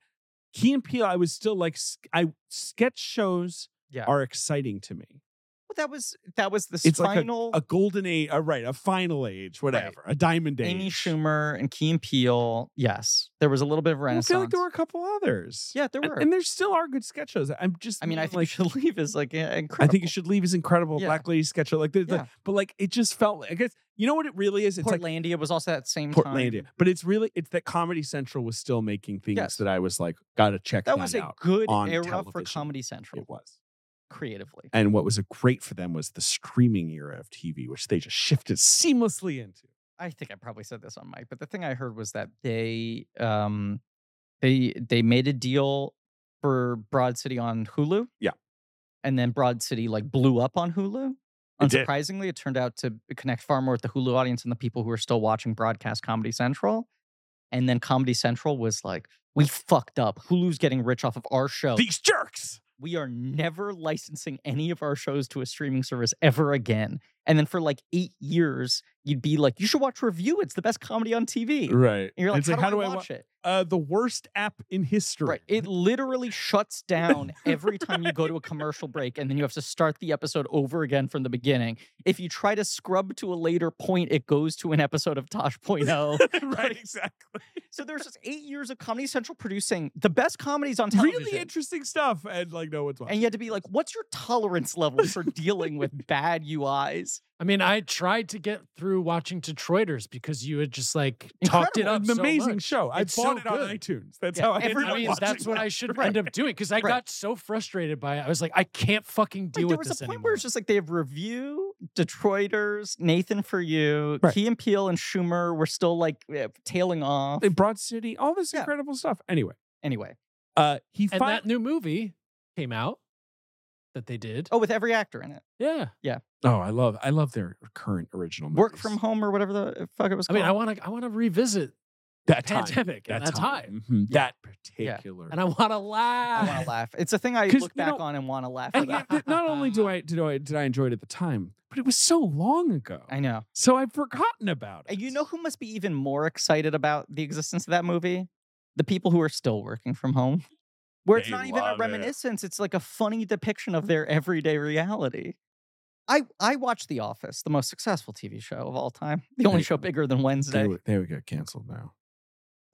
B: Key and Peele, I was still like, s- I sketch shows
A: Yeah.
B: are exciting to me.
A: Well, that was that was the
B: It's like
A: final
B: A golden age, uh, right? A final age, whatever, a diamond age.
A: Amy Schumer and Key and Peele. Yes, there was a little bit of
B: I
A: renaissance.
B: feel like there were a couple others.
A: yeah, there
B: And-
A: were.
B: And, there still are good sketch shows. I'm just.
A: I mean, I think
B: like,
A: you should [laughs] leave is like eh,
B: I
A: incredible.
B: think you should leave is incredible.
A: Yeah.
B: Black lady sketch show. Like, there's
A: Yeah.
B: like, but like it just felt. like I guess you know what it really is. It's
A: Portlandia was also that same
B: like
A: time.
B: Portlandia, but it's really it's that Comedy Central was still making things
A: Yes.
B: that I was like, gotta check that,
A: That was a
B: out.
A: good
B: on
A: era for
B: television.
A: Comedy Central
B: It was.
A: creatively.
B: And what was a great for them was the streaming era of TV, which they just shifted seamlessly into.
A: I think I probably said this on mic, but the thing I heard was that they um they they made a deal for Broad City on Hulu.
B: Yeah.
A: And then Broad City like blew up on Hulu.
B: It did.
A: Unsurprisingly, it turned out to connect far more with the Hulu audience and the people who are still watching broadcast Comedy Central. And then Comedy Central was like, we fucked up. Hulu's getting rich off of our show.
B: These jerks.
A: we are never licensing any of our shows to a streaming service ever again. And then for like eight years, you'd be like, you should watch Review. It's the best comedy on TV. And
B: Right.
A: you're like,
B: it's
A: how,
B: like,
A: do, I,
B: wa-
A: watch it?
B: Uh, the worst app in history. [laughs]
A: Right. It literally shuts down every time you go [laughs] to a commercial break, and then you have to start the episode over again from the beginning. If you try to scrub to a later point, it goes to an episode of [laughs] Tosh.0.
B: right. Exactly.
A: so there's just eight years of Comedy Central producing the best comedies on television.
B: Really interesting stuff, and like no one's watching.
A: and you had to be like, what's your tolerance level for dealing [laughs] with bad UIs?
D: I mean, I tried to get through watching Detroiters because you had just like talked it
A: Incredible.
D: up.
B: an
D: so
B: amazing [laughs]
D: much.
B: show. I
D: It's
B: bought
D: so
B: it on
D: good.
B: iTunes. That's
A: Yeah,
B: how I
A: every-
B: ended
D: I
B: up
D: mean,
B: watching
D: that's what
B: that.
A: [laughs]
D: I should
A: Right.
D: end up doing because I
A: Right.
D: got so frustrated by it. I was like, I can't fucking
A: Like,
D: deal
A: there was
D: with this
A: a point
D: anymore.
A: where it's just like they have review detroiters nathan for you
B: Right.
A: key and peel and schumer were still like eh, tailing off
B: They Broad City, all this
A: Yeah.
B: incredible stuff. Anyway,
A: anyway
B: uh, he
D: and
B: fi-
D: that new movie came out that they did.
A: oh with every actor in it
D: Yeah,
B: oh, I love, I love their current original movies.
A: work from home or whatever the uh, fuck it was
D: I
A: called
D: mean, I want to, I want to revisit
B: that time,
D: pandemic
B: that
D: and that time,
B: Mhm,
A: Yeah.
B: that particular.
D: and I want to
A: I [laughs]
D: laugh.
A: wanna laugh it's a thing i
B: 'Cause,
A: look
B: you
A: back
B: know-
A: on and want to laugh
B: And
A: about.
B: yet, th- not only do I did I did I enjoy it at the time, but it was so long ago,
A: i know
B: so I've forgotten about it.
A: and you know who must be even more excited about the existence of that movie the people who are still working from home where it's
B: They
A: not even a
B: love it.
A: reminiscence it's like a funny depiction of their everyday reality i i watched the office the most successful tv show of all time the only
B: They-
A: show bigger than
B: they
A: wednesday
B: would, they would get canceled now.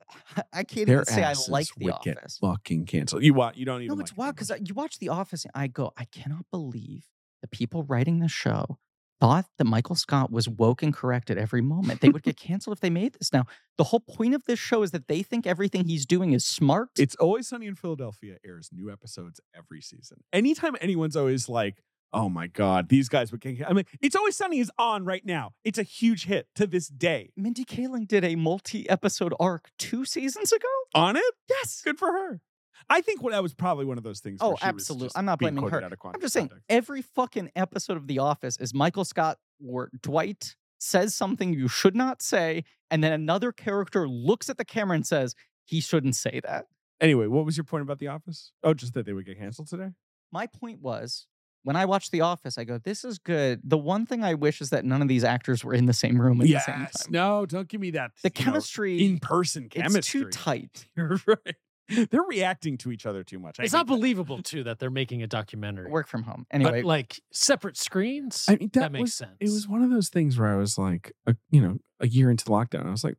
A: [laughs] i can't
B: Their
A: even say i
B: asses
A: like the
B: would get
A: office
B: fucking canceled. You want? You don't even.
A: no it's
B: like it
A: wild
B: that
A: because
B: much.
A: you watch the office and i go i cannot believe the people writing the show thought that michael scott was woke and correct at every moment they would
B: [laughs]
A: get canceled if they made this now the whole point of this show is that they think everything he's doing is smart
B: It's Always Sunny in Philadelphia airs new episodes every season. Anytime anyone's always like, oh my God, these guys would get. I mean, It's Always Sunny is on right now. It's a huge hit to this day.
A: Mindy Kaling did a multi-episode arc two seasons ago.
B: On it?
A: Yes,
B: Good for her. I think what that was probably one of those things.
A: Oh,
B: where she was
A: absolute-
B: just
A: I'm not
B: being
A: blaming
B: quoted
A: her.
B: out of
A: I'm just saying
B: context.
A: every fucking episode of The Office is Michael Scott or Dwight says something you should not say, and then another character looks at the camera and says, he shouldn't say that.
B: Anyway, what was your point about The Office? Oh, just that they would get canceled today?
A: My point was when I watched The Office, I go, this is good. The one thing I wish is that none of these actors were in the same room at the same time.
B: No, don't give me that.
A: the
B: you know,
A: chemistry,
B: in person chemistry.
A: it's too tight.
B: [laughs] You're right. They're reacting to each other too much. I
D: It's
B: hate
D: not
B: that.
D: believable too that they're making a documentary.
A: Work from home. Anyway,
D: But like separate screens,
B: I mean, that,
D: that, makes
B: was-
D: sense.
B: It was one of those things where I was like, a, you know, a year into lockdown, I was like,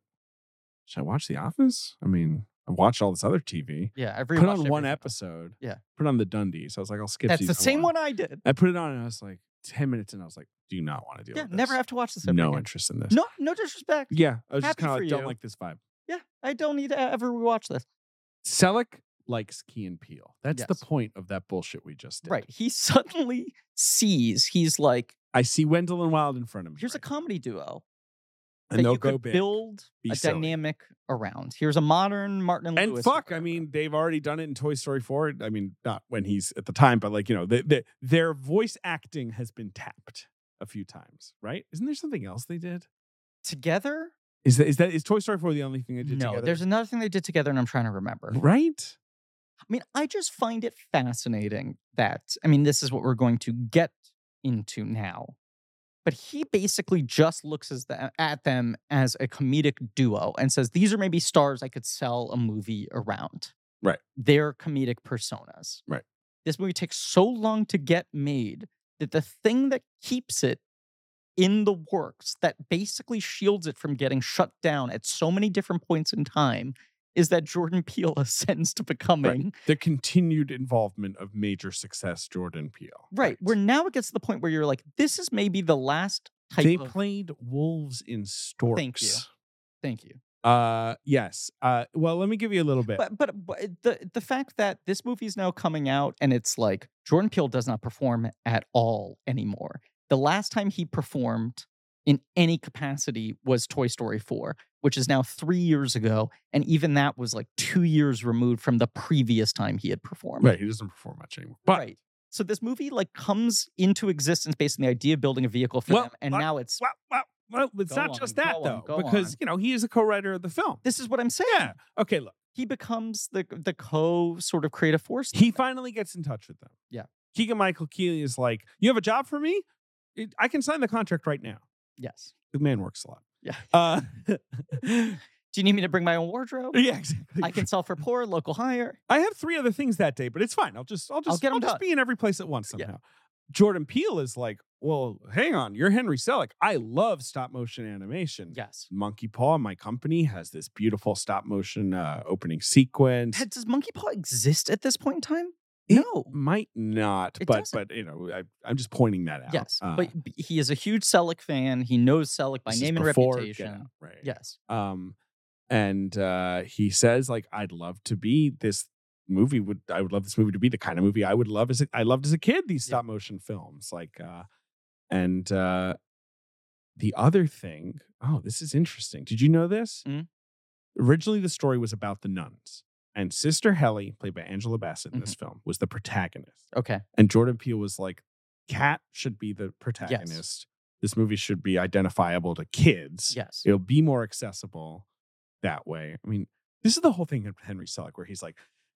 B: should I watch The Office? I mean, I watched all this other TV.
A: yeah, I've
B: Put
A: rewatched
B: on one
A: everything.
B: episode.
A: Yeah.
B: Put on the Dundies. I was like, I'll skip.
A: That's the
B: season
A: same one I did.
B: I put it on and I was like, ten minutes, and I was like, do not want to deal
A: Yeah,
B: with this.
A: never have to watch this. ever
B: no
A: again.
B: interest in this.
A: No, no disrespect.
B: Yeah, I was just
A: Happy
B: kind of
A: for
B: like, don't
A: you.
B: like this vibe.
A: Yeah, I don't need to ever rewatch this.
B: Selick likes Key and Peele. That's the
A: Yes.
B: point of that bullshit we just did.
A: Right. He [laughs] suddenly sees he's like,
B: I see Wendell and Wild in front of me.
A: here's a
B: right now,
A: comedy duo
B: and
A: that
B: they'll
A: you
B: go
A: could
B: big.
A: build
B: Be
A: a
B: silly.
A: dynamic around. Here's a modern Martin and,
B: and
A: Lewis. or
B: fuck, I
A: whatever.
B: mean, they've already done it in Toy Story 4. I mean, not when he's at the time, but like, you know, the, the, their voice acting has been tapped a few times, right? Isn't there something else they did?
A: together.
B: Is that is that is Toy Story 4 the only thing they
A: No,
B: did together?
A: there's another thing they did together, and I'm trying to remember.
B: right?
A: I mean, I just find it fascinating that, I mean, this is what we're going to get into now. But he basically just looks as the, at them as a comedic duo and says, these are maybe stars I could sell a movie around.
B: Right.
A: Their comedic personas.
B: Right.
A: This movie takes so long to get made that the thing that keeps it in the works, that basically shields it from getting shut down at so many different points in time, is that Jordan Peele [laughs] ascends to becoming
B: The continued involvement of major success Jordan Peele.
A: Right. Where now it gets to the point where you're like, this is maybe the last type
B: They
A: of.
B: played wolves in storks.
A: Thank you. Thank you.
B: Uh yes. Uh well, let me give you a little bit.
A: But, but but eh, the the fact that this movie is now coming out and it's like Jordan Peele does not perform at all anymore. The last time he performed in any capacity was Toy Story 4, which is now 3 years ago and even that was like 2 years removed from the previous time he had performed.
B: right, he doesn't perform much anymore. But
A: right. So this movie like comes into existence based on the idea of building a vehicle for
B: Well,
A: them and
B: I-
A: now it's
B: well, well, well it's
A: Go
B: not
A: on,
B: just that
A: go on,
B: though,
A: go
B: because
A: on.
B: you know he is a co-writer of the film.
A: this is what I'm saying.
B: Yeah. Okay. Look,
A: he becomes the the co sort of creative force.
B: he finally gets in touch with them.
A: Yeah.
B: Keegan Michael Key is like, "You have a job for me? It- I can sign the contract right now."
A: yes.
B: The man works a lot.
A: Yeah.
B: Uh, [laughs]
A: Do you need me to bring my own [laughs] wardrobe?
B: yeah. Exactly.
A: I can sell for poor, local hire.
B: I have three other things that day, but it's fine. I'll just I'll just
A: get 'em
B: I'll just
A: done.
B: be in every place at once
A: Yeah.
B: somehow. Jordan Peele is like, well, hang on, you're Henry Selick. I love stop motion animation.
A: Yes.
B: Monkey Paw, my company, has this beautiful stop motion uh, opening sequence.
A: Had- Does Monkey Paw exist at this point in time?
B: It
A: no.
B: Might not,
A: It
B: but
A: doesn't.
B: but you know, I, I'm just pointing that out.
A: Yes,
B: Uh,
A: but b- he is a huge Selleck fan. He knows Selleck by
B: this is
A: name and
B: before Get
A: reputation.
B: Out, right.
A: Yes.
B: Um, and uh, he says like, I'd love to be this movie. Would I would love this movie to be the kind of movie I would love as a, I loved as a kid these
A: Yeah.
B: stop motion films like, uh, and uh, the other thing. Oh, this is interesting. Did you know this?
A: Mm.
B: Originally, the story was about the nuns. And Sister Helly, played by Angela Bassett in this
A: Mm-hmm.
B: film, was the protagonist.
A: Okay.
B: And Jordan Peele was like, Cat should be the protagonist. This movie should be identifiable to kids.
A: Yes.
B: It'll be more accessible that way. I mean, this is the whole thing of Henry Selick, where he's like,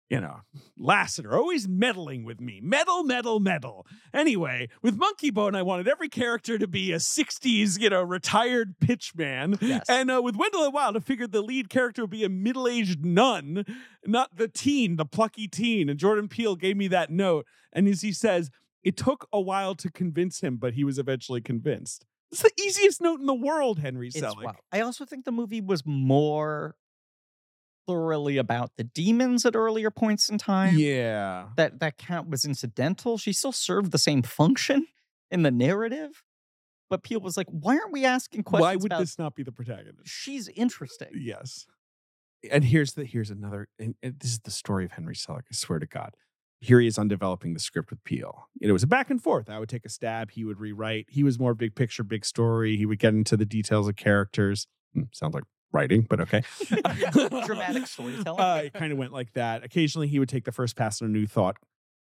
B: you know, Lassiter always meddling with me. Meddle, meddle, meddle. Anyway, with Monkey Bone, I wanted every character to be a 60s, you know, retired pitchman.
A: Yes.
B: And uh, with Wendell and Wild, I figured the lead character would be a middle aged nun, not the teen, the plucky teen. And Jordan Peele gave me that note. And as he says, it took a while to convince him, but he was eventually convinced. It's the easiest note in the world, Henry
A: It's
B: Selick.
A: wild. I also think the movie was more thoroughly about the demons at earlier points in time.
B: Yeah.
A: That that count was incidental. She still served the same function in the narrative. But Peel was like, why aren't we asking questions
B: Why would
A: about
B: this not be the protagonist?
A: she's interesting.
B: Yes. And here's the here's another and, and this is the story of Henry Selick, I swear to God. Here he is on developing the script with Peel. It was a back and forth. I would take a stab, he would rewrite. He was more big picture, big story. He would get into the details of characters. Hmm, sounds like writing, but okay.
A: [laughs]
B: [laughs]
A: Dramatic storytelling.
B: Uh, it kind of went like that. Occasionally, he would take the first pass on a new thought.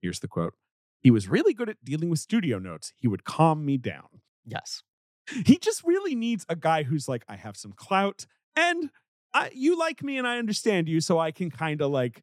B: Here's the quote He was really good at dealing with studio notes. He would calm me down.
A: Yes.
B: [laughs] He just really needs a guy who's like, I have some clout and I, you like me and I understand you, so I can kind of like,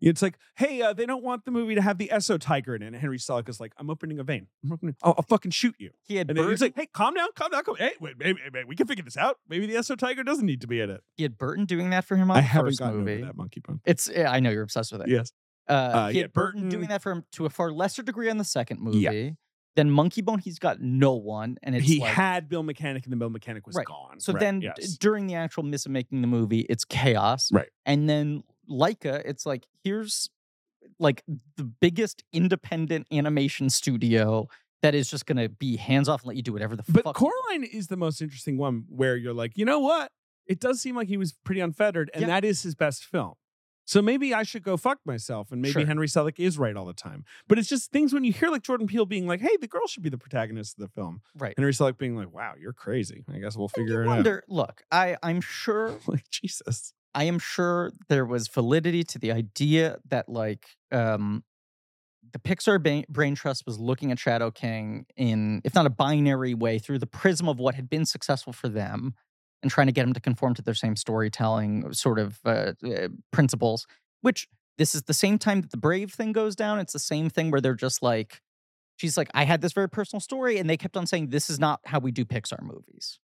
B: it's like, hey, uh, they don't want the movie to have the Esso tiger in it. And Henry Selick is like, I'm opening a vein. I'm opening, I'll, I'll fucking shoot you.
A: He had
B: And then he's
A: Burton,
B: like, hey, calm down, calm down, calm. Hey, wait, maybe, maybe we can figure this out. Maybe the Esso tiger doesn't need to be in it.
A: he had Burton doing that for him on
B: I
A: the
B: haven't
A: first
B: gotten
A: movie.
B: over that monkey bone.
A: It's yeah, I know you're obsessed with it.
B: Yes.
A: Uh, he
B: yeah,
A: had Burton,
B: Burton-
A: doing that for him to a far lesser degree on the second movie.
B: Yeah.
A: Then Monkey Bone, he's got no one, and it's
B: he
A: like,
B: had Bill Mechanic and the Bill Mechanic was
A: Right.
B: gone.
A: So
B: Right,
A: then d-
B: yes.
A: during the actual mission making the movie, it's chaos.
B: Right.
A: And then Leica, it's like, here's like the biggest independent animation studio that is just gonna be hands off and let you do whatever the
B: But
A: fuck. you want.
B: Coraline is the most interesting one where you're like, you know what? It does seem like he was pretty unfettered, and
A: Yeah.
B: that is his best film. So maybe I should go fuck myself, and maybe
A: Sure.
B: Henry Selick is right all the time. But it's just things when you hear like Jordan Peele being like, "Hey, the girl should be the protagonist of the film,"
A: Right.
B: Henry Selick being like, "Wow, you're crazy. I guess we'll
A: And you
B: figure it
A: wonder, look, I, I'm sure
B: out." [laughs] Like Jesus,
A: I am sure there was validity to the idea that like um the Pixar ba- brain trust was looking at Shadow King in if not a binary way through the prism of what had been successful for them and trying to get them to conform to their same storytelling sort of uh, uh, principles which this is the same time that the brave thing goes down it's the same thing where they're just like she's like I had this very personal story and they kept on saying this is not how we do Pixar movies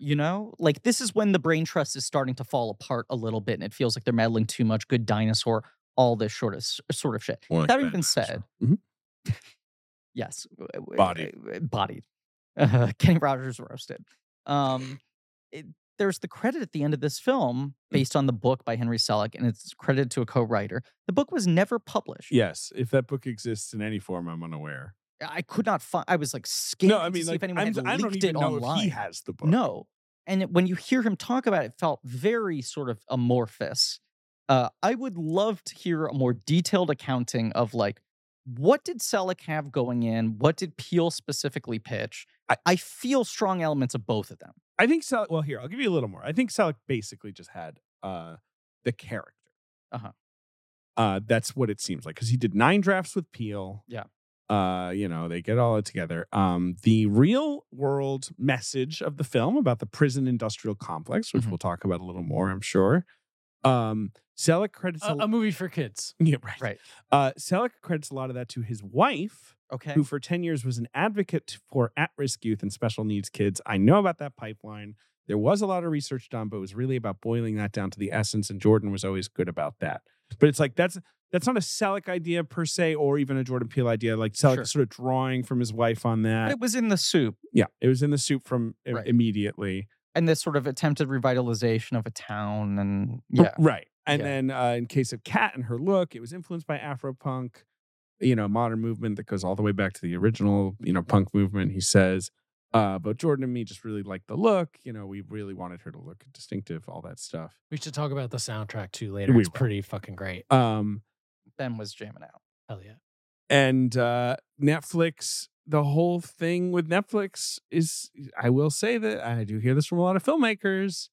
A: you know like this is when the brain trust is starting to fall apart a little bit and it feels like they're meddling too much good dinosaur all this sort of s- sort of shit
B: More like
A: that having been
B: Bad Dinosaur.
A: said
B: Mhm.
A: yes w- w-
B: Bodied.
A: w- bodied uh, [laughs] kenny rogers roasted um it- there's the credit at the end of this film
B: Mm.
A: based on the book by henry selick and it's credited to a co-writer the book was never published
B: yes. If that book exists in any form, I'm unaware.
A: i could not find i was like scared
B: no, I
A: to
B: mean,
A: see
B: like,
A: if anyone
B: I'm,
A: had
B: I
A: leaked
B: don't even
A: it
B: know
A: online
B: if he has the book.
A: no. And it- when you hear him talk about it, it felt very sort of amorphous. Uh, I would love to hear a more detailed accounting of like, what did Selleck have going in? What did Peel specifically pitch? I,
B: I-
A: I feel strong elements of both of them.
B: I think Selick. Well, here I'll give you a little more. I think Selick basically just had uh, the character.
A: Uh-huh.
B: Uh, that's what it seems like because he did nine drafts with Peel.
A: Yeah.
B: Uh, you know they get all it together. Um, the real world message of the film about the prison industrial complex, which
A: Mhm.
B: we'll talk about a little more, I'm sure. Um, Selick credits
D: A,
B: a-
D: a movie for kids.
B: [laughs] yeah, right.
A: Uh, um, Right.
B: Uh, Selick credits a lot of that to his wife,
A: Okay.
B: who for 10 years was an advocate for at risk youth and special needs kids. I know about that pipeline. There was a lot of research done, but it was really about boiling that down to the essence. And Jordan was always good about that. But it's like that's that's not a Selleck idea per se, or even a Jordan Peele idea. Like Selleck
A: Sure.
B: is sort of drawing from his wife on
A: But
B: that.
A: it was in the soup
B: yeah, it was in the soup from i-
A: Right.
B: immediately.
A: and this sort of attempted revitalization of a town. And yeah.
B: Oh, right. And
A: Yeah.
B: then uh, in case of Cat and her look, it was influenced by Afropunk. you know, modern movement that goes all the way back to the original, you know, punk movement, he says. Uh, but Jordan and me just really liked the look. You know, we really wanted her to look distinctive, all that stuff.
D: We should talk about the soundtrack too later.
B: We
D: it's
B: will.
D: pretty fucking great.
B: Um,
A: Ben was jamming out.
D: Hell yeah.
B: and uh, Netflix, the whole thing with Netflix is, I will say that I do hear this from a lot of filmmakers.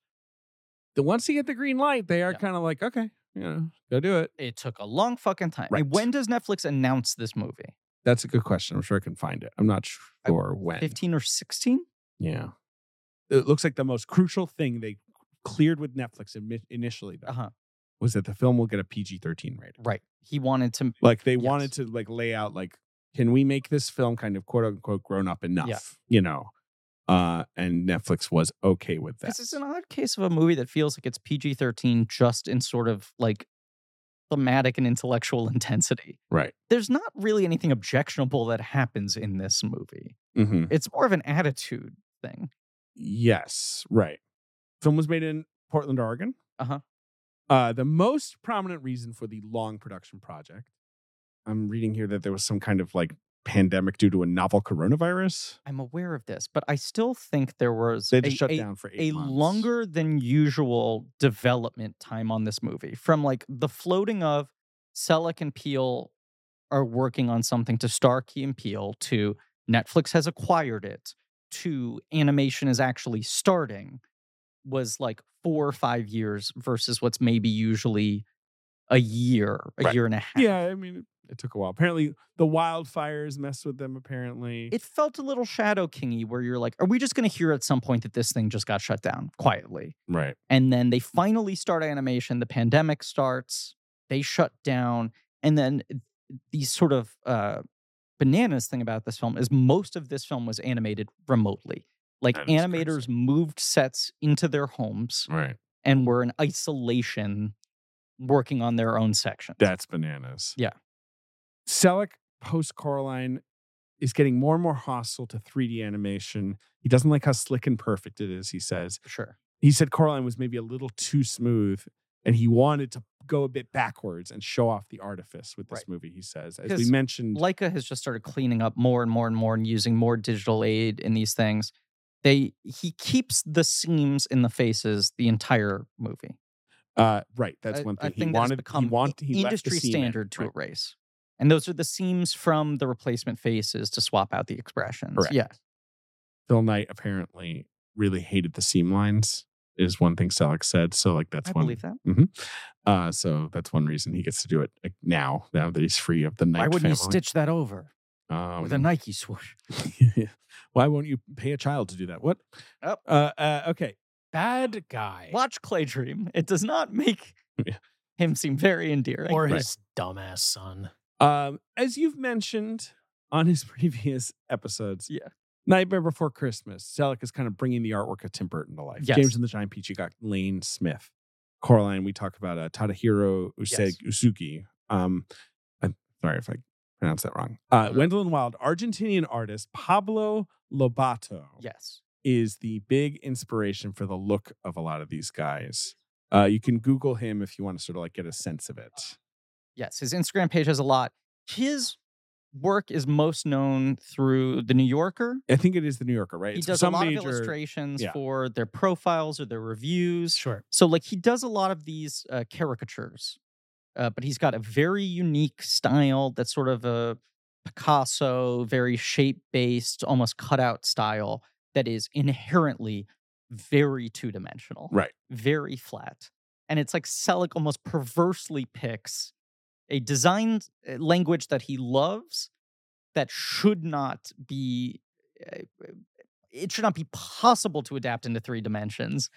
B: That once you get the green light, they are
A: Yeah.
B: kind of like, okay, you know, go do it.
A: It took a long fucking time. I mean,
B: Right.
A: When does Netflix announce this movie?
B: That's a good question. I'm sure I can find it. I'm not sure when.
A: 15 or 16?
B: Yeah. It looks like the most crucial thing they cleared with Netflix imi- initially though,
A: Uh huh.
B: was that the film will get a PG-13 rating.
A: Right. He wanted to
B: Like they
A: Yes.
B: wanted to like lay out like can we make this film kind of quote unquote grown up enough, you know? Uh and Netflix was okay with that.
A: This is an odd case of a movie that feels like it's PG 13 just in sort of like thematic and intellectual [laughs] intensity.
B: right.
A: There's not really anything objectionable that happens in this movie.
B: Mhm.
A: It's more of an attitude thing.
B: Yes, right. Film was made in Portland, Oregon.
A: Uh-huh.
B: Uh, the most prominent reason for the long production project. I'm reading here that there was some kind of like pandemic due to a novel coronavirus.
A: I'm aware of this, but I still think there was
B: They had to
A: a,
B: shut
A: a-
B: down for
A: a
B: eight months.
A: longer than usual development time on this movie from like the floating of Selleck and Peel are working on something to Starkey and Peel to Netflix has acquired it to animation is actually starting was like four or five years versus what's maybe usually a year, a
B: Right.
A: year and a half.
B: Yeah, I mean, It took a while. Apparently, the wildfires messed with them. Apparently,
A: It felt a little Shadow Kingy where you're like, are we just going to hear at some point that this thing just got shut down quietly?
B: right.
A: And then they finally start animation. The pandemic starts. They shut down. And then the sort of uh, bananas thing about this film is most of this film was animated remotely. Like
B: That is crazy. Mm.
A: animators moved sets into their homes
B: Right.
A: and were in isolation working on their own sections.
B: That's bananas.
A: Yeah.
B: Selleck post Coraline is getting more and more hostile to 3D animation. He doesn't like how slick and perfect it is, he says.
A: sure.
B: He said Coraline was maybe a little too smooth and he wanted to go a bit backwards and show off the artifice with this
A: Right.
B: movie, he says. As we
A: Because,
B: mentioned,
A: Leica has just started cleaning up more and more and more and using more digital aid in these things. They he keeps the seams in the faces the entire movie.
B: uh, right, that's
A: I-
B: one
A: I
B: thing. he
A: think that's
B: wanted
A: become
B: he want, he left the
A: industry
B: seam in,
A: standard to
B: right.
A: erase. And those are the seams from the replacement faces to swap out the expressions.
B: Correct.
A: Yeah.
B: Phil Knight apparently really hated the seam lines, is one thing Selleck said. So, like, that's
A: I
B: one.
A: believe that.
B: Uh, so that's one reason he gets to do it like, now, now that he's free of the Knight
A: Why wouldn't you
B: family.
A: stitch that over
B: um,
A: with a Nike swoosh?
B: [laughs] why won't you pay a child to do that? What?
A: Yep.
B: Uh, uh, okay.
D: Bad guy
A: Watch Clay Dream. It does not make
B: [laughs] Yeah.
A: him seem very endearing.
D: or
B: Right.
D: his dumbass son.
B: Um, as you've mentioned on his [laughs] previous episodes,
A: Yeah.
B: Nightmare Before Christmas, Selleck is kind of bringing the artwork of Tim Burton to life.
A: Yes.
B: James and the Giant Peach, you got Lane Smith. Coraline, we talk about uh, Tadahiro Use-
A: Yes.
B: Usugi. Um, I'm sorry if I pronounced that wrong. Uh,
A: Uh-huh.
B: Wendell and Wild, Argentinian artist Pablo Lobato.
A: yes.
B: is the big inspiration for the look of a lot of these guys. Uh, you can Google him if you want to sort of like get a sense of it.
A: Yes, his Instagram page has a lot. His work is most known through The New Yorker.
B: I think it is the New Yorker, right?
A: He
B: It's
A: does a
B: some
A: lot
B: major-
A: of illustrations
B: yeah.
A: for their profiles or their reviews.
D: Sure.
A: So, like, he does a lot of these uh, caricatures, uh, but he's got a very unique style that's sort of a Picasso, very shape based, almost cutout style that is inherently very two dimensional
B: Right.
A: very flat. And it's like Selleck almost perversely picks a design uh, language that he loves that should not be uh, it should not be possible to adapt into three dimensions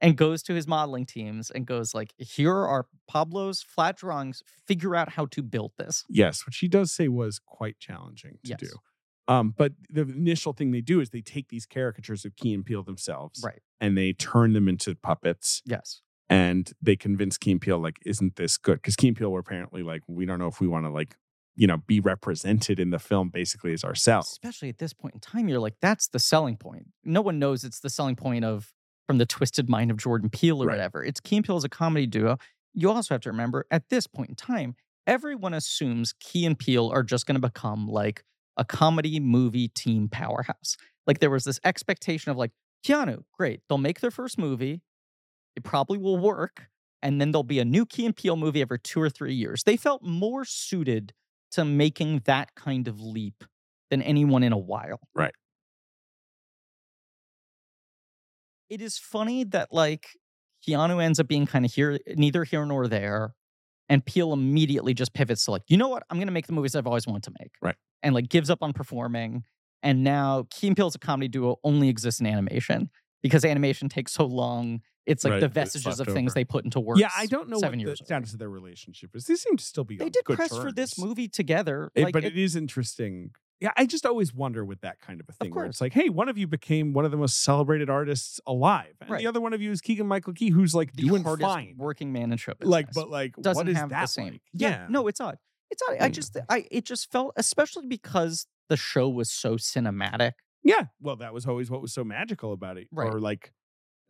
A: and goes to his modeling teams and goes like here are pablo's flat drawings figure out how to build this
B: Yes, which he does say was quite challenging to
A: Yes.
B: do. Um, but the initial thing they do is they take these caricatures of Key and Peele themselves
A: right
B: and they turn them into puppets
A: yes
B: and they convince Key and Peele, like, isn't this good? Because Key and Peele were apparently like, we don't know if we want to like, you know, be represented in the film basically as ourselves.
A: especially at this point in time you're like that's the selling point no one knows it's the selling point of from the twisted mind of jordan peele or
B: Right.
A: whatever it's key and peele is a comedy duo you also have to remember at this point in time everyone assumes key and peele are just going to become like a comedy movie team powerhouse like there was this expectation of like keanu great they'll make their first movie it probably will work and then there'll be a new key and peele movie every two or three years they felt more suited to making that kind of leap than anyone in a while.
B: Right.
A: It is funny that like Keanu ends up being kind of here, neither here nor there, and Peel immediately just pivots to like, you know what, I'm gonna make the movies I've always wanted to make.
B: Right.
A: And like gives up on performing, and now Key and Peele's a comedy duo only exists in animation because animation takes so long. It's like
B: Right,
A: the
B: it's
A: vestiges of
B: left
A: things
B: over.
A: they put into work.
B: Yeah, I don't know
A: seven
B: what
A: years later.
B: the status of their relationship is. They seem to still be.
A: They
B: on
A: did
B: good
A: press for this
B: terms.
A: movie together.
B: It-
A: like,
B: Eh, but
A: it-
B: it is interesting. Yeah, I just always wonder with that kind of a thing. where it's
A: course.
B: like, hey, one of you became one of the most celebrated artists alive, and
A: Right.
B: the other one of you is Keegan Michael Key, who's like
A: the
B: doing
A: hardest
B: fine.
A: working man in show business.
B: Like, but like,
A: doesn't
B: what is
A: have
B: that
A: the same.
B: like?
A: Yeah, no, it's odd. It's odd. I
B: Mm.
A: just, I, it just felt, especially because the show was so cinematic.
B: yeah. Well, that was always what was so magical about it,
A: Right.
B: or like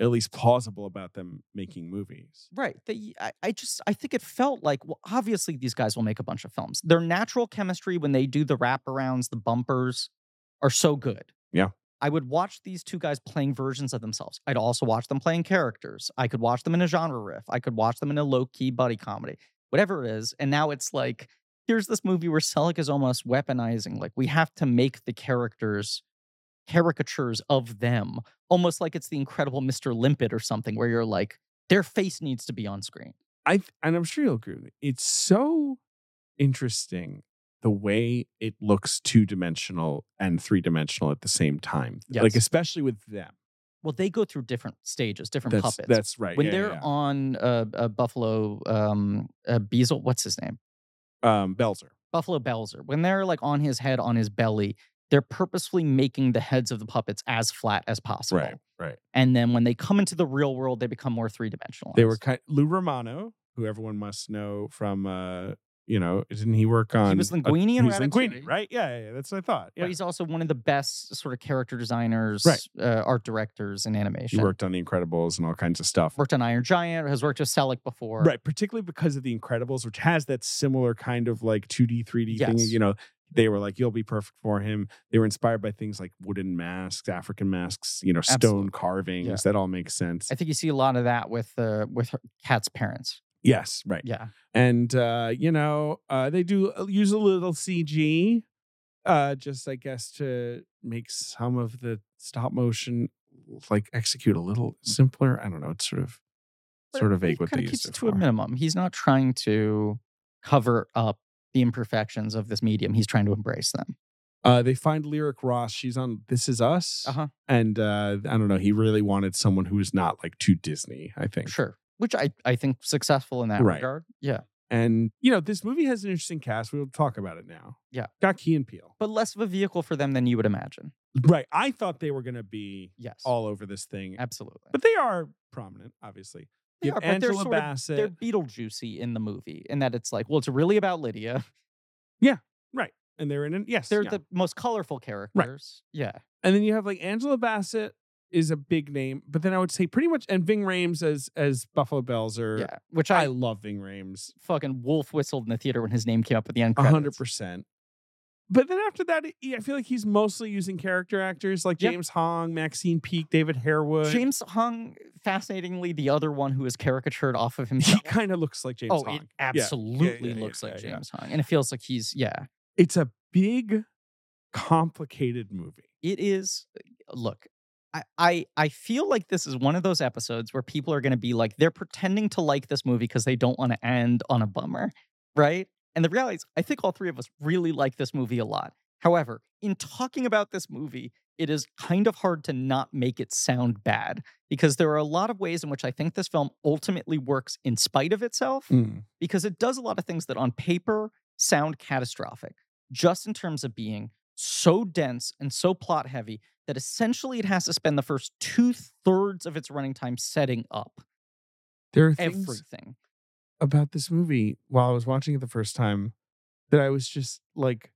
B: at least plausible about them making movies.
A: Right. That y- I, I just, I think it felt like, well, obviously these guys will make a bunch of films. Their natural chemistry when they do the wraparounds, the bumpers, are so good.
B: Yeah.
A: I would watch these two guys playing versions of themselves. I'd also watch them playing characters. I could watch them in a genre riff. I could watch them in a low key buddy comedy, whatever it is. And now it's like, here's this movie where Selleck is almost weaponizing. Like, we have to make the characters caricatures of them, almost like it's the incredible Mr. Limpet or something, where you're like, their face needs to be on screen.
B: I th- and I'm sure you'll agree with me. It's so interesting the way it looks two dimensional and three dimensional at the same time.
A: Yes.
B: Like especially with them.
A: Well, they go through different stages, different
B: That's
A: puppets.
B: that's right.
A: when
B: Yeah,
A: they're
B: yeah,
A: on uh, uh, Buffalo um, uh, Beazle, what's his name?
B: yeah. um Belzer.
A: Buffalo Belzer. When they're like on his head, on his belly, they're purposefully making the heads of the puppets as flat as possible.
B: Right, right.
A: And then when they come into the real world, they become more three dimensional.
B: They were kind Lou Romano, who everyone must know from uh you know, didn't he work on?
A: was
B: uh,
A: Linguini
B: he
A: in
B: was Linguini,
A: Ratatouille.
B: right? Yeah, yeah, yeah, that's what I thought. Yeah.
A: But he's also one of the best sort of character designers,
B: Right.
A: uh, art directors in animation.
B: He worked on The Incredibles and all kinds of stuff.
A: Worked on Iron Giant, has worked with Selleck before.
B: Right, particularly because of The Incredibles, which has that similar kind of like 2D, 3D thing.
A: Yes.
B: You know, they were like, you'll be perfect for him. They were inspired by things like wooden masks, African masks, you know, stone
A: Absolutely.
B: carvings. That all makes sense.
A: I think you see a lot of that with uh, with her, Kat's parents.
B: yes, right.
A: Yeah.
B: And, uh, you know, uh, they do use a little CG, uh, just, I guess, to make some of the stop motion like execute a little simpler. I don't know. It's sort of.
A: But
B: Sort of
A: he
B: vague what they
A: kinda
B: used
A: keeps
B: it
A: it to a
B: for.
A: minimum. He's not trying to cover up the imperfections of this medium. He's trying to embrace them.
B: Uh, they find Lyric Ross. She's on This Is Us.
A: Uh-huh.
B: And uh, I don't know. He really wanted someone who was not like too Disney, I think.
A: Sure. Which I, I think successful in that
B: Right.
A: regard. Yeah.
B: And, you know, this movie has an interesting cast. We'll talk about it now.
A: Yeah.
B: Got Key and Peele.
A: But less of a vehicle for them than you would imagine.
B: Right. I thought they were going to be
A: Yes.
B: all over this thing,
A: Absolutely.
B: but they are prominent, obviously.
A: They
B: You have
A: are, but they're
B: Angela
A: sort of-
B: Bassett.
A: They're Beetlejuicy in the movie, in that it's like, well, it's really about
B: [laughs]
A: Lydia.
B: and they're in an, yes.
A: They're
B: yeah.
A: the most colorful characters. Yeah.
B: and then you have like Angela Bassett is a big name, but then I would say pretty much, and Ving Rhames as as Buffalo Belzer.
A: Yeah. Which I,
B: Er, I love Ving Rhames.
A: fucking wolf whistled in the theater when his name came up at the end.
B: A hundred
A: Credits.
B: percent. But then after that, he- I feel like he's mostly using character actors like
A: Yeah.
B: James Hong, Maxine Peake, David Harewood.
A: James Hung, fascinatingly, the other one who is caricatured off of
B: [laughs] he
A: himself.
B: kind of looks like James
A: oh,
B: Hong.
A: it absolutely
B: yeah,
A: looks
B: yeah,
A: like
B: yeah.
A: James Hong, and it feels like he's yeah.
B: It's a big, complicated movie.
A: It is. uh, Look, I I, I feel like this is one of those episodes where people are going to be like they're pretending to like this movie because they don't want to end on a bummer, right? And the reality is, I think all three of us really like this movie a lot. However, in talking about this movie, it is kind of hard to not make it sound bad because there are a lot of ways in which I think this film ultimately works in spite of itself. because it does a lot of things that on paper sound catastrophic, just in terms of being so dense and so plot heavy that essentially it has to spend the first two thirds of its running time setting up
B: There are things [laughs]
A: everything.
B: about this movie while I was watching it the first time that I was just like,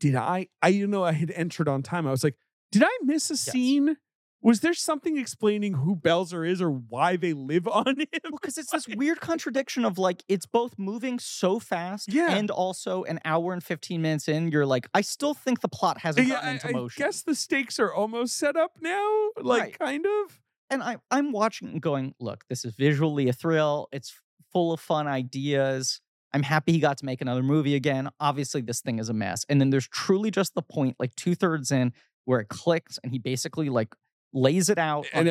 B: did I? I you know I had entered on time. I was like, did I miss a scene? Was there something explaining who Belzer is or why they live [laughs] on him?
A: Well, because it's this weird contradiction of like it's both moving so fast
B: Yeah.
A: and also an hour and 15 minutes in, you're like, I still think the plot hasn't gotten into motion.
B: guess the stakes are almost set up now, like
A: Right.
B: kind of.
A: and I, I'm watching and going, look, this is visually a thrill. It's f- full of fun ideas. I'm happy he got to make another movie again. Obviously, this thing is a mess. And then there's truly just the point, like two thirds in, where it clicks and he basically like lays it out. on
B: And
A: a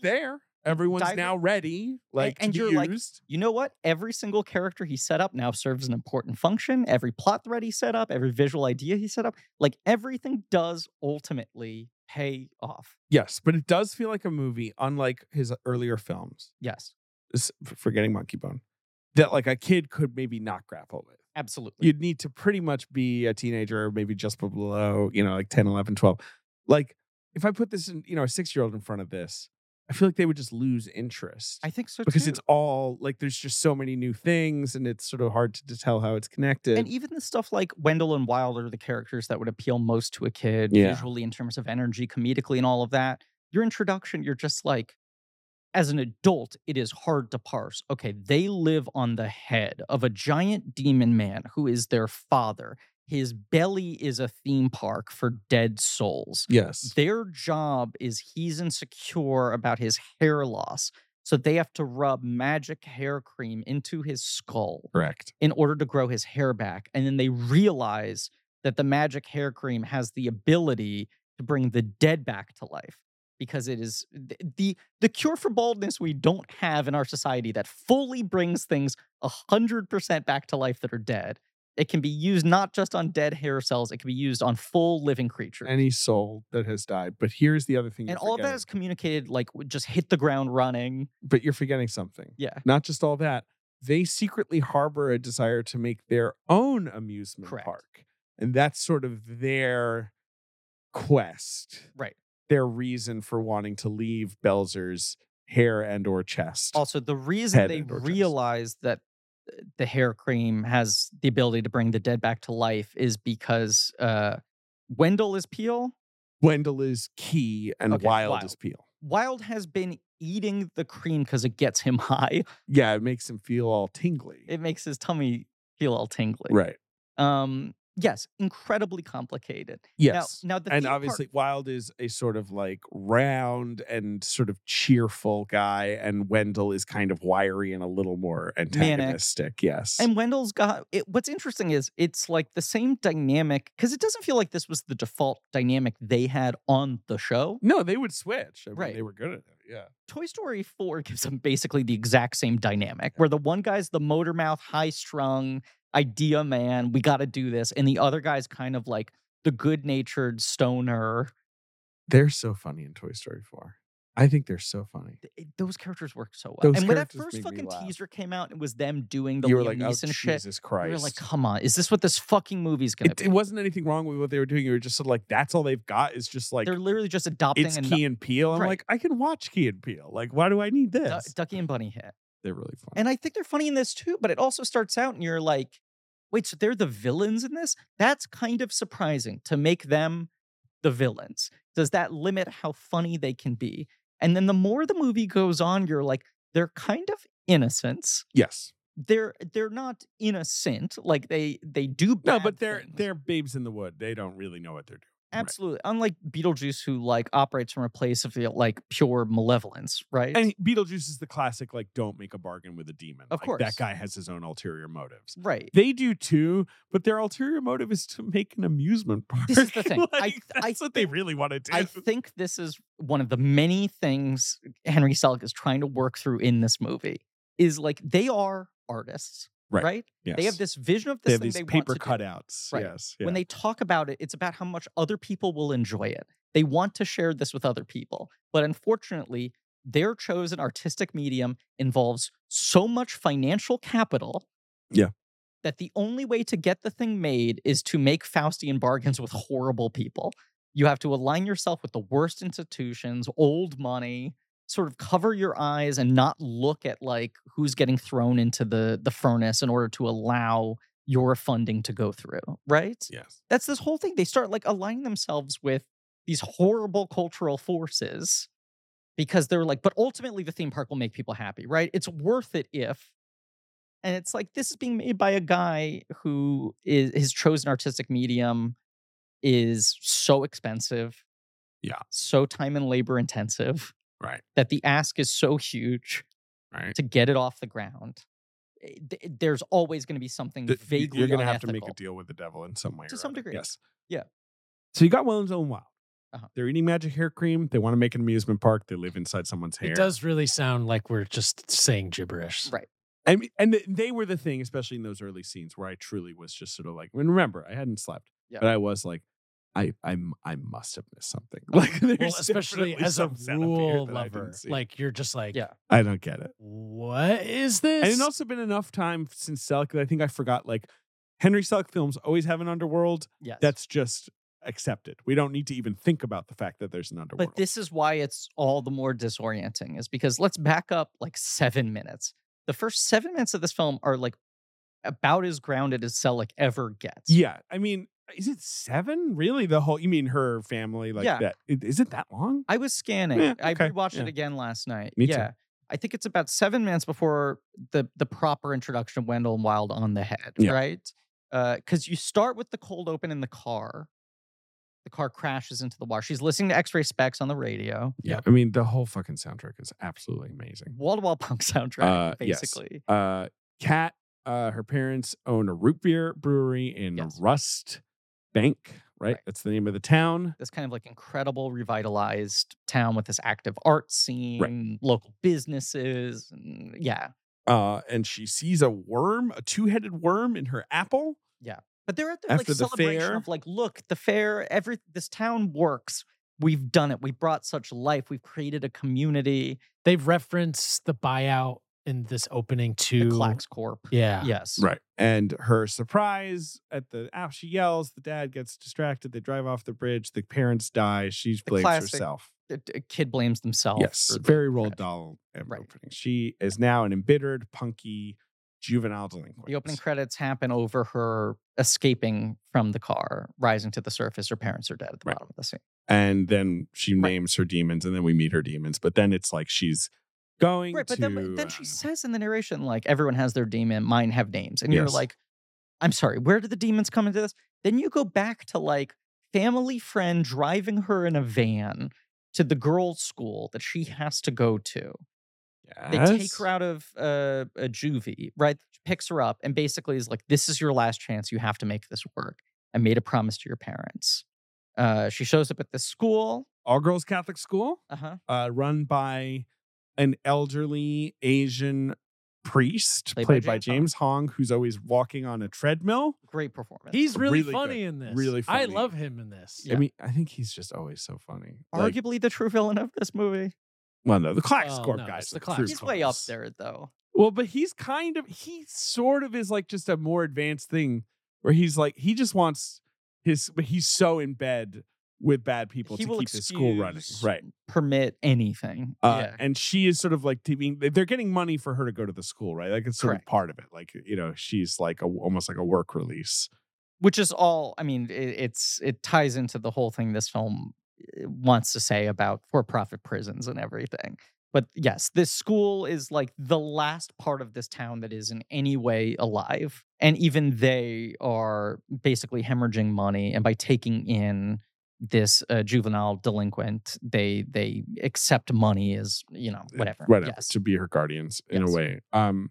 A: table.
B: there. Everyone's
A: Dive-
B: now ready, like
A: and
B: to be
A: you're like-
B: used.
A: You know what? Every single character he set up now serves an important function. Every plot thread he set up, every visual idea he set up, like everything does ultimately pay off.
B: yes, but it does feel like a movie, unlike his earlier films.
A: Yes,
B: This, f- forgetting Monkey Bone, that like a kid could maybe not grapple with.
A: absolutely.
B: You'd need to pretty much be a teenager, or maybe just below, you know, like 10, 11, 12. Like if I put this in, you know, a six year old in front of this, I feel like they would just lose interest.
A: I think so
B: because
A: too.
B: it's all like there's just so many new things and it's sort of hard to, to tell how it's connected.
A: and even the stuff like Wendell and Wilder, the characters that would appeal most to a kid
B: Yeah.
A: visually in terms of energy, comedically, and all of that. Your introduction, you're just like, as an adult, it is hard to parse. Okay, they live on the head of a giant demon man who is their father. His belly is a theme park for dead souls.
B: yes.
A: Their job is he's insecure about his hair loss. So they have to rub magic hair cream into his skull
B: Correct.
A: in order to grow his hair back. And then they realize that the magic hair cream has the ability to bring the dead back to life because it is th- the the cure for baldness we don't have in our society that fully brings things 100% back to life that are dead It can be used not just on dead hair cells, it can be used on full living creatures. And,
B: Any soul that has died. But here's the other thing. you're
A: all of that
B: forgetting.
A: is communicated like w- just hit the ground running.
B: But you're forgetting something.
A: Yeah,
B: Not just all that. They secretly harbor a desire to make their own amusement
A: Correct.
B: park, and that's sort of their quest,
A: right.
B: their reason for wanting to leave Belzer's hair and or chest.
A: Also, the reason
B: Head
A: they
B: and or chest.
A: realize that uh, the hair cream has the ability to bring the dead back to life is because uh, Wendell is Peel.
B: Wendell is key and
A: Okay,
B: wild,
A: Wild.
B: is peel.
A: Wild has been eating the cream because it gets him [laughs] high.
B: Yeah, it makes him feel all tingly.
A: It makes his tummy feel all tingly.
B: right.
A: Um, yes, incredibly complicated.
B: Yes.
A: Now, now the
B: and
A: theme park-
B: obviously Wild is a sort of like round and sort of cheerful guy and Wendell is kind of wiry and a little more antagonistic. Yes.
A: And Wendell's got it, what's interesting is it's like the same dynamic because it doesn't feel like this was the default dynamic they had on the show.
B: no, they would switch. I mean,
A: Right.
B: they were good at it. Yeah.
A: Toy Story 4 [laughs] gives them basically the exact same dynamic where the one guy's the motor mouth, high strung idea man, we got to do this. And the other guy's kind of like the good natured stoner.
B: They're so funny in Toy Story 4. I think they're so funny.
A: Th- it- those characters work so well.
B: Those
A: and when that
B: characters
A: first
B: make me
A: fucking
B: laugh.
A: teaser came out, it was them doing the
B: you were
A: Liam
B: like, oh,
A: Neeson shit.
B: Jesus Christ.
A: We were like, come on, is this what this fucking movie's [laughs] gonna
B: it,
A: be?
B: it wasn't anything wrong with what they were doing. You were just sort of like, that's all they've got is just like
A: They're literally just adopting
B: it's
A: a
B: Key and Peel. I'm
A: Right.
B: like, I can watch Key and Peel. Like, why do I need
A: Du-
B: this?
A: Ducky and Bunny hit.
B: They're really funny.
A: And I think they're funny in this too, but it also starts out and you're like, wait, so they're the villains in this? That's kind of surprising to make them the villains. Does that limit how funny they can be? And then the more the movie goes on, you're like, they're kind of innocents.
B: yes.
A: They're they're not innocent. Like they they do
B: No,
A: bad
B: but they're
A: things.
B: they're babes in the wood. They don't really know what they're doing. right.
A: absolutely unlike Beetlejuice, who like operates from a place of like pure malevolence, right?
B: And Beetlejuice is the classic, like, don't make a bargain with a demon.
A: Of
B: Like,
A: course.
B: That guy has his own ulterior motives.
A: right.
B: They do too, but their ulterior motive is to make an amusement park.
A: This is the
B: [laughs]
A: thing. I-
B: Like,
A: I
B: that's what they really want to do.
A: I think this is one of the many things Henry Selick is trying to work through in this movie. Is like they are artists, right?
B: Right. Yes.
A: They have this vision of this
B: They have
A: thing
B: these
A: they
B: paper
A: want to do.
B: cutouts.
A: Right.
B: Yes.
A: When
B: yeah.
A: they talk about it, it's about how much other people will enjoy it. They want to share this with other people, but unfortunately, their chosen artistic medium involves so much financial capital.
B: Yeah.
A: That the only way to get the thing made is to make Faustian bargains with horrible people. You have to align yourself with the worst institutions, old money, sort of cover your eyes and not look at like who's getting thrown into the the furnace in order to allow your funding to go through, right?
B: Yes.
A: That's this whole thing. They start like aligning themselves with these horrible cultural forces because they're like, but ultimately the theme park will make people happy, right? It's worth it if. And it's like this is being made by a guy who is his chosen artistic medium is so expensive.
B: Yeah.
A: So time and labor intensive
B: Right.
A: that the ask is so huge
B: Right.
A: to get it off the ground. eh, th- There's always going to be something
B: Th- y-
A: vaguely
B: You're gonna have to make a
A: unethical.
B: deal with the devil in some way.
A: To
B: or
A: some
B: other.
A: degree.
B: Yes.
A: Yeah.
B: So you got Williams Own Wild.
A: Uh-huh.
B: They're eating magic hair cream. They want to make an amusement park. They live inside someone's hair.
D: It does really sound like we're just saying gibberish.
B: [laughs]
A: Right.
B: I mean, and th- they were the thing, especially in those early scenes where I truly was just sort of like, and remember, I hadn't slept,
A: Yeah.
B: but I was like, I I m- I must have missed something. [laughs] Like, there's
D: Well, especially
B: definitely
D: as a
B: some setup here
D: rule
B: that I
D: lover,
B: didn't see.
D: like you're just like,
A: Yeah.
B: I don't get it.
D: what is this?
B: And it's also been enough time since Selleck that I think I forgot. Like, Henry Selleck films always have an underworld.
A: Yes.
B: That's just accepted. We don't need to even think about the fact that there's an underworld.
A: but this is why it's all the more disorienting is because let's back up like 7 minutes. The first 7 minutes of this film are like about as grounded as Selleck ever gets.
B: yeah, I mean, is it seven? Really, the whole? You mean her family? Like
A: Yeah.
B: that? i- Is it that long?
A: I was scanning.
B: Yeah,
A: I
B: okay,
A: rewatched
B: yeah.
A: it again last night.
B: Me too.
A: yeah. I think it's about seven minutes before the the proper introduction of Wendell and Wild on the head,
B: Yeah.
A: right? Because you start with the cold open in the car. The car crashes into the water. She's listening to X-ray specs on the radio.
B: Yeah, I mean, the whole fucking soundtrack is absolutely amazing.
A: Wall to wall punk [laughs] soundtrack,
B: Uh, yes.
A: basically.
B: uh cat uh her parents own a root beer brewery in
A: Yes.
B: rust bank right?
A: Right.
B: that's the name of the town
A: This kind of like incredible revitalized town with this active art scene, local businesses. and- yeah.
B: uh and she sees a worm a two-headed worm in her apple
A: But they're at their like
B: After the
A: celebration
B: fair.
A: of like, look, the fair, every this town works. We've done it. We brought such life. We've created a community.
D: They've referenced the buyout in this opening
A: The
D: to
A: Clax Corp.
D: Yeah.
A: Yes.
B: Right. And her surprise at the app, she yells, the dad gets distracted, they drive off the bridge, the parents die, she blames
A: classic
B: herself.
A: The- the kid blames themselves.
B: Yes.
A: for the
B: Very
A: tragedy.
B: Roald Dahl em-
A: Right.
B: opening. She is now an embittered, punky juvenile delinquent.
A: The opening credits happen over her escaping from the car, rising to the surface. Her parents are dead at the
B: Right.
A: bottom of the scene.
B: and then she
A: Right.
B: names her demons, and then we meet her demons. But then it's like she's going
A: Right, but
B: to.
A: then, then
B: uh,
A: she says in the narration, like, everyone has their demon, mine have names. And you're
B: Yes.
A: like, I'm sorry, where did the demons come into this? Then you go back to like family friend driving her in a van to the girls' school that she has to go to. They take
B: yes.
A: her out of uh, a juvie, right? Picks her up and basically is like, "This is your last chance. You have to make this work." I made a promise to your parents. Uh, she shows up at this school.
B: all girls Catholic school,
A: Uh huh.
B: uh, run by an elderly Asian priest
A: Played by
B: played by
A: James Hong.
B: James Hong, who's always walking on a treadmill.
A: Great performance.
D: He's really,
B: Really good.
D: funny in this.
B: Really
D: I
B: funny.
D: love him in this.
A: Yeah.
B: I mean, I think he's just always so funny. Like,
A: arguably the true villain of this movie.
B: well, no, the Clax
D: Oh,
B: Corp
D: no,
B: guys.
D: it's the
B: are
D: Clax
B: true
D: He's
A: He's way up
B: villains.
A: there though.
B: Well, but he's kind of he sort of is like just a more advanced thing where he's like he just wants his but he's so in bed with bad people
A: He
B: to
A: will
B: keep his school running.
A: excuse-
B: Right.
A: Permit anything.
B: Uh,
A: yeah.
B: and she is sort of like being they're getting money for her to go to the school, right? Like it's sort
A: Correct.
B: of part of it. Like, you know, she's like a, almost like a work release.
A: Which is all. I mean, it, it's it ties into the whole thing this film uh, wants to say about for-profit prisons and everything. But yes, this school is like the last part of this town that is in any way alive. And even they are basically hemorrhaging money. And by taking in this uh, juvenile delinquent, they they accept money as, you know, whatever.
B: Eh, Whatever.
A: Yes.
B: To be her guardians in
A: Yes.
B: a way. Um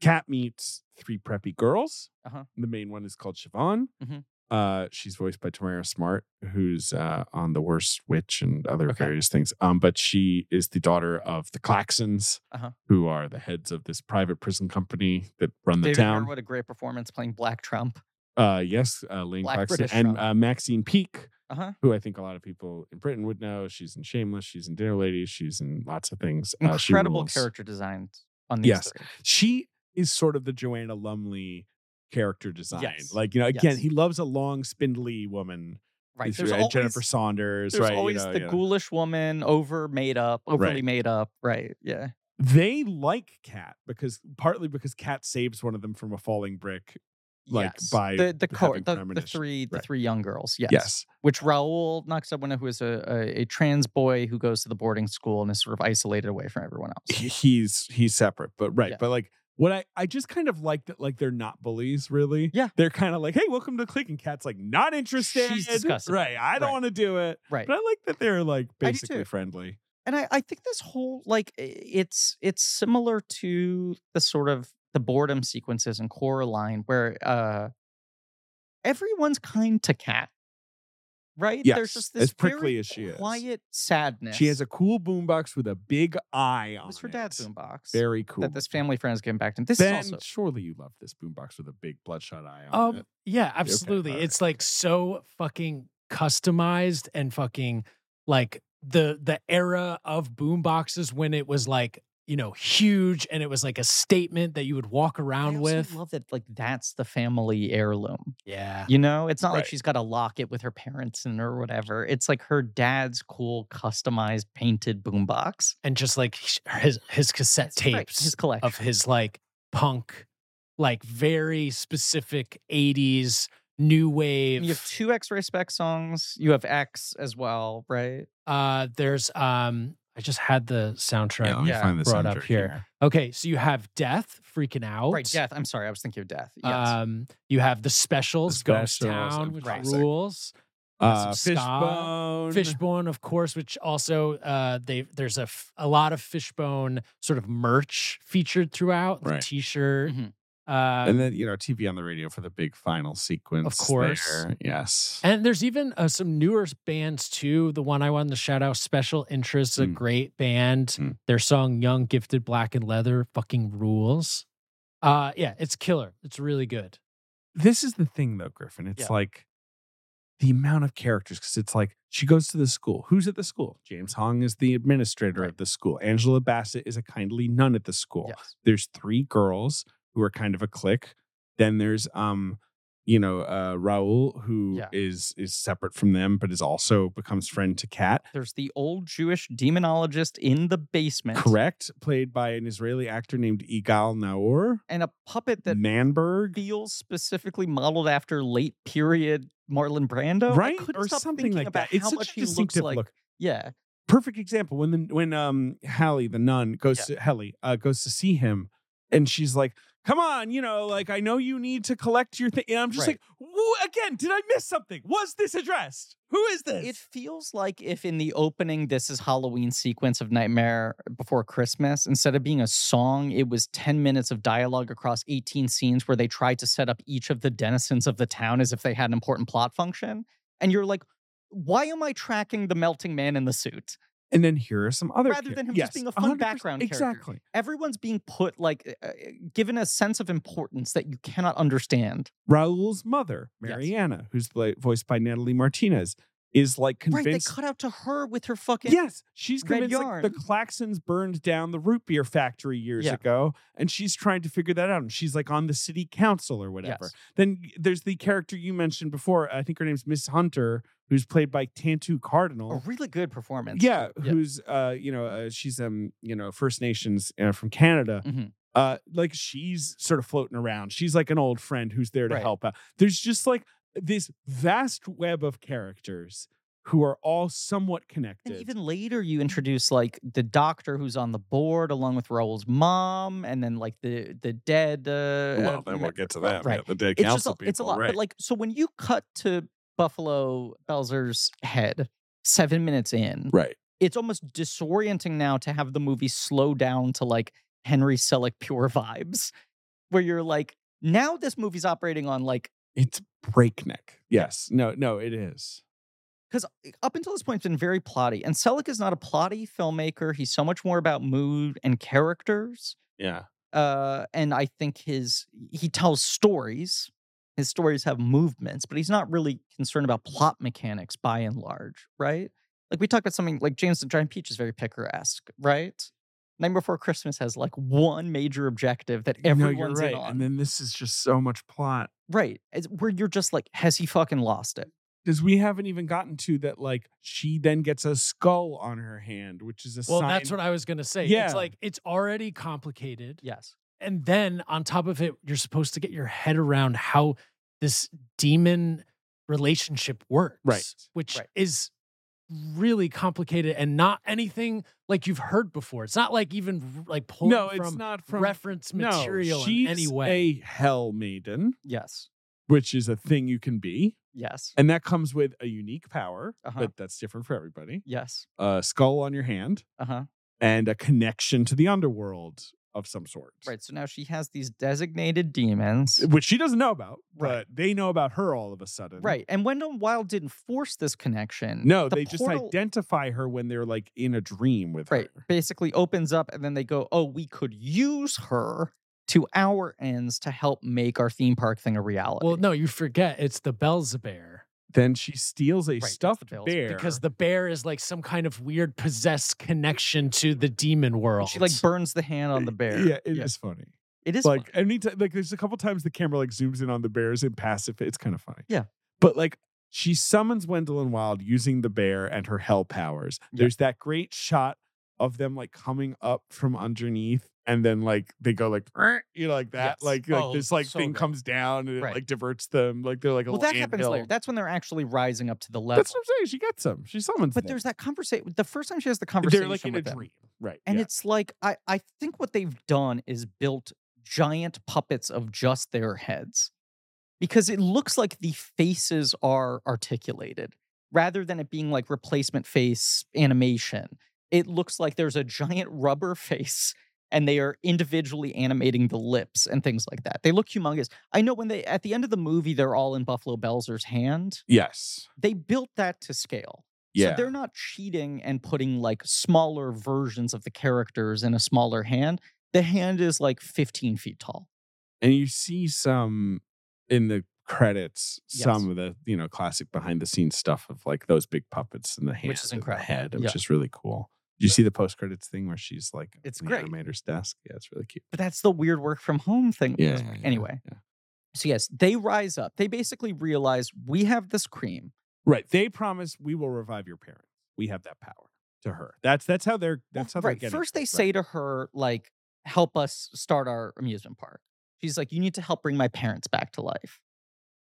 B: Cat meets three preppy girls.
A: Uh-huh.
B: The main one is called Siobhan.
A: Mhm.
B: Uh, she's voiced by Tamara Smart, who's uh, on The Worst Witch and other
A: Okay.
B: various things. Um, but she is the daughter of the Claxons,
A: Uh-huh.
B: who are the heads of this private prison company that run the
A: David
B: town.
A: What a great performance playing Black Trump.
B: Uh, yes, uh, Lane
A: Black
B: Claxton
A: British
B: and
A: Trump.
B: uh, Maxine Peake,
A: Uh-huh.
B: who I think a lot of people in Britain would know. She's in Shameless. She's in Dinner Ladies. She's in lots of things. Uh,
A: [laughs]
B: she
A: Incredible
B: rules.
A: character design on these
B: Yes.
A: three.
B: She is sort of the Joanna Lumley character design.
A: Yes.
B: Like you know, again,
A: Yes.
B: he loves a long, spindly woman.
A: Right.
B: He's-
A: There's
B: uh,
A: always,
B: Jennifer Saunders.
A: there's
B: right. you
A: always
B: know,
A: the
B: yeah.
A: ghoulish woman over made up, overly made up. Right. Yeah.
B: They like Cat because partly because Cat saves one of them from a falling brick. Like,
A: yes.
B: by
A: the the, co-
B: having
A: the, the
B: premonition.
A: three the
B: Right.
A: three young girls. Yes. Which Raul knocks up one who is a, a a trans boy who goes to the boarding school and is sort of isolated away from everyone
B: [laughs]
A: else.
B: he- he's he's separate but right
A: Yeah.
B: but like what i i just kind of like that like they're not bullies really
A: Yeah.
B: they're kind of like hey welcome to click and cat's like not interested
A: disgusted.
B: right i don't
A: Right.
B: want to do it
A: Right.
B: but i like that they're like
A: I do
B: basically
A: too.
B: friendly
A: and I, I think this whole like i- it's it's similar to the sort of the boredom sequences in Coraline where uh everyone's kind to cat right
B: Yes,
A: there's
B: as
A: just this
B: prickly
A: very
B: as she is.
A: quiet sadness
B: she has a cool boombox with a big eye
A: it
B: on
A: was her dad's
B: it.
A: boombox
B: very cool
A: that this family friend is giving back to him this
B: ben
A: is also
B: surely you love this boombox with a big bloodshot eye on
D: Um,
B: it
D: yeah, absolutely.
B: alright,
D: it's like so fucking customized and fucking like the the era of boomboxes when it was like you know huge and it was like a statement that you would walk
A: I
D: around
A: also
D: with.
A: love that like that's the family heirloom
D: yeah,
A: you know it's not like
B: Ah, Right.
A: she's got a locket with her parents and or whatever it's like her dad's cool customized painted boombox
D: and just like sh- his his cassette
A: That's right,
D: tapes
A: his collection
D: of his like punk, like very specific '80s new wave.
A: You have two X-ray spec songs. You have X as well, right?
D: uh, there's um, I just had the soundtrack.
B: let me
A: yeah,
B: find this
D: brought up
B: soundtrack
D: here. Okay, so you have Death freaking
B: Oh,
D: out.
A: Right, Death. I'm sorry, I was thinking of Death. Yes.
B: Uh,
D: Um, you have the specials, Ghost
B: Specials,
D: Town,
B: and
D: which
A: Right.
D: rules.
B: uh,
D: Some ska,
B: fishbone
D: Fishbone, of course, which also uh, they there's a, f- a lot of Fishbone sort of merch featured throughout, the
B: Right.
D: T-shirt,
A: Mhm.
D: uh,
B: and then you know tv on the radio for the big final sequence
D: course.
B: there. yes
D: And there's even uh, some newer bands too. The one I wanted to shout out, Special Interests, a
B: Mm.
D: great band.
B: Mm.
D: Their song "Young, Gifted, Black and Leather" fucking rules. Uh, yeah, it's killer. It's really good.
B: This is the thing, though, Griffin. It's
A: Yeah.
B: like the amount of characters because it's like she goes to the school. Who's at the school? James Hong is the administrator
A: Right.
B: of the school. Angela Bassett is a kindly nun at the school.
A: Yes.
B: There's three girls who are kind of a clique. Then there's um, you know, uh, Raul who is
A: Yeah.
B: is separate from them, but is also becomes friend to Kat.
A: There's the old Jewish demonologist in the basement.
B: Correct, played by an Israeli actor named Igal Naor.
A: And a puppet that
B: Manberg,
A: feels specifically modeled after late period Marlon Brando. I
B: right,
A: couldn't
B: or
A: stop
B: something
A: thinking
B: like
A: about
B: that. It's
A: how
B: such
A: much
B: a
A: he looks
B: distinctive
A: like.
B: look.
A: Yeah.
B: Perfect example when the when um Hallie the nun goes to Helly uh, goes to see him, and she's like, "Come on, you know, like I know you need to collect your thing." And I'm just
A: Right.
B: like, "Woo, "Again, did I miss something? Was this addressed? Who is this?"
A: It feels like if in the opening, this is Halloween sequence of Nightmare Before Christmas, instead of being a song, it was 10 minutes of dialogue across 18 scenes where they tried to set up each of the denizens of the town as if they had an important plot function. And you're like, why am I tracking the melting man in the suit?
B: and then here are some other
A: Rather
B: char-
A: than him
B: yes,
A: just being a fun
B: 100%
A: background character.
B: Exactly.
A: Everyone's being put like, uh, uh, given a sense of importance that you cannot understand.
B: Raul's mother,
A: Yes.
B: Mariana, who's pla- voiced by Natalie Martinez, is like
A: Right? They
B: convinced
A: cut out to her with her fucking.
B: Yes, she's
A: red
B: convinced like, the
A: yarn.
B: Claxons burned down the root beer factory years
A: Yeah.
B: ago, and she's trying to figure that out. And she's like on the city council or whatever.
A: Yes.
B: Then y- there's the character you mentioned before. I think her name's Miss Hunter, who's played by Tantu
A: A
B: Cardinal.
A: really good performance.
B: yeah,
A: yeah.
B: who's uh, you know, uh, she's um, you know, First Nations uh, from Canada.
A: Mhm.
B: Uh, like she's sort of floating around. She's like an old friend who's there to
A: Right.
B: help out. There's just like this vast web of characters who are all somewhat connected.
A: And even later, you introduce like the doctor who's on the board along with Raul's mom, and then like the the dead. Uh,
B: Well,
A: uh,
B: then
A: ma-
B: we'll get to that.
A: right.
B: Yeah, the dead
A: It's just
B: council
A: a,
B: people.
A: it's a lot.
B: Right.
A: But like, so when you cut to Buffalo Belzer's head seven minutes in,
B: right.
A: it's almost disorienting now to have the movie slow down to like Henry Selick pure [laughs] vibes, where you're like, now this movie's operating on like
B: It's breakneck. Yes. No, no, it is.
A: because up until this point, it's been very plotty. And Selick is not a plotty filmmaker. He's so much more about mood and characters.
B: Yeah.
A: Uh, and I think his he tells stories. His stories have movements, but he's not really concerned about plot mechanics by and large, right? Like we talked about something like James the Giant Peach is very picaresque, right? Night Before Christmas has like one major objective that everyone's
B: right.
A: in on,
B: And then this is just so much plot.
A: right? It's where you're just like, has he fucking lost it?
B: Because we haven't even gotten to that, like, she then gets a skull on her hand, which is a
D: Well,
B: sign.
D: that's what I was gonna say.
B: Yeah.
D: It's like it's already complicated.
A: Yes,
D: and then on top of it, you're supposed to get your head around how this demon relationship works,
B: Right.
D: Which
A: Right.
D: is really complicated and not anything like you've heard before. It's not like even like pulling
B: No, it's
D: from,
B: not from
D: reference material
B: no,
D: in
B: she's
D: any way.
B: a hell maiden,
A: yes,
B: which is a thing you can be.
A: yes,
B: And that comes with a unique power,
A: Uh-huh.
B: but that's different for everybody.
A: yes.
B: A skull on your hand.
A: Uh huh.
B: and a connection to the underworld of some sort.
A: Right. So now she has these designated demons.
B: Which she doesn't know about,
A: Right.
B: but they know about her all of a sudden.
A: Right. And Wendell Wild didn't force this connection.
B: No,
A: The
B: they just
A: portal-
B: identify her when they're like in a dream with
A: Right.
B: her.
A: Basically opens up and then they go, oh, we could use her to our ends to help make our theme park thing a reality.
D: Well, no, you forget it's the Belzebear
B: Then she steals a
A: that's
B: stuffed
A: the Bells-
B: bear.
D: because the bear is like some kind of weird possessed connection to the demon
A: And
D: world.
A: she like burns the hand on the bear.
B: [laughs] Yeah, it is
A: Yeah.
B: funny.
A: It is
B: like
A: fun.
B: anytime like there's a couple times the camera like zooms in on the bears and passive. It's kind of funny.
A: Yeah.
B: But like she summons Wendell and Wild using the bear and her hell powers.
A: Yeah.
B: There's that great shot of them like coming up from underneath and then like they go like "Err," you know like that
A: Yes.
B: like like
A: Oh,
B: this like
A: so
B: thing
A: good.
B: comes down and
A: Right.
B: it like diverts them like they're like a
A: Well,
B: little
A: that happens
B: anthill.
A: later. That's when they're actually rising up to the level.
B: That's what I'm saying. She gets them. She summons
A: but
B: them.
A: there's that conversation. The first time she has the conversation
B: they're like in a
A: with them,
B: dream. Right.
A: And
B: yeah.
A: it's like I, I think what they've done is built giant puppets of just their heads. Because it looks like the faces are articulated rather than it being like replacement face animation. It looks like there's a giant rubber [laughs] face and they are individually animating the lips and things like that. They look humongous. I know when they at the end of the movie they're all in Buffalo Belzer's hand.
B: yes.
A: They built that to scale.
B: Yeah.
A: So they're not cheating and putting like smaller versions of the characters in a smaller hand. The hand is like 15 feet tall.
B: and you see some in the credits
A: Yes.
B: some of the you know classic behind the scenes stuff of like those big puppets and the hand
A: is
B: and the
A: incredible.
B: head, which
A: Yeah.
B: is really cool. Did you see the post credits thing where she's like
A: It's
B: on the
A: great.
B: animator's desk? Yeah, it's really cute.
A: But that's the weird work from home thing.
B: Yeah. yeah, yeah,
A: Anyway.
B: yeah.
A: So yes, they rise up. They basically realize we have this cream.
B: Right. They promise we will revive your parents. We have that power to her. That's that's how they're
A: Well,
B: that's how they're
A: right.
B: getting.
A: First,
B: it,
A: they
B: right.
A: say to her, like, help us start our amusement park. She's like, you need to help bring my parents back to life.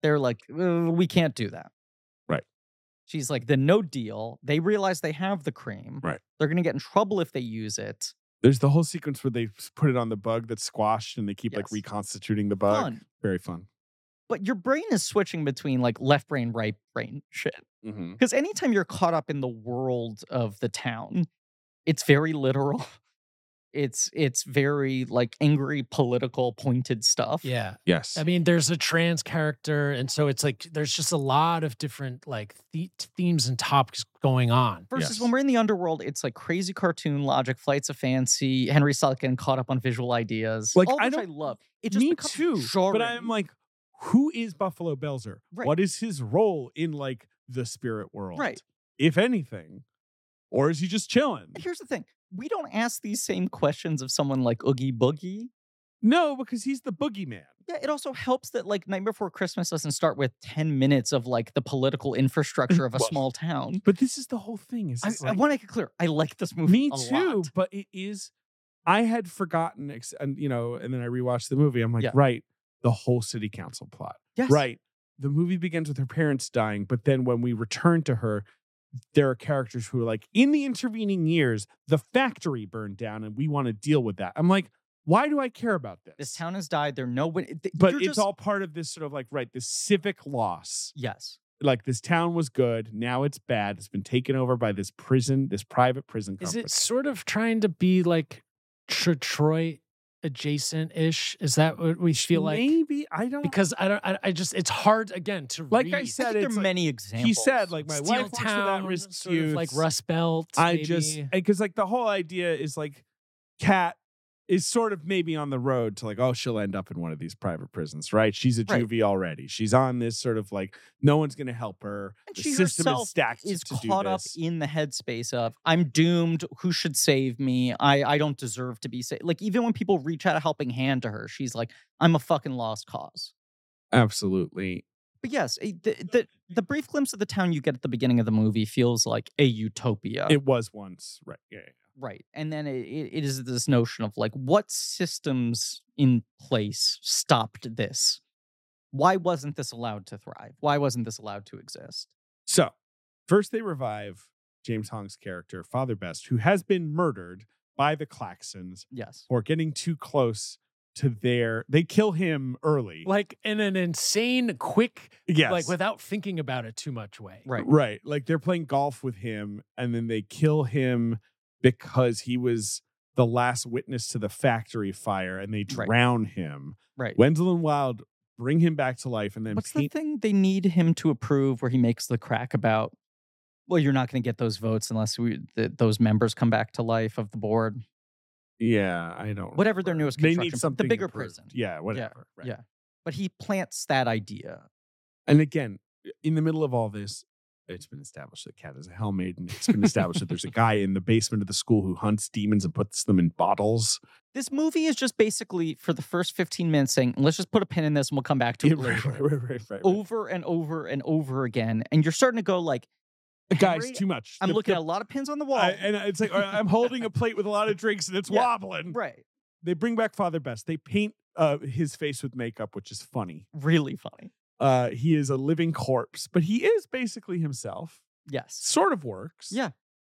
A: They're like, "Uh, we can't do that.
B: Right.
A: She's like, the no deal. They realize they have the cream.
B: Right.
A: They're going to get in trouble if they use it.
B: There's the whole sequence where they s- put it on the bug that's squashed and they keep like
A: Yes.
B: reconstituting the bug.
A: Fun.
B: Very fun.
A: But your brain is switching between like left brain, right brain shit.
B: Mm-hmm.
A: Because anytime you're caught up in the world of the town, it's very literal. [laughs] It's it's very like angry, political, pointed stuff.
D: Yeah.
B: Yes.
D: I mean, there's a trans character, and so it's like there's just a lot of different like the- themes and topics going on.
A: Versus
B: Yes.
A: when we're in the underworld, it's like crazy cartoon logic, flights of fancy, Henry Selick getting caught up on visual ideas.
B: Like,
A: all
B: I
A: which I
B: don't-
A: love. It just
B: me
A: becomes
B: too.
A: jarring.
B: But I'm like, who is Buffalo Belzer?
A: Right.
B: What is his role in like the spirit world?
A: Right.
B: If anything, or is he just chilling?
A: here's the thing: we don't ask these same questions of someone like Oogie Boogie.
B: No, because he's the boogeyman.
A: Yeah, it also helps that like Night Before Christmas doesn't start with ten minutes of like the political infrastructure of a
B: Mm, Well,
A: small town.
B: But this is the whole thing. Is
A: I,
B: it's
A: I
B: like-
A: want to make it clear. I like this movie.
B: Me
A: a
B: too,
A: lot.
B: but it is. I had forgotten, ex- and you know, and then I rewatched the movie. I'm like,
A: Yeah.
B: right, the whole city council plot.
A: Yes.
B: Right, the movie begins with her parents dying, but then when we return to her, there are characters who are like, in the intervening years, the factory burned down, and we want to deal with that. I'm like, why do I care about this?
A: This town has died. There are no win. th-
B: but
A: you're
B: it's
A: just-
B: all part of this sort of like, right, this civic loss
A: yes.
B: like this town was good. Now it's bad. It's been taken over by this prison, this private prison.
D: Is
B: company.
D: it sort of trying to be like Detroit adjacent ish? Is that what we feel like?
B: maybe I don't
D: Because I don't, I, I just it's hard again to
B: Like I
D: read.
A: I
B: said
A: think there
B: it's
A: are
B: like-
A: many examples.
B: He said like my
D: Steel
B: wife works for that
D: Town,
B: risk
D: sort of like
B: youth.
D: Rust Belt.
B: I just [laughs]
D: maybe.
B: because like the whole idea is like Cat is sort of maybe on the road to like oh she'll end up in one of these private prisons right she's a
A: Right.
B: juvie already she's on this sort of like no one's gonna help her
A: And
B: the
A: she
B: system
A: herself
B: is stacked
A: is
B: to do
A: caught up e
B: this.
A: in the headspace of I'm doomed. Who should save me? I I don't deserve to be saved. Like even when people reach out a helping hand to her, she's like I'm a fucking lost cause.
B: absolutely
A: But yes, eh, the, the the brief glimpse of the town you get at the beginning of the movie feels like a utopia,
B: it was once right yeah, yeah.
A: right? And then it, it it is this notion of like what systems in place stopped this? Why wasn't this allowed to thrive? Why wasn't this allowed to exist?
B: So, first they revive James Hong's character, Father Best, who has been murdered by the Claxons
A: Yes.
B: for getting too close to their. They kill him early.
D: like in an insane, quick,
B: yes.
D: like without thinking about it too much way.
A: Right.
B: Right. Like they're playing golf with him and then they kill him because he was the last witness to the factory fire and they
A: Right.
B: drown him.
A: Right.
B: Wenzel and Wild bring him back to life and then
A: What's
B: paint
A: the thing they need him to approve where he makes the crack about, well, you're not going to get those votes unless we, th- those members come back to life of the board?
B: Yeah, I don't
A: Whatever their
B: remember.
A: newest
B: They
A: construction-
B: need
A: the
B: something
A: bigger
B: improved.
A: prison.
B: Yeah, whatever. Right.
A: Yeah. But he plants that idea.
B: And again, in the middle of all this, it's been established that Cat is a Hell Maiden. It's been established that there's a guy in the basement of the school who hunts demons and puts them in bottles.
A: [laughs] This movie is just basically for the first 15 minutes saying, let's just put a pin in this and we'll come back to
B: [laughs] Yeah,
A: it later.
B: right, right, right.
A: Over and over and over again. And you're starting to go like,
B: Guys,
A: Henry,
B: too much.
A: I'm
B: The-
A: looking
B: the-
A: at a lot of pins on the wall.
B: I- and it's like, all right, I'm holding a plate with a lot of drinks and
A: [laughs]
B: it's
A: Yeah,
B: wobbling.
A: right.
B: They bring back Father Best. They paint uh, his face with makeup, which is funny.
A: Really funny.
B: Uh, he is a living corpse, but he is basically himself.
A: Yes.
B: Sort of works.
A: Yeah.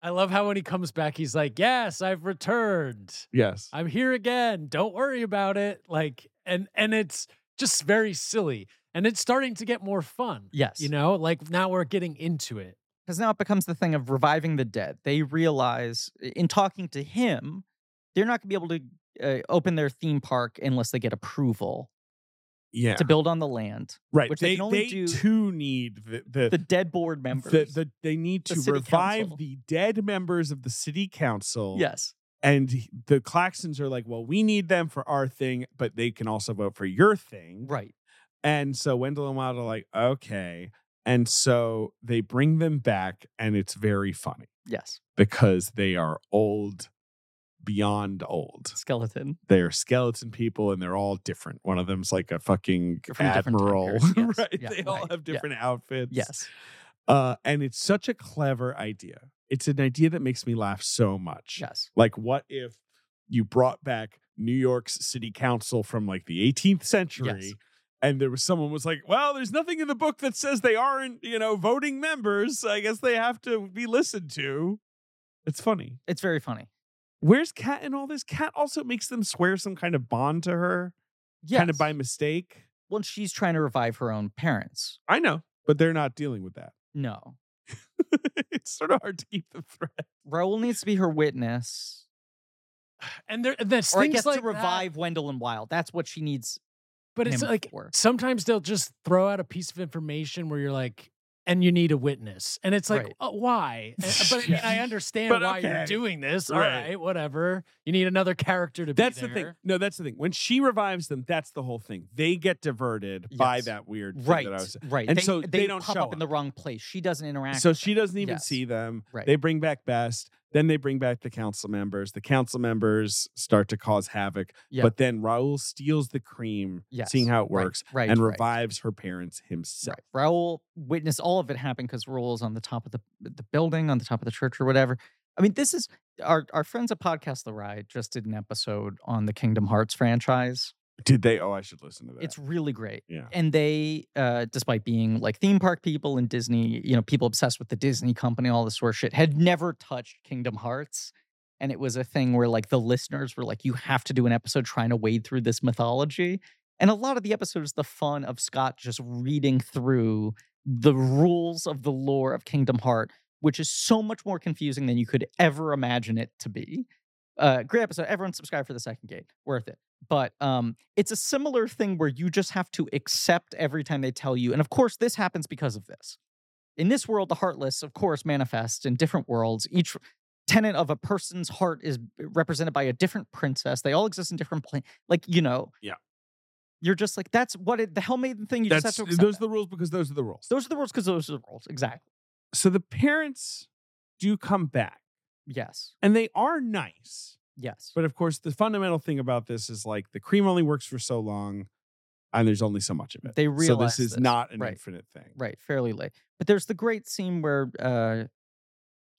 D: I love how when he comes back, he's like, "Yes, I've returned.
B: Yes.
D: I'm here again. Don't worry about it." Like, and and it's just very silly, and it's starting to get more fun.
A: Yes.
D: You know, like now we're getting into it.
A: because now it becomes the thing of reviving the dead. They realize i- in talking to him, they're not going to be able to uh, open their theme park unless they get approval
B: yeah.
A: to build on the land.
B: right.
A: which
B: they,
A: they can only
B: they
A: do-
B: too need the, the,
A: The dead board members.
B: The, the, they need
A: The
B: to
A: city
B: revive
A: council.
B: the dead members of the city council.
A: yes,
B: And he- the Claxons are like, well, we need them for our thing, but they can also vote for your thing.
A: right.
B: And so Wendell and Wild are like, okay. And so they bring them back, and it's very funny
A: Yes.
B: because they are old, beyond old.
A: Skeleton.
B: They're skeleton people, and they're all different. One of them's like a fucking
A: They're from a different time
B: admiral, [laughs]
A: period. Yes.
B: right?
A: Yeah,
B: they all
A: right.
B: have
A: Yeah.
B: different outfits.
A: Yes.
B: Uh, and it's such a clever idea. It's an idea that makes me laugh so much.
A: Yes.
B: Like, what if you brought back New York's city council from like the 18th century?
A: Yes.
B: And there was someone was like, well, there's nothing in the book that says they aren't, you know, voting members. I guess they have to be listened to. It's funny.
A: It's very funny.
B: Where's Kat in all this? Kat also makes them swear some kind of bond to her,
A: Yes.
B: kind of by mistake.
A: well, she's trying to revive her own parents.
B: I know, but they're not dealing with that. [laughs]
A: No.
B: it's sort of hard to keep the threat.
A: Raoul needs to be her witness.
D: And there, there's
A: Or I
D: things
A: guess
D: like
A: to
D: that,
A: revive Wendell and Wild. That's what she needs.
D: but it's
A: him
D: like
A: for.
D: sometimes they'll just throw out a piece of information where you're like, and you need a witness, and it's like,
A: Right.
D: "Uh, why? And- but I mean,
B: Yeah.
A: [laughs]
D: I understand
B: But
D: why
B: okay.
D: you're doing this. All
B: Right.
D: right. whatever. You need another character to
B: That's
D: be
B: the
D: there.
B: thing. No, that's the thing. When she revives them, that's the whole thing. They get diverted by
A: Yes.
B: that weird thing
A: Right.
B: that I was.
A: Right.
B: And
A: they,
B: so they don't
A: pop
B: show
A: up in the wrong place. She doesn't interact.
B: So
A: with
B: she
A: them.
B: doesn't even
A: Yes.
B: see them.
A: Right.
B: They bring back Best. Then they bring back the council members. The council members start to cause havoc.
A: Yeah.
B: But then Raul steals the cream,
A: Yes.
B: seeing how it
A: Right,
B: works,
A: right,
B: and
A: right,
B: revives her parents himself.
A: Right. Raul witnessed all of it happen because Raul is on the top of the the building, on the top of the church or whatever. I mean, this is our our friends at Podcast The Ride just did an episode on the Kingdom Hearts franchise.
B: Did they? Oh, I should listen to that.
A: It's really great.
B: yeah.
A: And they, uh, despite being like theme park people and Disney, you know, people obsessed with the Disney company, all this sort of shit, had never touched Kingdom Hearts. And it was a thing where like the listeners were like, you have to do an episode trying to wade through this mythology. And a lot of the episode is the fun of Scott just reading through the rules of the lore of Kingdom Heart, which is so much more confusing than you could ever imagine it to be. Uh, great episode. Everyone subscribe for the second gate. Worth it but um, it's a similar thing where you just have to accept every time they tell you. And of course, this happens because of this. In this world, the heartless, of course, manifest in different worlds. Each tenant of a person's heart is represented by a different princess. They all exist in different planes. Like you know,
B: Yeah.
A: You're just like that's what it, the Hellmaiden thing. You
B: That's
A: just have to
B: those
A: accept.
B: are the rules because those are the rules.
A: that. those are the rules because those are the rules. Exactly.
B: So the parents do come back,
A: Yes.
B: and they are nice.
A: Yes.
B: But of course, the fundamental thing about this is like the cream only works for so long, and there's only so much of it.
A: They
B: so this
A: realize
B: is
A: this,
B: not an
A: right.
B: infinite thing.
A: right fairly late but there's the great scene where uh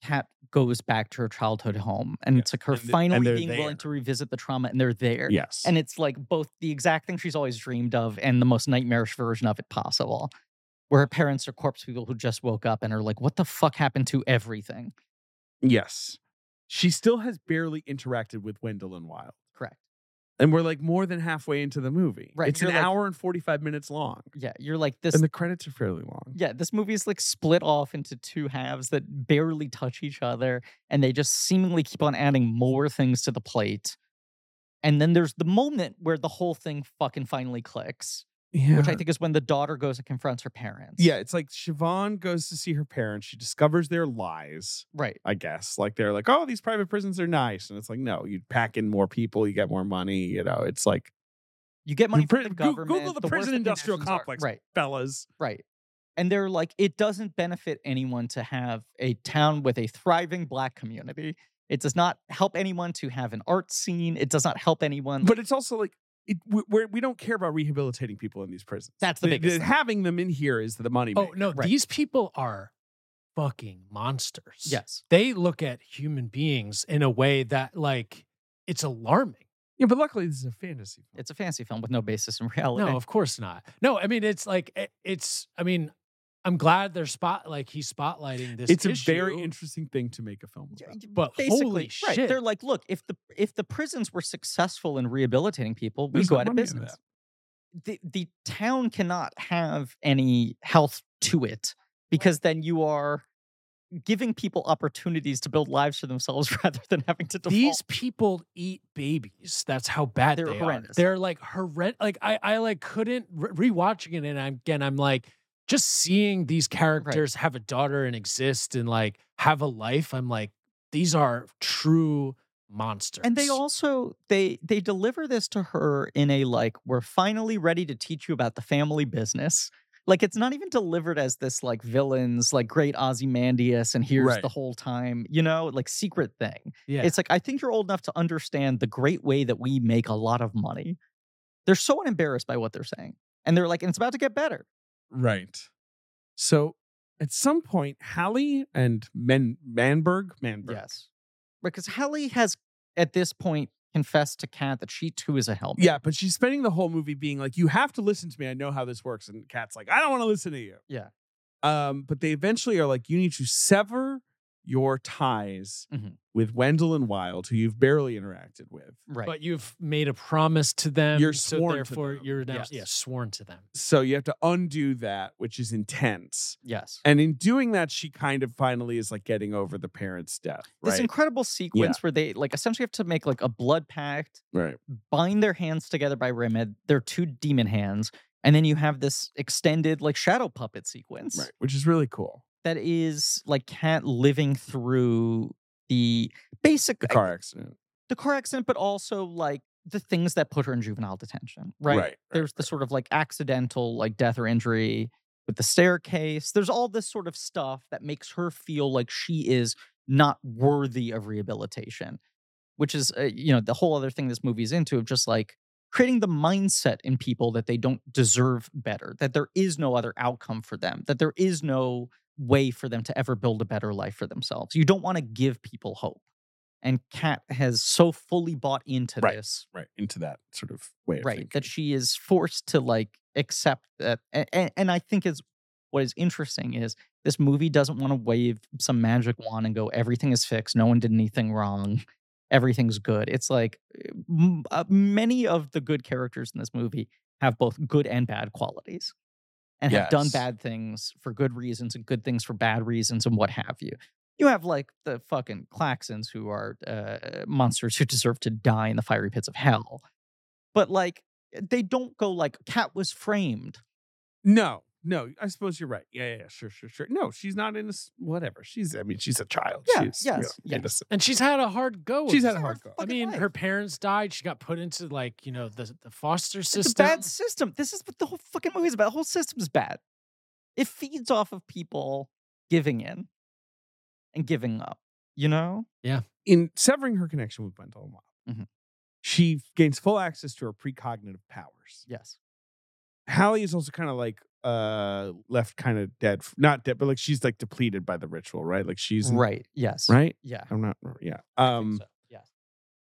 A: kat goes back to her childhood home and it's like her
B: and th- and
A: finally
B: they're
A: being
B: there.
A: willing to revisit the trauma and they're there
B: Yes,
A: and it's like both the exact thing she's always dreamed of and the most nightmarish version of it possible where her parents are corpse people who just woke up and are like what the fuck happened to everything
B: yes, she still has barely interacted with Wendell and Wild,
A: correct
B: and we're like more than halfway into the movie.
A: Right,
B: it's an
A: you're like-
B: hour and forty five minutes long,
A: yeah you're like this
B: and the credits are fairly long.
A: yeah, this movie is like split off into two halves that barely touch each other, and they just seemingly keep on adding more things to the plate. And then there's the moment where the whole thing fucking finally clicks,
B: Yeah,
A: which I think is when the daughter goes and confronts her parents.
B: yeah, it's like Siobhan goes to see her parents. She discovers their lies.
A: Right.
B: I guess like they're like, oh, these private prisons are nice, and it's like, no, you pack in more people, you get more money. You know, it's like
A: You get money
B: Pri-
A: from the
B: Goo-
A: government.
B: Google the
A: worse
B: prison
A: that
B: industrial
A: nations are.
B: complex.
A: Right,
B: fellas.
A: right. And they're like, it doesn't benefit anyone to have a town with a thriving black community. It does not help anyone to have an art scene. It does not help anyone.
B: but it's also like it, we- we're, we don't care about rehabilitating people in these prisons.
A: That's the biggest thing.
B: having them in here is the money.
D: Oh no,
A: Right.
D: these people are fucking monsters.
A: yes.
D: They look at human beings in a way that like it's alarming.
B: yeah, but luckily this is a fantasy. film.
A: It's a fantasy film with no basis in [laughs] reality.
D: No, of course not. No, I mean it's like it- it's I mean I'm glad they're spot like he's spotlighting this.
B: It's a
D: issue,
B: very interesting thing to make a film
A: Yeah,
B: about.
A: y-
D: but
A: basically,
D: holy
A: right?
D: shit.
A: They're like, look, if the if the prisons were successful in rehabilitating people, we
B: There's
A: go
B: no
A: out of
B: money in that.
A: business. The the town cannot have any health to it because then you are giving people opportunities to build lives for themselves [laughs] rather than having to default.
D: These people eat babies. That's how bad
A: They're
D: they are.
A: horrendous.
D: They're like horrendous. Like I, I like couldn't re- rewatching it, and I'm, again, I'm like just seeing these characters have a daughter and exist and like have a life. I'm like, these are true monsters.
A: And they also they they deliver this to her in a like we're finally ready to teach you about the family business. Like it's not even delivered as this like villains like great Ozymandias and here's
B: Right.
A: the whole time you know like secret thing.
D: yeah.
A: It's like I think you're old enough to understand the great way that we make a lot of money. They're so unembarrassed by what they're saying, and they're like, and it's about to get better.
B: Right. So at some point, Hallie and Men- Manberg, Manberg,
A: Yes, because Hallie has at this point confessed to Kat that she too is a helper.
B: Yeah, but she's spending the whole movie being like, "You have to listen to me. I know how this works." And Kat's like, "I don't want to listen to you."
A: Yeah.
B: Um, but they eventually are like, "You need to sever your ties
A: Mhm.
B: with Wendell and Wild, who you've barely interacted with."
A: right.
D: But you've made a promise to them.
B: You're
D: so
B: sworn to
D: therefore
B: them.
D: you're now
A: Yes.
D: yeah, sworn to them.
B: So you have to undo that, which is intense.
A: yes.
B: And in doing that, she kind of finally is like getting over the parents' death.
A: this
B: Right.
A: incredible sequence where they like essentially have to make like a blood pact,
B: right.
A: bind their hands together by Rimmid, their two demon hands, and then you have this extended like shadow puppet sequence
B: Right. Which is really cool.
A: that is like Cat living through the basic
B: The car accident.
A: the car accident, but also like the things that put her in juvenile detention. Right.
B: Right, right,
A: There's the sort of like accidental like death or injury with the staircase. There's all this sort of stuff that makes her feel like she is not worthy of rehabilitation, which is uh, you know the whole other thing this movie's into of just like creating the mindset in people that they don't deserve better, that there is no other outcome for them, that there is no way for them to ever build a better life for themselves. You don't want to give people hope. And Kat has so fully bought into
B: Right.
A: this,
B: Right. Into that sort of way. Of
A: right,
B: thinking.
A: that she is forced to like accept that. And, and I think is what is interesting is this movie doesn't want to wave some magic wand and go, everything is fixed. No one did anything wrong. Everything's good. It's like m- uh, many of the good characters in this movie have both good and bad qualities and have done
B: Yes.
A: bad things for good reasons and good things for bad reasons and what have you. You have like the fucking Claxons who are uh, monsters who deserve to die in the fiery pits of hell. But like, they don't go like, Cat was framed.
B: No, no. I suppose you're right. Yeah, yeah, yeah, sure, sure, sure. No, she's not innocent. Whatever. She's. I mean, she's a child.
A: Yeah,
B: She's,
A: yes, yes.
B: innocent.
D: And she's had a hard go. of
B: She's had
D: it.
B: a
A: Her
B: hard go.
D: I
A: fucking
D: mean,
A: life.
D: her parents died. She got put into like, you know, the, the foster system.
A: It's a bad system. This is what the whole fucking movie is about. The whole system's bad. It feeds off of people giving in and giving up, you know?
B: In severing her connection with Wendell and Wild,
A: Mhm.
B: she gains full access to her precognitive powers.
A: Yes.
B: Hallie is also kind of like uh left kind of dead, f- not dead, but like she's like depleted by the ritual, right? Like she's
A: Right. Yes.
B: right.
A: Yeah.
B: I'm not. Yeah.
A: I think
B: Um.
A: so, Yes.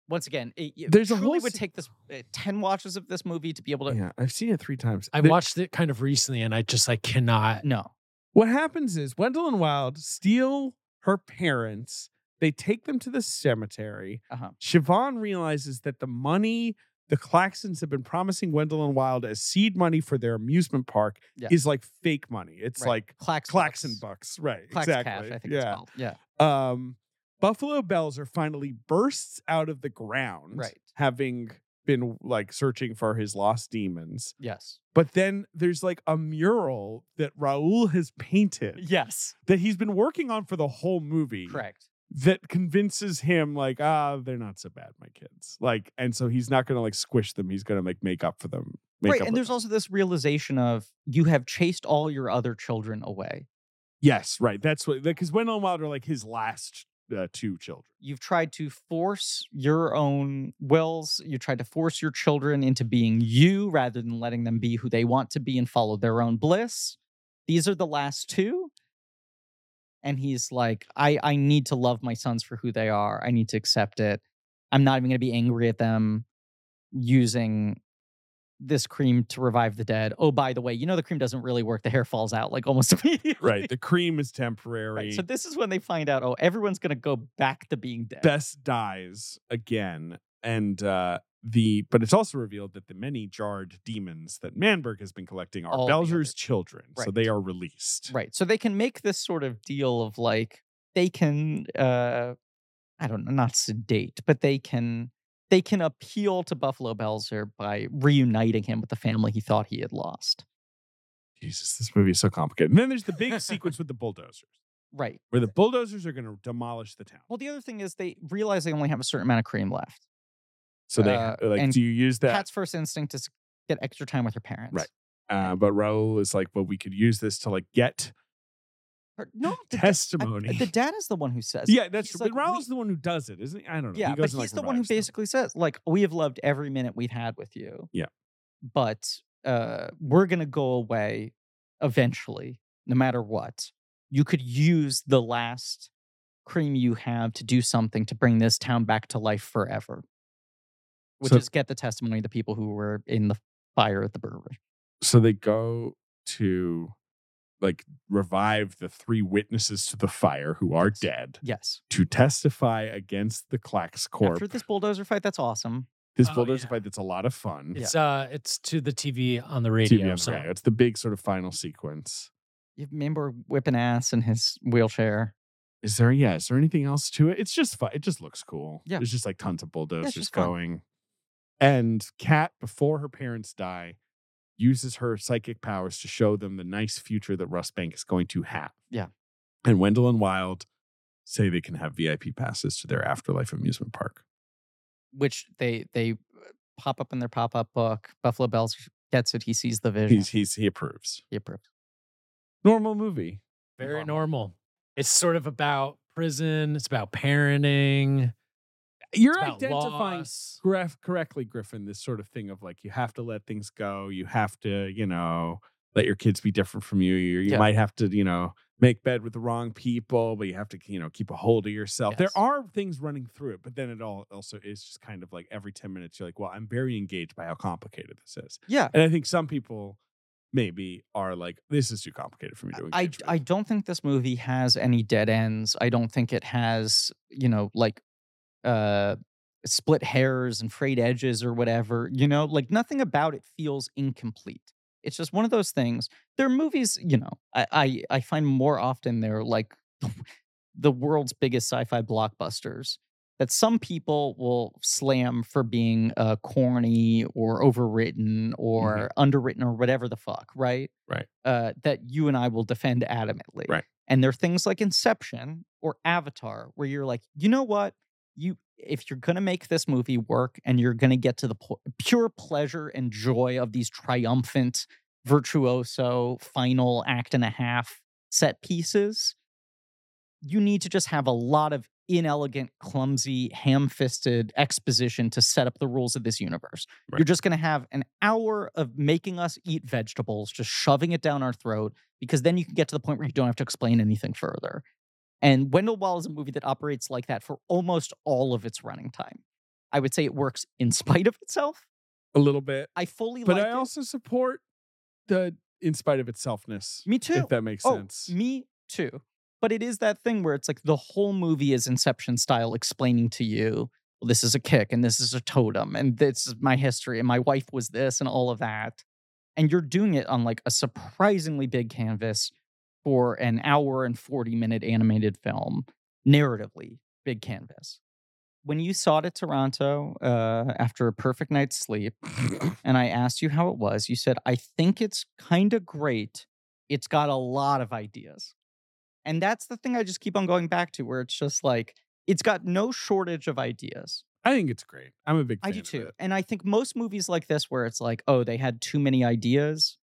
A: Once again, it, it
B: there's a
A: truly
B: whole
A: would
B: se-
A: take this uh, 10 watches of this movie to be able to.
B: Yeah, I've seen it three times.
D: I
B: The-
D: watched it kind of recently and I just I cannot
A: No.
B: What happens is Wendell and Wild steal her parents. They take them to the cemetery.
A: Uh-huh.
B: Siobhan realizes that the money the Claxons have been promising Wendell and Wild as seed money for their amusement park
A: Yeah.
B: is like fake money. It's
A: Right.
B: like
A: Clax
B: Claxon
A: bucks.
B: bucks. Right.
A: Clax
B: exactly.
A: cash, I think it's
B: yeah.
A: called. Yeah.
B: Um, Buffalo Bells are finally bursts out of the ground.
A: Right.
B: Having been like searching for his lost demons.
A: Yes.
B: But then there's like a mural that Raul has painted
A: Yes.
B: that he's been working on for the whole movie
A: Correct.
B: that convinces him like ah they're not so bad my kids like and so he's not gonna like squish them he's gonna like make up for them make
A: right.
B: up
A: And
B: with
A: there's
B: them.
A: also this realization of you have chased all your other children away.
B: yes right that's what because Wendell and Wild are like his last uh, two children
A: you've tried to force your own wills you tried to force your children into being you rather than letting them be who they want to be and follow their own bliss these are the last two and he's like i i need to love my sons for who they are i need to accept it i'm not even going to be angry at them using this cream to revive the dead oh by the way you know the cream doesn't really work the hair falls out like almost [laughs] immediately
B: right the cream is temporary
A: Right, so this is when they find out oh everyone's going to go back to being dead
B: Best dies again and uh the but it's also revealed that the many jarred demons that Manberg has been collecting are
A: All the
B: Belzer's
A: other-
B: children so
A: Right.
B: they are released
A: Right. So they can make this sort of deal of like they can uh I don't know, not sedate, but they can they can appeal to Buffalo Belzer by reuniting him with the family he thought he had lost. [laughs]
B: Jesus this movie is so complicated and then there's the big sequence with the bulldozers
A: Right.
B: where the bulldozers are going to demolish the town.
A: Well, the other thing is they realize they only have a certain amount of cream left.
B: So they
A: Uh,
B: like,
A: and
B: do you use that?
A: Kat's first instinct is get extra time with her parents.
B: Right. Uh, but Raul is like, well, we could use this to like get
A: Her- no, the, da- I-
B: testimony.
A: the dad is the one who says.
B: [laughs] yeah, that's
A: he's
B: true.
A: like,
B: but
A: we-
B: Raul's the one who does it, isn't he? I don't know.
A: Yeah,
B: he
A: but
B: goes
A: he's
B: and, like,
A: the one who
B: revives them.
A: basically says, like, we have loved every minute we've had with you.
B: Yeah.
A: But uh, we're gonna go away eventually, no matter what. You could use the last cream you have to do something to bring this town back to life forever. Which
B: So-
A: is get the testimony of the people who were in the fire at the brewery.
B: So they go to like revive the three witnesses to the fire who are
A: Yes.
B: dead
A: Yes.
B: to testify against the Clax Corp.
A: After this bulldozer fight, that's awesome.
B: this
D: Oh,
B: bulldozer
D: yeah.
B: fight that's a lot of fun.
D: It's uh, it's to the TV on the radio.
B: TV on the
D: so
B: radio. It's the big sort of final sequence.
A: You remember whipping ass in his wheelchair.
B: Is there yeah? Is there anything else to it? It's just fun. It just looks cool.
A: Yeah.
B: there's just like tons of bulldozers
A: just fun.
B: going. And Kat, before her parents die, uses her psychic powers to show them the nice future that Russ Bank is going to have.
A: Yeah.
B: and Wendell and Wild say they can have VIP passes to their afterlife amusement park.
A: which they they uh, pop up in their pop up book. Buffalo Bells gets it. He sees the vision.
B: He's, he's he approves.
A: he approves.
B: Normal movie.
D: very
A: Normal.
D: normal. It's sort of about prison. It's about parenting.
B: You're
D: it's about
B: identifying
D: loss.
B: graph correctly, Griffin, this sort of thing of like you have to let things go. You have to, you know, let your kids be different from you. You, you
A: Yeah.
B: might have to, you know, make bed with the wrong people, but you have to, you know, keep a hold of yourself.
A: Yes.
B: There are things running through it, but then it all also is just kind of like every 10 minutes, you're like, well, I'm very engaged by how complicated this is.
A: Yeah,
B: And I think some people maybe are like, this is too complicated for me to
A: I
B: engage
A: I
B: with."
A: don't think this movie has any dead ends. I don't think it has you know like uh split hairs and frayed edges or whatever. You know, like nothing about it feels incomplete. It's just one of those things. There are movies, you know, I I, I find more often they're like [laughs] the world's biggest sci-fi blockbusters that some people will slam for being uh, corny or overwritten or underwritten or whatever the fuck, right?
B: Mm-hmm. Right.
A: Uh, that you and I will defend adamantly.
B: Right.
A: And there are things like Inception or Avatar where you're like, you know what? You if you're gonna make this movie work and you're gonna get to the po- pure pleasure and joy of these triumphant virtuoso final act and a half set pieces, you need to just have a lot of inelegant, clumsy, ham fisted exposition to set up the rules of this universe.
B: Right.
A: You're just going to have an hour of making us eat vegetables, just shoving it down our throat, because then you can get to the point where you don't have to explain anything further. And Wendell Wall is a movie that operates like that for almost all of its running time. I would say it works in spite of itself.
B: a little bit,
A: I fully
B: but
A: like
B: I
A: it.
B: also support the in spite of itselfness.
A: Me too.
B: If that makes
A: Oh,
B: sense.
A: Me too. But it is that thing where it's like the whole movie is Inception style explaining to you well, this is a kick and this is a totem and this is my history and my wife was this and all of that. And you're doing it on like a surprisingly big canvas for an hour and 40 minute animated film, narratively, big canvas. When you saw it at Toronto uh, after a perfect night's sleep, and I asked you how it was, you said, I think it's kind of great it's got a lot of ideas. And that's the thing I just keep on going back to, where it's just like, it's got no shortage of ideas.
B: I think it's great. I'm a big fan
A: I do
B: of
A: too.
B: it.
A: And I think most movies like this, where it's like, oh, they had too many ideas,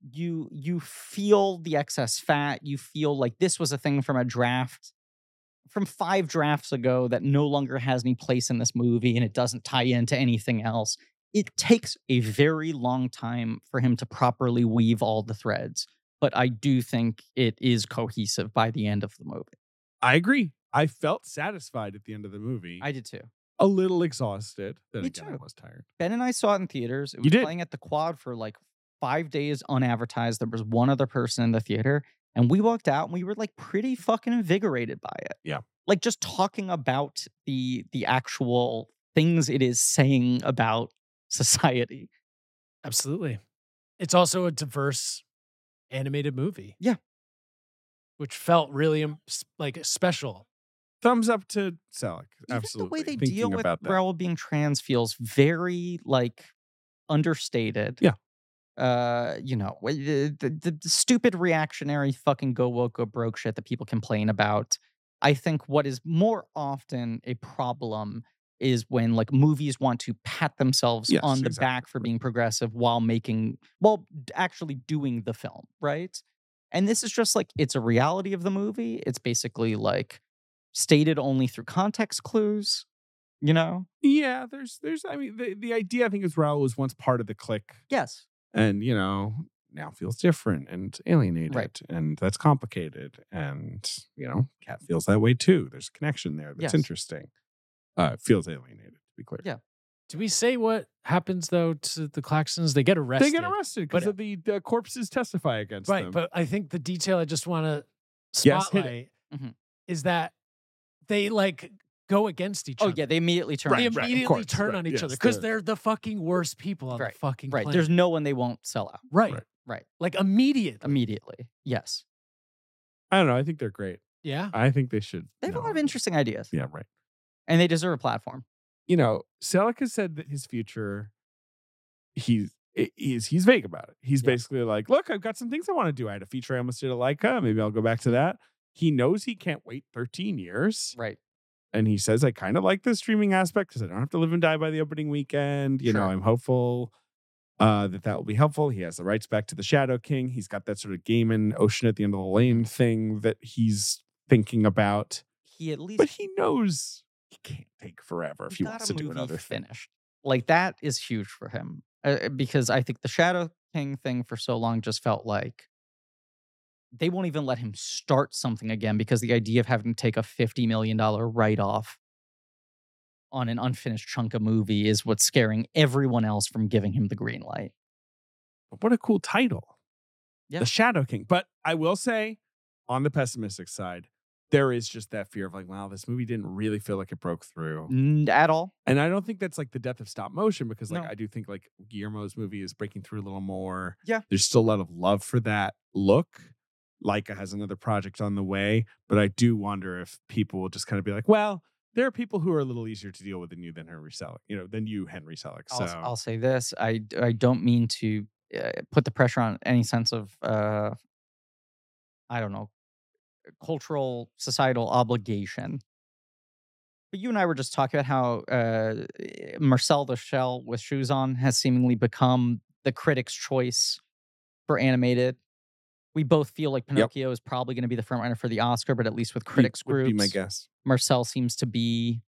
A: you you feel the excess fat. You feel like this was a thing from a draft from five drafts ago that no longer has any place in this movie and it doesn't tie into anything else. It takes a very long time for him to properly weave all the threads, but I do think it is cohesive by the end of the movie.
B: I agree. I felt satisfied at the end of the movie.
A: I did too.
B: a little exhausted. Then
A: Me
B: again, I
A: too.
B: was tired.
A: Ben and I saw it in theaters. It
B: You
A: was
B: did.
A: playing at the quad for like five days unadvertised. There was one other person in the theater, and we walked out and we were like pretty fucking invigorated by it.
B: Yeah.
A: Like just talking about the the actual things it is saying about [laughs] society.
D: Absolutely. It's also a diverse animated movie.
A: Yeah.
D: Which felt really um, s- like special.
B: Thumbs up to Selick.
A: Even
B: Absolutely.
A: the way they
B: Thinking
A: deal with
B: about that.
A: Raoul being trans feels very like understated.
B: Yeah.
A: uh, you know, wh- the, the, the stupid reactionary fucking go woke, go broke shit that people complain about. I think what is more often a problem is when like movies want to pat themselves
B: Yes,
A: on the
B: exactly.
A: back for being progressive while making, while d- actually doing the film, right? And this is just like, it's a reality of the movie. It's basically like stated only through context clues, you know?
B: Yeah, there's there's I mean the, the idea I think is Raoul was once part of the clique
A: Yes.
B: and you know now feels different and alienated
A: Right.
B: and that's complicated and you know Cat feels that way too. There's a connection there that's
A: Yes.
B: interesting. Uh feels alienated to be clear.
A: Yeah.
D: Do we say what happens though to the Claxons? They get arrested.
B: They get arrested because
D: But-
B: of the, the corpses testify against
D: Right,
B: them.
D: but I think the detail I just want to
B: Yes, hit it.
D: spotlight
A: Mhm.
D: is that they like go against each
A: Oh,
D: other.
A: yeah. They immediately turn.
B: Right,
D: they
A: on each other.
B: of
D: immediately
B: course,
D: turn
B: right,
D: on each
B: yes,
D: other because
B: the-
D: they're the fucking worst people on
A: Right,
D: the fucking
A: Right.
D: planet.
A: There's no one they won't sell out
D: right,
B: Right.
A: Right.
D: like immediately.
A: immediately. Yes.
B: I don't know. I think they're great.
D: yeah,
B: I think they should.
A: They have a
B: no.
A: lot of interesting ideas
B: Yeah, right.
A: and they deserve a platform.
B: You know, Selleck has said that his future, he's eh, he's he's vague about it. He's
A: Yeah.
B: basically like, look, I've got some things I want to do. I had a feature I almost did at Leica. Maybe I'll go back to that. He knows he can't wait 13 years.
A: Right.
B: And he says, I kind of like the streaming aspect because I don't have to live and die by the opening weekend. You know,
A: Sure.
B: I'm hopeful uh, that that will be helpful. He has the rights back to the Shadow King. He's got that sort of game and ocean at the end of the lane thing that he's thinking about.
A: He at least
B: But he knows he can't take forever if he
A: got
B: wants
A: a
B: to do
A: movie
B: another thing.
A: finished. Like that is huge for him uh, because I think the Shadow King thing for so long just felt like they won't even let him start something again because the idea of having to take a fifty million dollar write off on an unfinished chunk of movie is what's scaring everyone else from giving him the green light.
B: But what a cool title.
A: Yeah.
B: The Shadow King. But I will say, on the pessimistic side, there is just that fear of like, wow, this movie didn't really feel like it broke through.
A: N- at all?
B: And I don't think that's like the death of stop motion because like
A: No.
B: I do think like Guillermo's movie is breaking through a little more.
A: Yeah.
B: There's still a lot of love for that look. Leica has another project on the way, but I do wonder if people will just kind of be like, well, there are people who are a little easier to deal with than you than Henry Selick, you know, than you, Henry Selick. So
A: I'll, s- I'll say this: I d- I don't mean to uh, put the pressure on any sense of uh, I don't know uh, cultural societal obligation. But you and I were just talking about how uh, Marcel the Shell with Shoes On has seemingly become the critic's choice for animated. We both feel like Pinocchio is probably going to be the frontrunner for the Oscar, but at least with critics
B: would
A: groups,
B: be my guess.
A: Marcel seems to be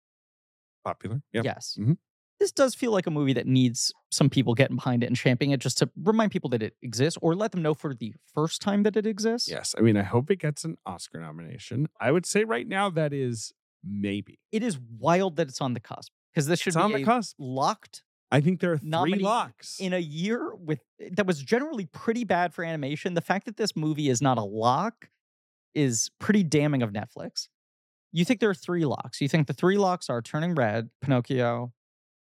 B: Popular. Yeah.
A: Yes.
B: Mhm.
A: This does feel like a movie that needs some people getting behind it and championing it just to remind people that it exists or let them know for the first time that it exists.
B: Yes. I mean, I hope it gets an Oscar nomination. I would say right now that is maybe.
A: It is wild that it's on the cusp because this should
B: it's on
A: be
B: the
A: a
B: cusp.
A: locked
B: I think there are three
A: nominee
B: locks.
A: in a year with eh, that was generally pretty bad for animation. The fact that this movie is not a lock is pretty damning of Netflix. You think there are three locks. You think the three locks are Turning Red, Pinocchio,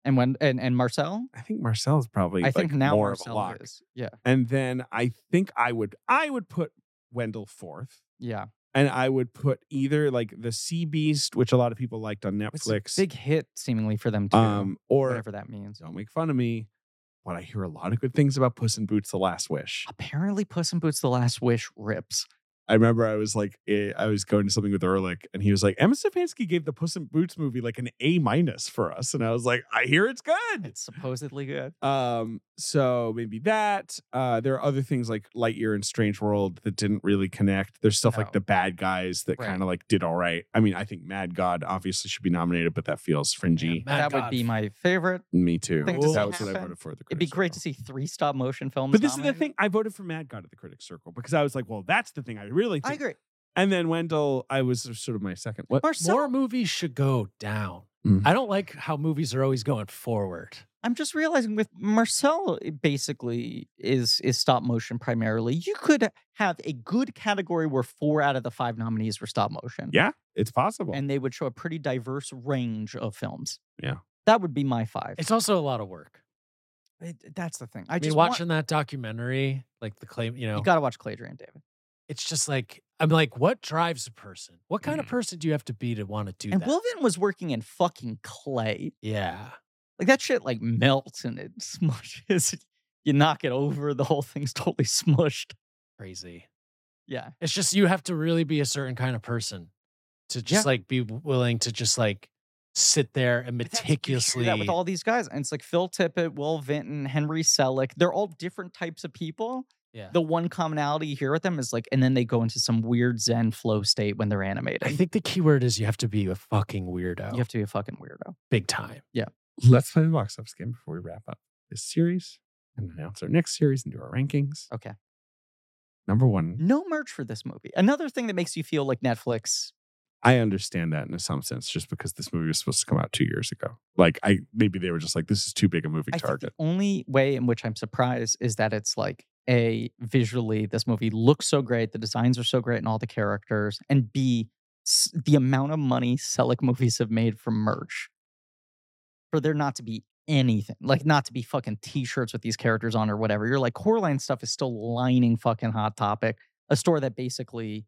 A: and when and, and Marcel?
B: I think Marcel's probably
A: I think
B: like,
A: now
B: more
A: Marcel
B: of a lock.
A: is. Yeah.
B: And then I think I would I would put Wendell fourth.
A: Yeah.
B: And I would put either like the Sea Beast, which a lot of people liked on
A: It's a
B: Netflix.
A: Big hit seemingly for them too.
B: um, or
A: whatever that means.
B: don't make fun of me, but I hear a lot of good things about Puss in Boots: The Last Wish.
A: Apparently, Puss in Boots: The Last Wish rips.
B: I remember I was like, eh, I was going to something with Ehrlich, and he was like, Emma Stefanski gave the Puss in Boots movie like an A minus for us, and I was like, I hear it's good.
A: It's supposedly good.
B: Um, so maybe that. Uh, there are other things like Lightyear and Strange World that didn't really connect. There's stuff
A: No.
B: like the bad guys that
A: Right.
B: kind of like did all right. I mean, I think Mad God obviously should be nominated, but that feels fringy.
D: Mad
A: that would be
D: God.
A: my favorite.
B: Me too.
A: Thing
B: That
A: to
B: was
A: see
B: what I
A: happen.
B: voted for. at The
A: It'd be
B: Critics
A: great to
B: Circle.
A: see three stop motion films.
B: But this is the
A: nominated.
B: thing. I voted for Mad God at the Critics Circle because I was like, well, that's the thing I really
A: I
B: think.
A: agree.
B: and then Wendell, I was sort of my second. What?
A: Marcel,
D: More movies should go down.
B: Mm.
D: I don't like how movies are always going forward.
A: I'm just realizing with Marcel, it basically is is stop motion primarily. You could have a good category where four out of the five nominees were stop motion.
B: Yeah, it's possible.
A: and they would show a pretty diverse range of films.
B: Yeah.
A: that would be my five.
D: It's also a lot of work.
A: It- that's the thing. I,
D: I mean,
A: just want-
D: watching that documentary, like the claim, you know,
A: you got to watch Clay Dream, David.
D: it's just like I'm like, what drives a person? What kind of person do you have to be to want to do
A: Mm. And
D: that?
A: Wilvin was working in fucking clay.
D: yeah,
A: Like that shit like melts and it [laughs] smushes. you knock it over, the whole thing's totally [laughs] smushed.
D: Crazy.
A: Yeah.
D: It's just you have to really be a certain kind of person to just
A: Yeah.
D: like be willing to just like sit there and
A: But that's- you hear
D: meticulously.
A: that with all these guys. And it's like Phil Tippett, Will Vinton, Henry Selick. They're all different types of people.
D: yeah.
A: The one commonality you hear with them is like, and then they go into some weird Zen flow state when they're animated.
D: I think the key word is you have to be a fucking weirdo.
A: you have to be a fucking weirdo.
D: big time.
B: Let's play the box office game before we wrap up this series and announce our next series and do our rankings.
A: Okay.
B: Number one,
A: No merch for this movie. Another thing that makes you feel like Netflix.
B: I understand that in some sense, just because this movie was supposed to come out two years ago. Like, I maybe they were just like, this is too big a movie
A: I think the
B: target.
A: only way in which I'm surprised is that it's like a visually this movie looks so great, the designs are so great, and all the characters, and b s- the amount of money Selick movies have made from merch for there not to be anything like not to be fucking t-shirts with these characters on or whatever. You're like Coraline stuff is still lining fucking Hot Topic, a store that basically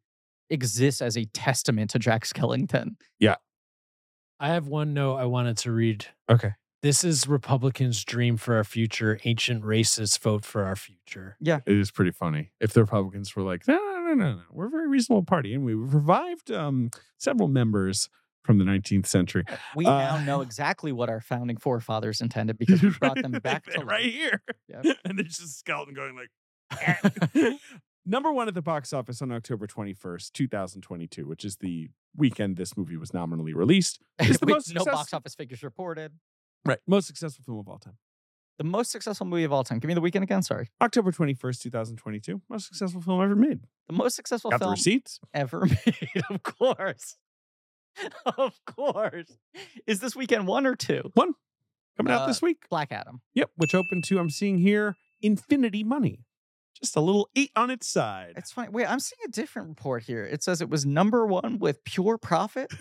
A: exists as a testament to Jack Skellington.
D: I have one note I wanted to read.
B: Okay.
D: This is Republicans' dream for our future. Ancient racists vote for our future.
B: It is pretty funny. If the Republicans were like, no, no, no, no, no, we're a very reasonable party. And we revived um, several members from the 19th century.
A: [laughs] We
B: Uh,
A: now know exactly what our founding forefathers
B: [laughs]
A: intended because we brought them
B: Right
A: back
B: there,
A: to
B: right
A: life.
B: here.
A: Yeah.
B: [laughs] And there's just a skeleton going like [laughs] number one at the box office on October 21st, 2022, which is the weekend this movie was
A: [laughs]
B: nominally released. It's the
A: With
B: most
A: no box
B: successful-
A: office figures reported.
B: Right. Most successful film of all time.
A: The most successful movie of all time. Give me the weekend again. Sorry.
B: October 21st, 2022. Most successful film ever made.
A: The most successful
B: Got the
A: film
B: receipts.
A: ever [laughs] made. Of course. of course. Is this weekend one or two?
B: Coming out
A: Uh,
B: this week.
A: Black Adam.
B: Yep. Which opened to, I'm seeing here, Infinity Money. Just a little eight on its side.
A: [laughs] It's funny. Wait, I'm seeing a different report here. It says it was number one with pure profit.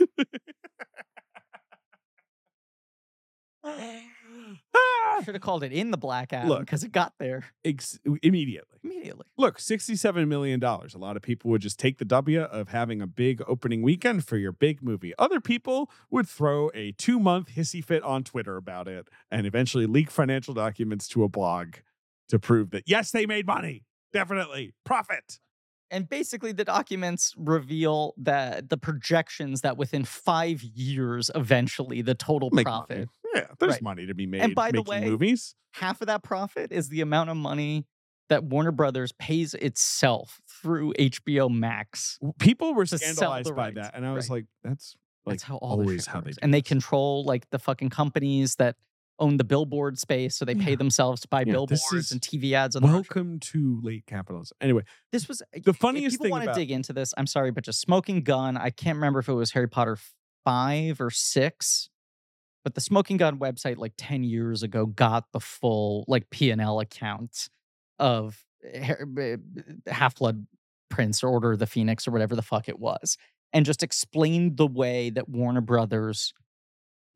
B: Ah! [laughs]
A: Should have called it in the Black Adam
B: Look.
A: because it got there
B: Ex- immediately.
A: immediately.
B: Look, $67 million. A lot of people would just take the W of having a big opening weekend for your big movie. Other people would throw a two month hissy fit on Twitter about it and eventually leak financial documents to a blog to prove that, yes, they made money. Definitely. Profit.
A: And basically, the documents reveal that the projections that within five years, eventually, the total
B: Make
A: profit
B: money. Yeah, there's
A: Right.
B: money to be made
A: by the
B: making
A: way-
B: movies.
A: half of that profit is the amount of money that Warner Brothers pays itself through HBO Max.
B: People were
A: To sell the
B: scandalized by
A: rights.
B: that. And I was
A: Right.
B: like, that's like
A: That's how all this
B: always
A: shit
B: how they
A: works.
B: do
A: and they
B: this.
A: control like the fucking companies that own the billboard space, so they pay
B: Yeah.
A: themselves to buy
B: Yeah, this
A: billboards and
B: is
A: TV ads. On the merch.
B: Welcome to late capitalism. Anyway,
A: this was eh,
B: the
A: if
B: funniest
A: people
B: thing
A: want
B: about-
A: to dig into this. I'm sorry, but just smoking gun. I can't remember if it was Harry Potter five or six. But the Smoking Gun website, like ten years ago, got the full like P and L account of eh, Half Blood eh, Prince or Order of the Phoenix or whatever the fuck it was, and just explained the way that Warner Brothers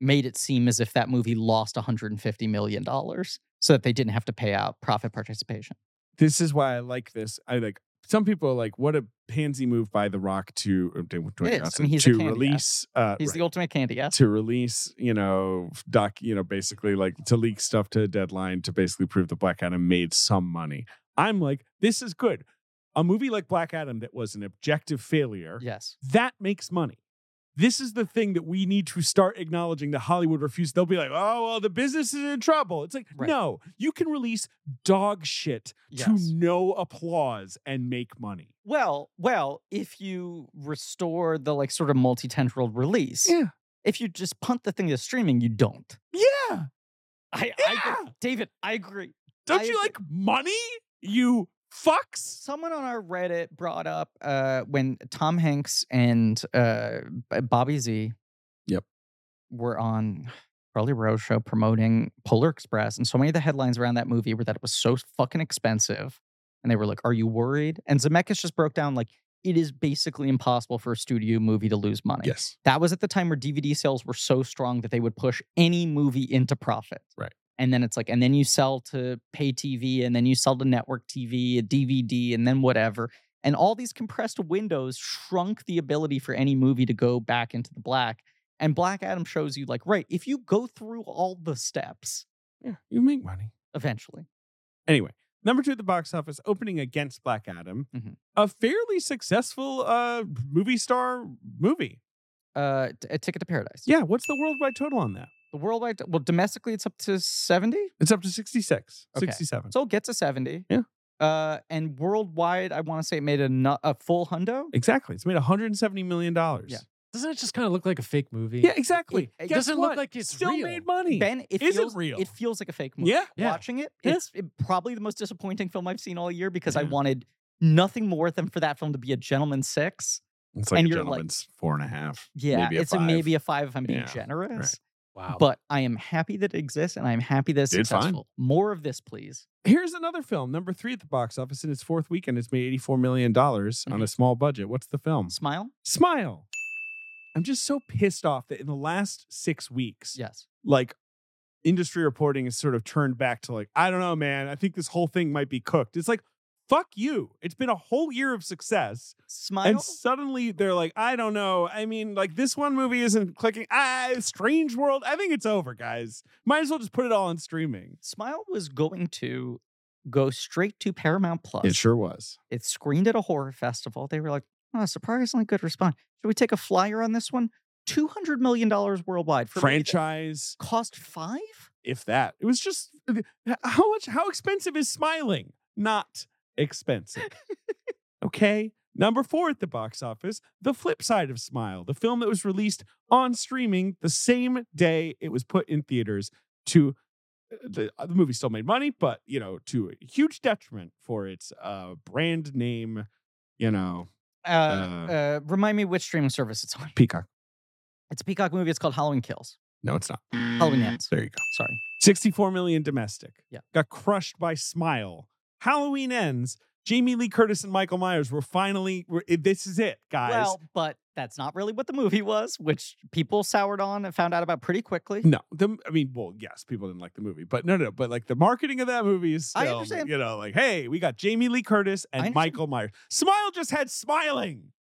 A: made it seem as if that movie lost 150 million dollars, so that they didn't have to pay out profit participation.
B: this is why I like this. I like some people are like, what a pansy move by The Rock to uh, Dwayne
A: is. I
B: Johnson
A: mean, he's a
B: to
A: candy ass.
B: release. Uh,
A: He's the
B: right,
A: ultimate candy ass.
B: to release, you know, doc, you know, basically like to leak stuff to a deadline to basically prove that Black Adam made some money. I'm like, this is good. A movie like Black Adam that was an objective failure
A: Yes.
B: that makes money. This is the thing that we need to start acknowledging that Hollywood refuses. They'll be like, oh, well, the business is in trouble. It's like,
A: Right.
B: no, you can release dog shit to
A: Yes.
B: no applause and make money.
A: Well, well, if you restore the like sort of multi-tentral release,
B: Yeah.
A: if you just punt the thing to streaming, you don't.
B: Yeah.
A: I, I
B: Yeah.
A: agree. David, I agree.
B: Don't
A: I
B: you
A: agree.
B: like money, you fucks?
A: Someone on our Reddit brought up uh, when Tom Hanks and uh, B- Bobby Z,
B: Yep.
A: were on Charlie Rose show promoting Polar Express, and so many of the headlines around that movie were that it was so fucking expensive, and they were like, "Are you worried?" And Zemeckis just broke down like, "It is basically impossible for a studio movie to lose money."
B: Yes.
A: That was at the time where DVD sales were so strong that they would push any movie into profit.
B: Right.
A: And then it's like, and then you sell to pay TV, and then you sell to network TV, a DVD, and then whatever. And all these compressed windows shrunk the ability for any movie to go back into the black. And Black Adam shows you, like, right, if you go through all the steps
B: Yeah. You make money.
A: eventually,
B: Anyway, number two at the box office, opening against Black Adam,
A: Mhm.
B: a fairly successful uh, movie star movie.
A: Uh, t- a ticket to paradise.
B: Yeah, what's the worldwide total on that?
A: The worldwide, well, domestically, it's up to 70.
B: It's up to 66,
A: Okay.
B: 67.
A: So it'll get to 70.
B: Yeah.
A: Uh, and worldwide, I want to say it made a, nu- a full hundo.
B: Exactly. It's made $170 million.
A: Yeah.
D: Doesn't it just kind of look like a fake movie?
B: Yeah, exactly.
A: It- it
B: Guess
D: doesn't look
B: what?
D: like it's
B: still
D: real.
B: made money.
A: Ben, it
B: Is it
A: feels
B: real?
A: It feels like a fake movie.
B: yeah.
D: Yeah.
A: Watching it,
B: Yeah.
A: it's it- probably the most disappointing film I've seen all year because I
B: Yeah.
A: wanted nothing more than for that film to be a gentleman six.
E: It's
A: And
E: like
A: you're like-
E: gentleman's four and a half.
A: Yeah,
E: Maybe a
A: it's a
E: five.
A: maybe a five if I'm being
E: Yeah, right.
A: generous.
D: Wow.
A: But I am happy that it exists, and I'm happy that it's
E: Did fine.
A: successful. More of this, please.
B: Here's another film, number three at the box office in its fourth weekend. It's made $84 million
A: Mm-hmm.
B: on a small budget. What's the film?
A: Smile.
B: Smile. I'm just so pissed off that in the last six weeks,
A: Yes.
B: like industry reporting is sort of turned back to like, I don't know, man. I think this whole thing might be cooked. It's like, fuck you. It's been a whole year of success.
A: Smile.
B: And suddenly they're like, I don't know. I mean, like this one movie isn't clicking. Ah, Strange World. I think it's over, guys. Might as well just put it all on streaming.
A: Smile was going to go straight to Paramount Plus.
E: It sure was.
A: It screened at a horror festival. They were like, oh, surprisingly good response. Should we take a flyer on this one? $200 million worldwide for a movie that
B: Franchise,
A: Cost five?
B: if that. It was just how much, how expensive is smiling? Not expensive. okay. Number four at the box office, The Flip Side of Smile, the film that was released on streaming the same day it was put in theaters to uh, the, the movie still made money, but you know, to a huge detriment for its uh, brand name, you know,
A: Uh, uh, remind me which streaming service it's on.
B: Peacock.
A: It's a Peacock movie. It's called Halloween Kills.
E: No, it's not.
B: Mm,
A: Halloween Ends.
E: There you go.
A: Sorry.
B: 64 million domestic.
A: Yeah.
B: Got crushed by Smile. Halloween ends. Jamie Lee Curtis and Michael Myers were finally, were, it- this is it, guys.
A: Well, but that's not really what the movie was, which people soured on and found out about pretty quickly.
B: no, the, I mean, well, yes, people didn't like the movie, but no, no, but like the marketing of that movie is
A: I
B: still,
A: understand.
B: you know, like, hey, we got Jamie Lee Curtis and
A: understand.
B: Michael Myers. Smile just had smiling.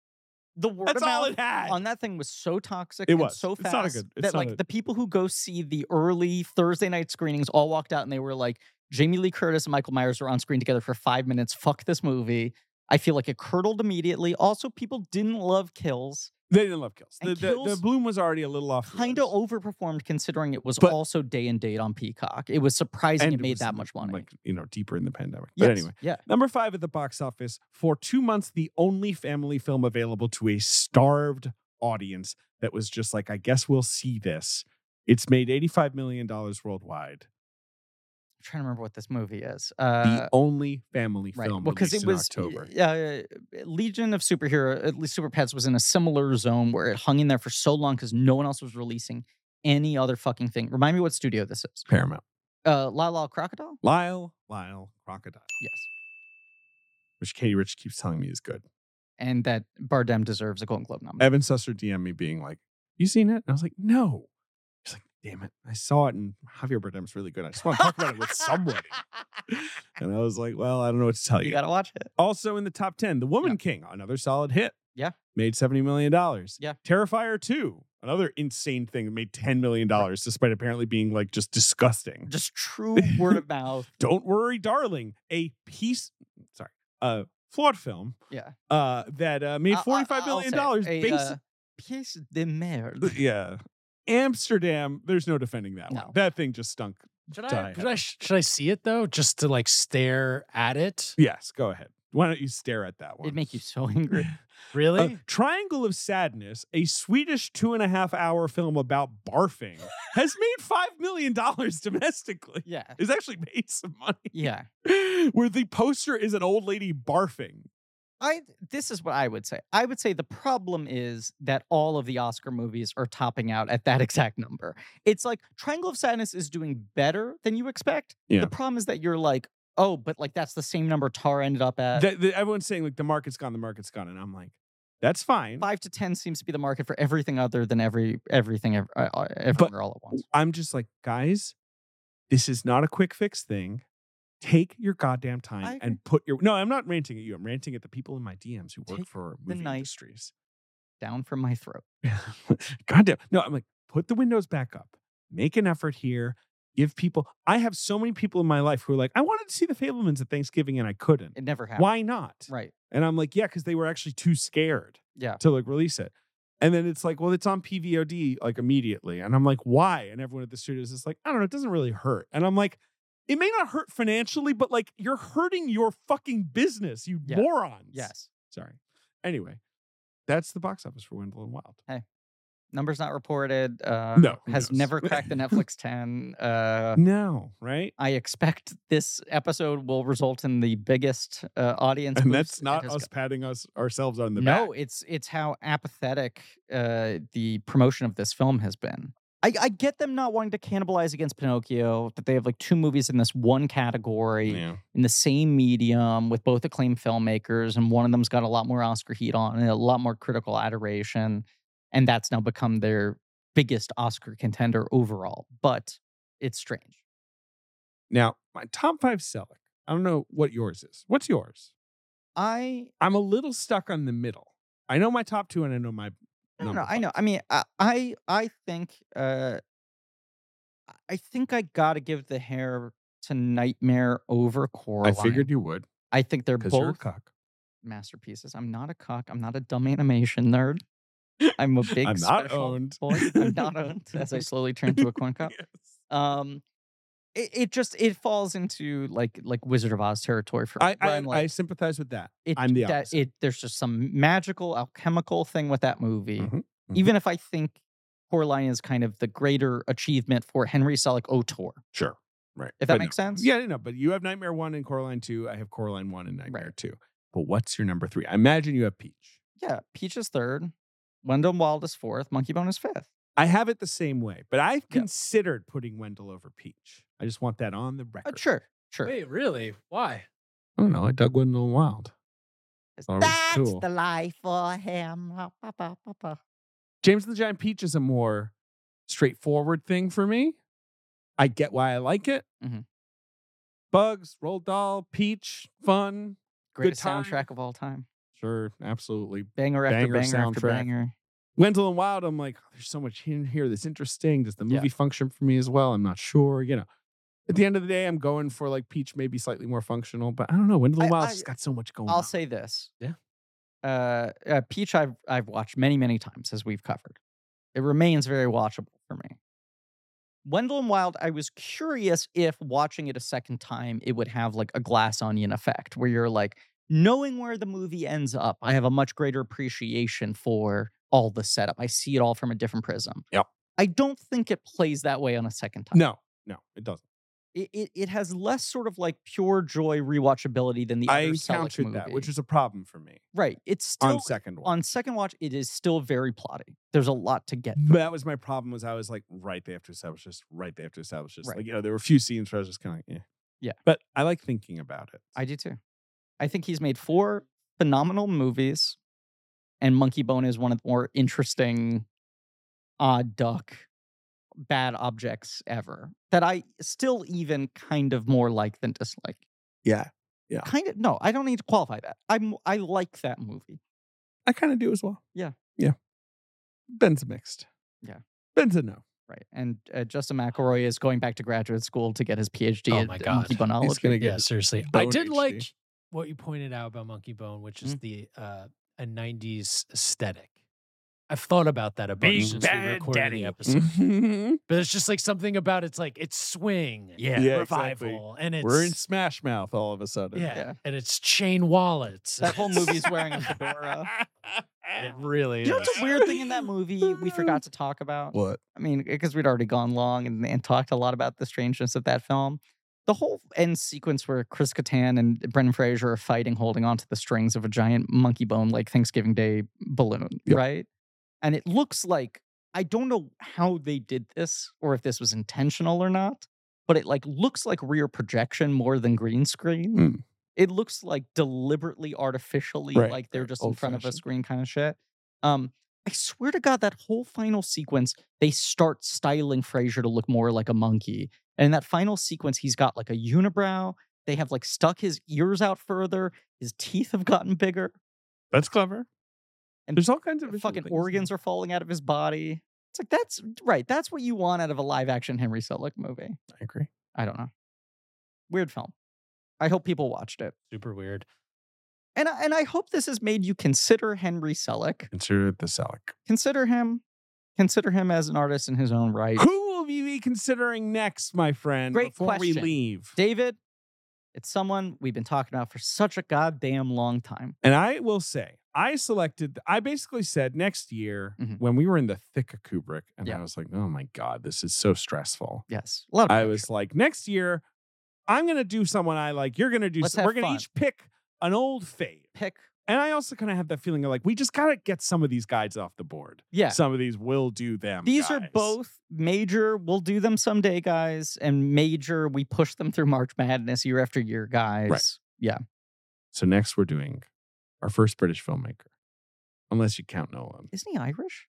A: The word
B: That's
A: of
B: all
A: mouth
B: it had.
A: on that thing was so toxic
B: It
A: and
B: was.
A: so
B: It's not
A: fast
B: a good- it's
A: that
B: not
A: like
B: a-
A: the people who go see the early Thursday night screenings all walked out and they were like, Jamie Lee Curtis and Michael Myers were on screen together for five minutes. Fuck this movie. I feel like it curdled immediately. Also, people didn't love kills.
B: they didn't love kills.
A: And
B: The, the- the
A: Kills
B: bloom was already a little off. the
A: Kind of
B: rails.
A: overperformed considering it was
B: But-
A: also day and date on Peacock. It was surprising
B: And
A: it made
B: was,
A: that much money.
B: Like, you know, deeper in the pandemic.
A: Yes,
B: But anyway.
A: yeah,
B: Number five at the box office for two months, the only family film available to a starved audience that was just like, I guess we'll see this. It's made $85 million worldwide.
A: I'm trying to remember what this movie is.
B: the
A: Uh,
B: only family
A: right,
B: film
A: well, because it
B: released in
A: was
B: October.
A: Uh, Legion of Superhero, at least Super Pets was in a similar zone where it hung in there for so long because no one else was releasing any other fucking thing. Remind me what studio this is.
B: Paramount.
A: Uh, La La Crocodile.
B: Lyle, Lyle, Crocodile,
A: Yes,
B: which Katie Rich keeps telling me is good.
A: and that Bardem deserves a Golden Globe nomination.
B: Evan Susser DM me being like, You seen it? And I was like, No. He's like, Damn it. I saw it and Javier Bardem's really good. I just want to talk about it with somebody.
A: [laughs]
B: And I was like, Well, I don't know what to tell you.
A: you gotta watch it.
B: Also in the top 10, The Woman King, another solid hit.
A: Yeah.
B: Made $70 million.
A: Yeah.
B: Terrifier 2, another insane thing that made $10 million, despite apparently being like just disgusting.
A: Just
B: [laughs]
A: true word of mouth.
B: Don't Worry, Darling, a piece, sorry, a flawed film
A: Yeah,
B: uh, that uh, made
A: I- I-
B: forty-five
A: I'll
B: million
A: say
B: dollars.
A: it. A,
B: basi- uh,
A: uh, piece de
B: [laughs]
A: merde.
B: yeah. Amsterdam, there's no defending that one.
A: No.
B: That thing just stunk.
D: should
B: die.
D: I, should I should I see it though, just to like stare at it?
B: [laughs] Yes, go ahead. Why don't you stare at that one?
A: It'd make you so [laughs]
B: [laughs]
A: angry.
D: Really?
B: Uh, Triangle of Sadness, a Swedish two and a half hour film about barfing, has made five million dollars domestically. [laughs]
A: Yeah,
B: It's actually made some
A: yeah.
B: money. Where the poster is an old lady barfing.
A: I this is what I would say. I would say the problem is that all of the Oscar movies are topping out at that [laughs] exact number. It's like Triangle of Sadness is doing better than you expect.
B: Yeah.
A: The problem is that you're like, oh, but like that's the same number Tar ended up at.
B: Th- th- everyone's saying like the market's gone, the market's gone, and I'm like, that's fine.
A: Five to ten seems to be the market for everything other than every everything ev- uh, uh, everywhere all at once.
B: I'm just like, guys, this is not a quick fix thing. Take your goddamn
A: I
B: time
A: agree.
B: and put your no. I'm not ranting at you. I'm ranting at the people in my DMs who work
A: Take
B: for
A: the
B: movie
A: knife.
B: industries.
A: Down from my throat.
B: [laughs] goddamn. No, I'm like, put the windows back up. Make an effort here. Give people. I have so many people in my life who are like, I wanted to see the Fablemans at Thanksgiving and I couldn't.
A: It never happened.
B: Why not?
A: Right.
B: And I'm like, yeah, because they were actually too scared
A: Yeah.
B: to like release it. And then it's like, well, it's on PVOD like immediately. And I'm like, why? And everyone at the studio is just like, I don't know, it doesn't really hurt. And I'm like, it may not hurt financially, but like you're hurting your fucking business, you
A: Yeah.
B: morons.
A: Yes.
B: Sorry. Anyway, that's the box office for Wendell and Wild.
A: Numbers not reported. Uh,
B: No, who
A: Has
B: knows?
A: never cracked
B: [laughs]
A: the Netflix 10. Uh,
B: No, right?
A: I expect this episode will result in the biggest uh, audience.
E: And
A: boost
E: that's
A: it
E: not
A: has
E: us patting us ourselves on the
A: no,
E: back.
A: it's it's how apathetic uh, the promotion of this film has been. I, I get them not wanting to cannibalize against Pinocchio, that they have like two movies in this one category
E: Yeah.
A: in the same medium with both acclaimed filmmakers, and one of them's got a lot more Oscar heat on it, a lot more critical adoration, and that's now become their biggest Oscar contender overall. But it's strange.
B: Now, my top five Selleck. I don't know what yours is. What's yours?
A: I
B: I'm a little stuck on the middle. I know my top two and I know my
A: No,
B: number
A: no, I
B: five.
A: know. I mean, I, I, I think, uh, I think I gotta give the hair to Nightmare over
E: I
A: Coraline.
E: figured you would
A: I think they're
E: because you're a
A: both
E: cock.
A: masterpieces. I'm not a cock. I'm not a dumb animation nerd. [laughs] I'm a big.
E: I'm not
A: special
E: owned.
A: [laughs] Boy. I'm
B: [laughs]
E: [laughs]
A: not owned. oh, As I slowly turn to a corn cup. Um, it, it just it falls into like like Wizard of Oz territory for me.
B: I,
A: where
B: I,
A: I'm like,
B: I sympathize with that.
A: it,
B: I'm the
A: that,
B: opposite.
A: it there's just some magical alchemical thing with that movie.
B: Mm-hmm,
E: Mhm,
A: Even if I think Coraline is kind of the greater achievement for Henry Selick O'Toole,
E: Sure. Right.
A: if
E: But
A: that
E: no.
A: makes sense.
B: Yeah, no, but you have Nightmare One and Coraline Two. I have Coraline One and Nightmare
A: Right.
B: Two. But what's your number three? I imagine you have Peach.
A: yeah. Peach is third, Wendell Wild is fourth, Monkey Bone is fifth.
B: I have it the same way, but I've considered putting Wendell over Peach. I just want that on the
A: Uh,
B: record.
A: sure, sure.
D: Wait, really? Why?
B: I don't know. I dug Wendell Wild.
A: It's-
B: Oh,
A: That's
B: cool.
A: the life for him. Ah, bah, bah, bah, bah.
B: James and the Giant Peach is a more straightforward thing for me. I get why I like it.
A: Mhm.
B: Bugs, Roll Doll, Peach, fun.
A: Greatest
B: time.
A: soundtrack of all time.
B: Sure, absolutely.
A: Banger after
B: Banger
A: banger after
B: soundtrack.
A: banger.
B: Wendell and Wild, I'm like, "Oh, there's so much in here that's interesting. Does the
A: Yeah. Mm-hmm.
B: movie function for me as well? I'm not sure. You know, at the end of the day, I'm going for like Peach, maybe slightly more functional, but I don't know. Wendell
A: I-
B: and Wild's
A: I-
B: just got so much going
A: I'll
B: on.
A: say this.
B: Yeah.
A: Uh, uh, Peach, I've I've watched many many times as we've covered. It remains very watchable for me. Wendell and Wild, I was curious if watching it a second time, it would have like a glass onion effect, where you're like knowing where the movie ends up. I have a much greater appreciation for all the setup. I see it all from a different prism.
E: Yep.
A: I don't think it plays that way on a second time
B: no, no, it doesn't.
A: it, it, it has less sort of like pure joy rewatchability than the
B: I
A: other Selleck
B: encountered that,
A: movie.
B: which is a problem for me
A: right. It's still
B: on second one.
A: on second watch. It is still very plotty. There's a lot to get.
B: But that was my problem was I was like, right, they have to establish this, right, they have to establish this.
A: Right.
B: Like, you know, there were a few scenes where I was just kind of like, yeah.
A: Yeah.
B: But I like thinking about it.
A: I do too. I think he's made four phenomenal movies, and Monkey Bone is one of the more interesting, odd duck, bad objects ever that I still even kind of more like than dislike.
B: yeah.
A: Kind of no, I don't need to qualify that. I'm I like that movie.
B: I kind of do as well.
A: Yeah.
B: Yeah. Ben's mixed.
A: Yeah.
B: Ben's a no.
A: Right. And uh, Justin McElroy is going back to graduate school to get his PhD
D: Oh
A: at
D: my
A: in
D: God.
A: monkey
B: He's
D: He's
B: gonna
A: biology.
B: get
D: Yeah,
B: his
D: seriously. I
B: bone
D: did
B: HD. Mm-hmm.
D: like what you pointed out about Monkey Bone, which is the uh, a '90s aesthetic. I've thought about that a bunch
E: Big
D: since we
E: bad
D: recorded
E: daddy.
B: [laughs]
D: the episode,
B: Mm-hmm.
D: but it's just like something about it's like it's swing,
E: Yeah.
B: Yeah, exactly.
D: revival, and it's
B: We're in Smash Mouth all of a sudden.
D: yeah,
A: Yeah.
D: and it's chain wallets.
A: That whole movie's wearing
E: [laughs]
A: a fedora.
D: [laughs] it really
A: You know
D: is.
A: what's a weird thing in that movie we forgot to talk about?
E: What?
A: I mean, because we'd already gone long and, and talked a lot about the strangeness of that film. The whole end sequence where Chris Kattan and Brendan Fraser are fighting, holding onto the strings of a giant monkey bone like Thanksgiving Day balloon,
E: Yep.
A: right? And it looks like I don't know how they did this or if this was intentional or not, but it like looks like rear projection more than green screen.
E: Mm.
A: It looks like deliberately artificially
E: Right,
A: like they're
E: right,
A: just in front of a
E: old-fashioned.
A: screen kind of shit. Um, I swear to God, that whole final sequence, they start styling Frasier to look more like a monkey. And in that final sequence, he's got like a unibrow. They have like stuck his ears out further. His teeth have gotten bigger.
B: That's clever.
A: And
B: There's all kinds of
A: Fucking organs are falling out of his body. It's like that's right. That's what you want out of a live action Henry Selick movie.
B: I agree.
A: I don't know. Weird film. I hope people watched it.
D: Super weird.
A: And I, and I hope this has made you consider Henry Selick.
E: Consider it the Selleck.
A: Consider him. Consider him as an artist in his own right.
B: Who will we be considering next, my friend?
A: Great
B: before we
A: question.
B: leave,
A: David, it's someone we've been talking about for such a goddamn long time.
B: and I will say, I selected. I basically said next year
A: Mhm.
B: when we were in the thick of Kubrick, and
A: Yeah.
B: I was like, oh my god, this is so stressful.
A: Yes. A lot of
B: I
A: pressure.
B: was like, next year, I'm gonna do someone I like. You're gonna do.
A: Let's
B: some- we're
A: have
B: gonna
A: fun.
B: each pick an old fave.
A: pick.
B: And I also kind of have that feeling of like, we just gotta get some of these guys off the board.
A: Yeah.
B: Some of these will do them.
A: These are
B: guys.
A: both major, we'll do them someday, guys, and major, we push them through March Madness year after year, guys. Yeah.
E: So next we're doing our first British filmmaker, unless you count Nolan.
A: Isn't he Irish?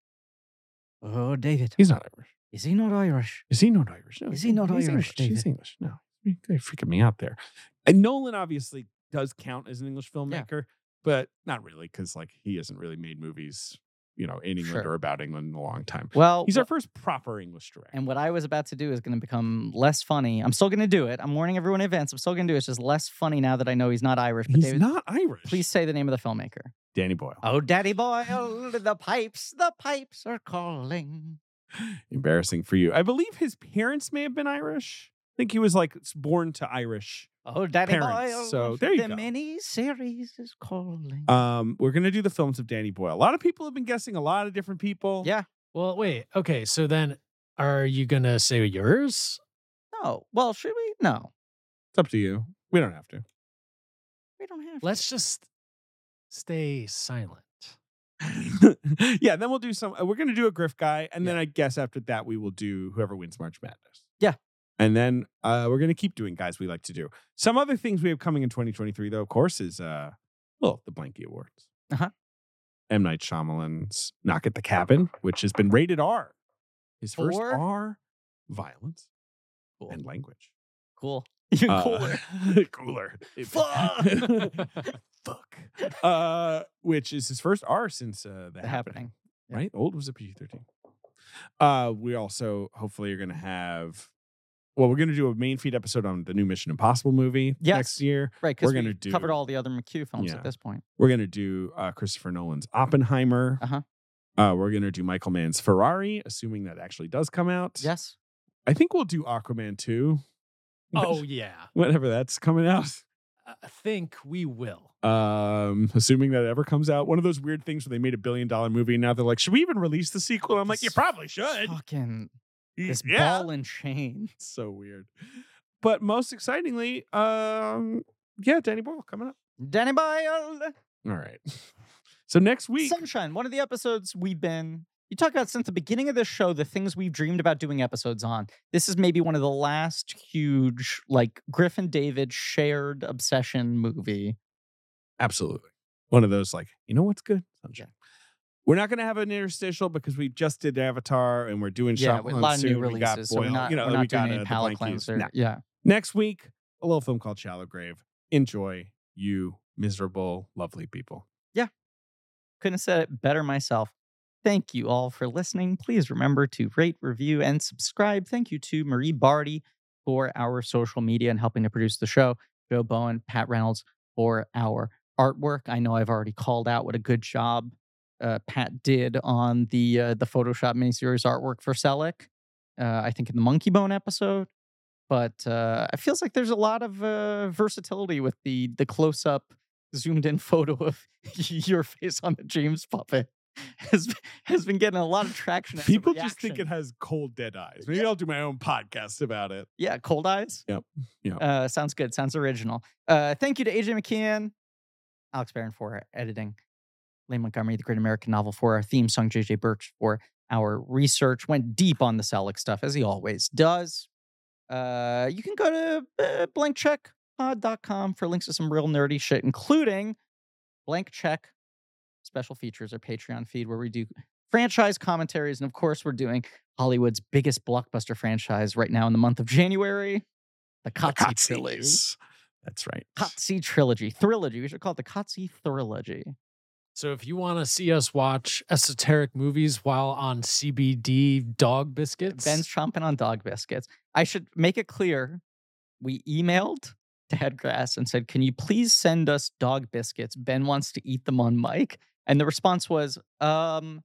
A: Oh, David.
E: He's not Irish.
A: Is he not Irish?
E: Is he not Irish? No,
A: Is
E: he's
A: he not
E: he's
A: Irish,
E: He's English. No, you're freaking me out there.
B: And Nolan obviously does count as an English filmmaker, but not really because like he hasn't really made movies, you know, in England
A: Sure.
B: or about England in a long time.
A: Well,
B: He's
A: wh-
B: our first proper English director.
A: and what I was about to do is going to become less funny. I'm still going to do it. I'm warning everyone in advance. I'm still going to do it. It's just less funny now that I know he's not Irish. But
B: he's
A: David,
B: not Irish.
A: please say the name of the filmmaker.
B: Danny Boyle.
A: Oh, Daddy Boyle, the pipes, the pipes are calling.
B: Embarrassing for you. I believe his parents may have been Irish. I think he was like s- born to Irish.
A: Oh, Daddy
B: Parents,
A: Boyle,
B: so there you
A: the
B: go.
A: mini series is calling.
B: Um, we're gonna do the films of Danny Boyle. A lot of people have been guessing. A lot of different people.
A: Yeah.
D: Well, wait. Okay. So then are you going to say yours?
A: no, well, should we? No,
B: it's up to you. We don't have to.
A: we don't have. to.
D: Let's just stay silent. [laughs]
B: [laughs] yeah, then we'll do some. uh, We're gonna do a Griff guy, and then I guess after that we will do whoever wins March Madness.
A: Yeah.
B: and then uh, we're gonna keep doing guys we like to do. Some other things we have coming in 2023, though, of course, is uh, well, the Blanky Awards.
A: Uh-huh.
B: M Night Shyamalan's Knock at the Cabin, which has been rated R. His first
A: For?
B: R, violence
A: Cool.
B: and
A: [laughs]
B: language.
A: cool. Even [laughs]
B: Uh,
A: cooler.
B: [laughs] cooler.
A: Fuck.
B: [laughs] Fuck. Uh, which is his first R since uh, the,
A: The
B: happening
A: happening. Yeah.
B: right? Old was a PG 13. Uh, we also hopefully are going to have, well, we're going to do a main feed episode on the new Mission Impossible movie next
A: Yes.
B: year.
A: [laughs] Right, because
B: We're
A: we
B: gonna
A: covered
B: do-
A: all the other McHugh films
B: Yeah.
A: at this point.
B: We're going to do uh, Christopher Nolan's Oppenheimer.
A: Uh-huh.
B: Uh, we're going to do Michael Mann's Ferrari, assuming that actually does come out.
A: Yes.
B: I think we'll do Aquaman [laughs] 2.
D: Oh, yeah.
B: Whenever that's coming out.
D: I think we will.
B: Um, assuming that it ever comes out. One of those weird things where they made a billion dollar movie and now they're like, should we even release the sequel? I'm like, you
A: This
B: probably should.
A: Fucking [gasps] this
B: Yeah.
A: ball and chain.
B: It's so weird. But most excitingly, um, yeah, Danny Boyle coming up.
A: Danny Boyle.
B: All right. [laughs] So next week,
A: Sunshine, one of the episodes we've been. You talk about since the beginning of this show, the things we've dreamed about doing episodes on. This is maybe one of the last huge, like Griffin David shared obsession movie.
B: absolutely one of those like, you know what's good? Sunshine. We're not going to have an interstitial because we just did Avatar and we're doing
A: Yeah,
B: Shyamalan
A: with a lot of
B: soon.
A: new
B: We got
A: releases. so we're
B: Boyle.
A: not,
B: you know,
A: we're
B: we
A: not
B: got
A: doing
B: uh,
A: any
B: the
A: palate
B: Blankies.
A: cleanser.
B: No.
A: Yeah.
B: Next week, a little film called Shallow Grave. Enjoy, you miserable, lovely people.
A: [laughs] Couldn't have said it better myself. Thank you all for listening. Please remember to rate, review, and subscribe. Thank you to Marie Barty for our social media and helping to produce the show. Joe Bowen, Pat Reynolds for our artwork. I know I've already called out what a good job uh, Pat did on the uh, the Photoshop miniseries artwork for Selleck. Uh, I think in the Monkey Bone episode, but uh, it feels like there's a lot of uh, versatility with the the close up zoomed in [laughs] photo of your face on the James puppet has has been getting a lot of traction. as a
B: People just think it
A: reaction.
B: has cold, dead eyes. Maybe I'll do my own podcast about it.
A: yeah, cold eyes.
B: Yep, yep.
A: Uh, sounds good. Sounds original. Uh, thank you to AJ McKeon, Alex Barron for editing, Lane Montgomery, the Great American Novel for our theme song, JJ Birch for our research. Went deep on the Selleck stuff as he always does. Uh, you can go to uh, blankcheckpod.com for links to some real nerdy shit, including blank check special features or Patreon feed where we do franchise commentaries. And of course, we're doing Hollywood's biggest blockbuster franchise right now in the month of January, the Kotze Trilogy.
B: Cotsies. That's right.
A: Kotze Trilogy. Trilogy. We should call it the Kotze Trilogy.
D: So if you want to see us watch esoteric movies while on CBD dog biscuits,
A: Ben's chomping on dog biscuits. I should make it clear we emailed Dad Grass and said, Can you please send us dog biscuits? Ben wants to eat them on mic. And the response was, um,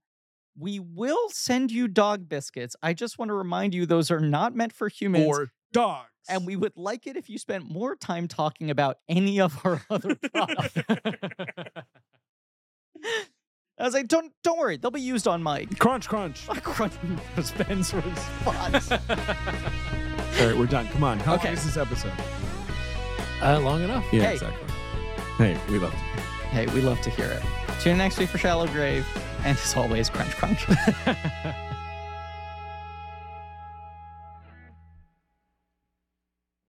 A: We will send you dog biscuits. I just want to remind you, those are not meant for humans.
B: Or dogs.
A: and we would like it if you spent more time talking about any of our other products. [laughs] I was like, don't don't worry, they'll be used on mic.
B: crunch, crunch.
A: Ben's response.
B: All right, we're done. Come on. How
A: Okay.
B: long is this episode?
D: uh, long enough.
E: Yeah,
A: Hey.
E: exactly. Hey, we love you.
A: hey, we love to hear it. Tune in next week for Shallow Grave, and as always, crunch crunch.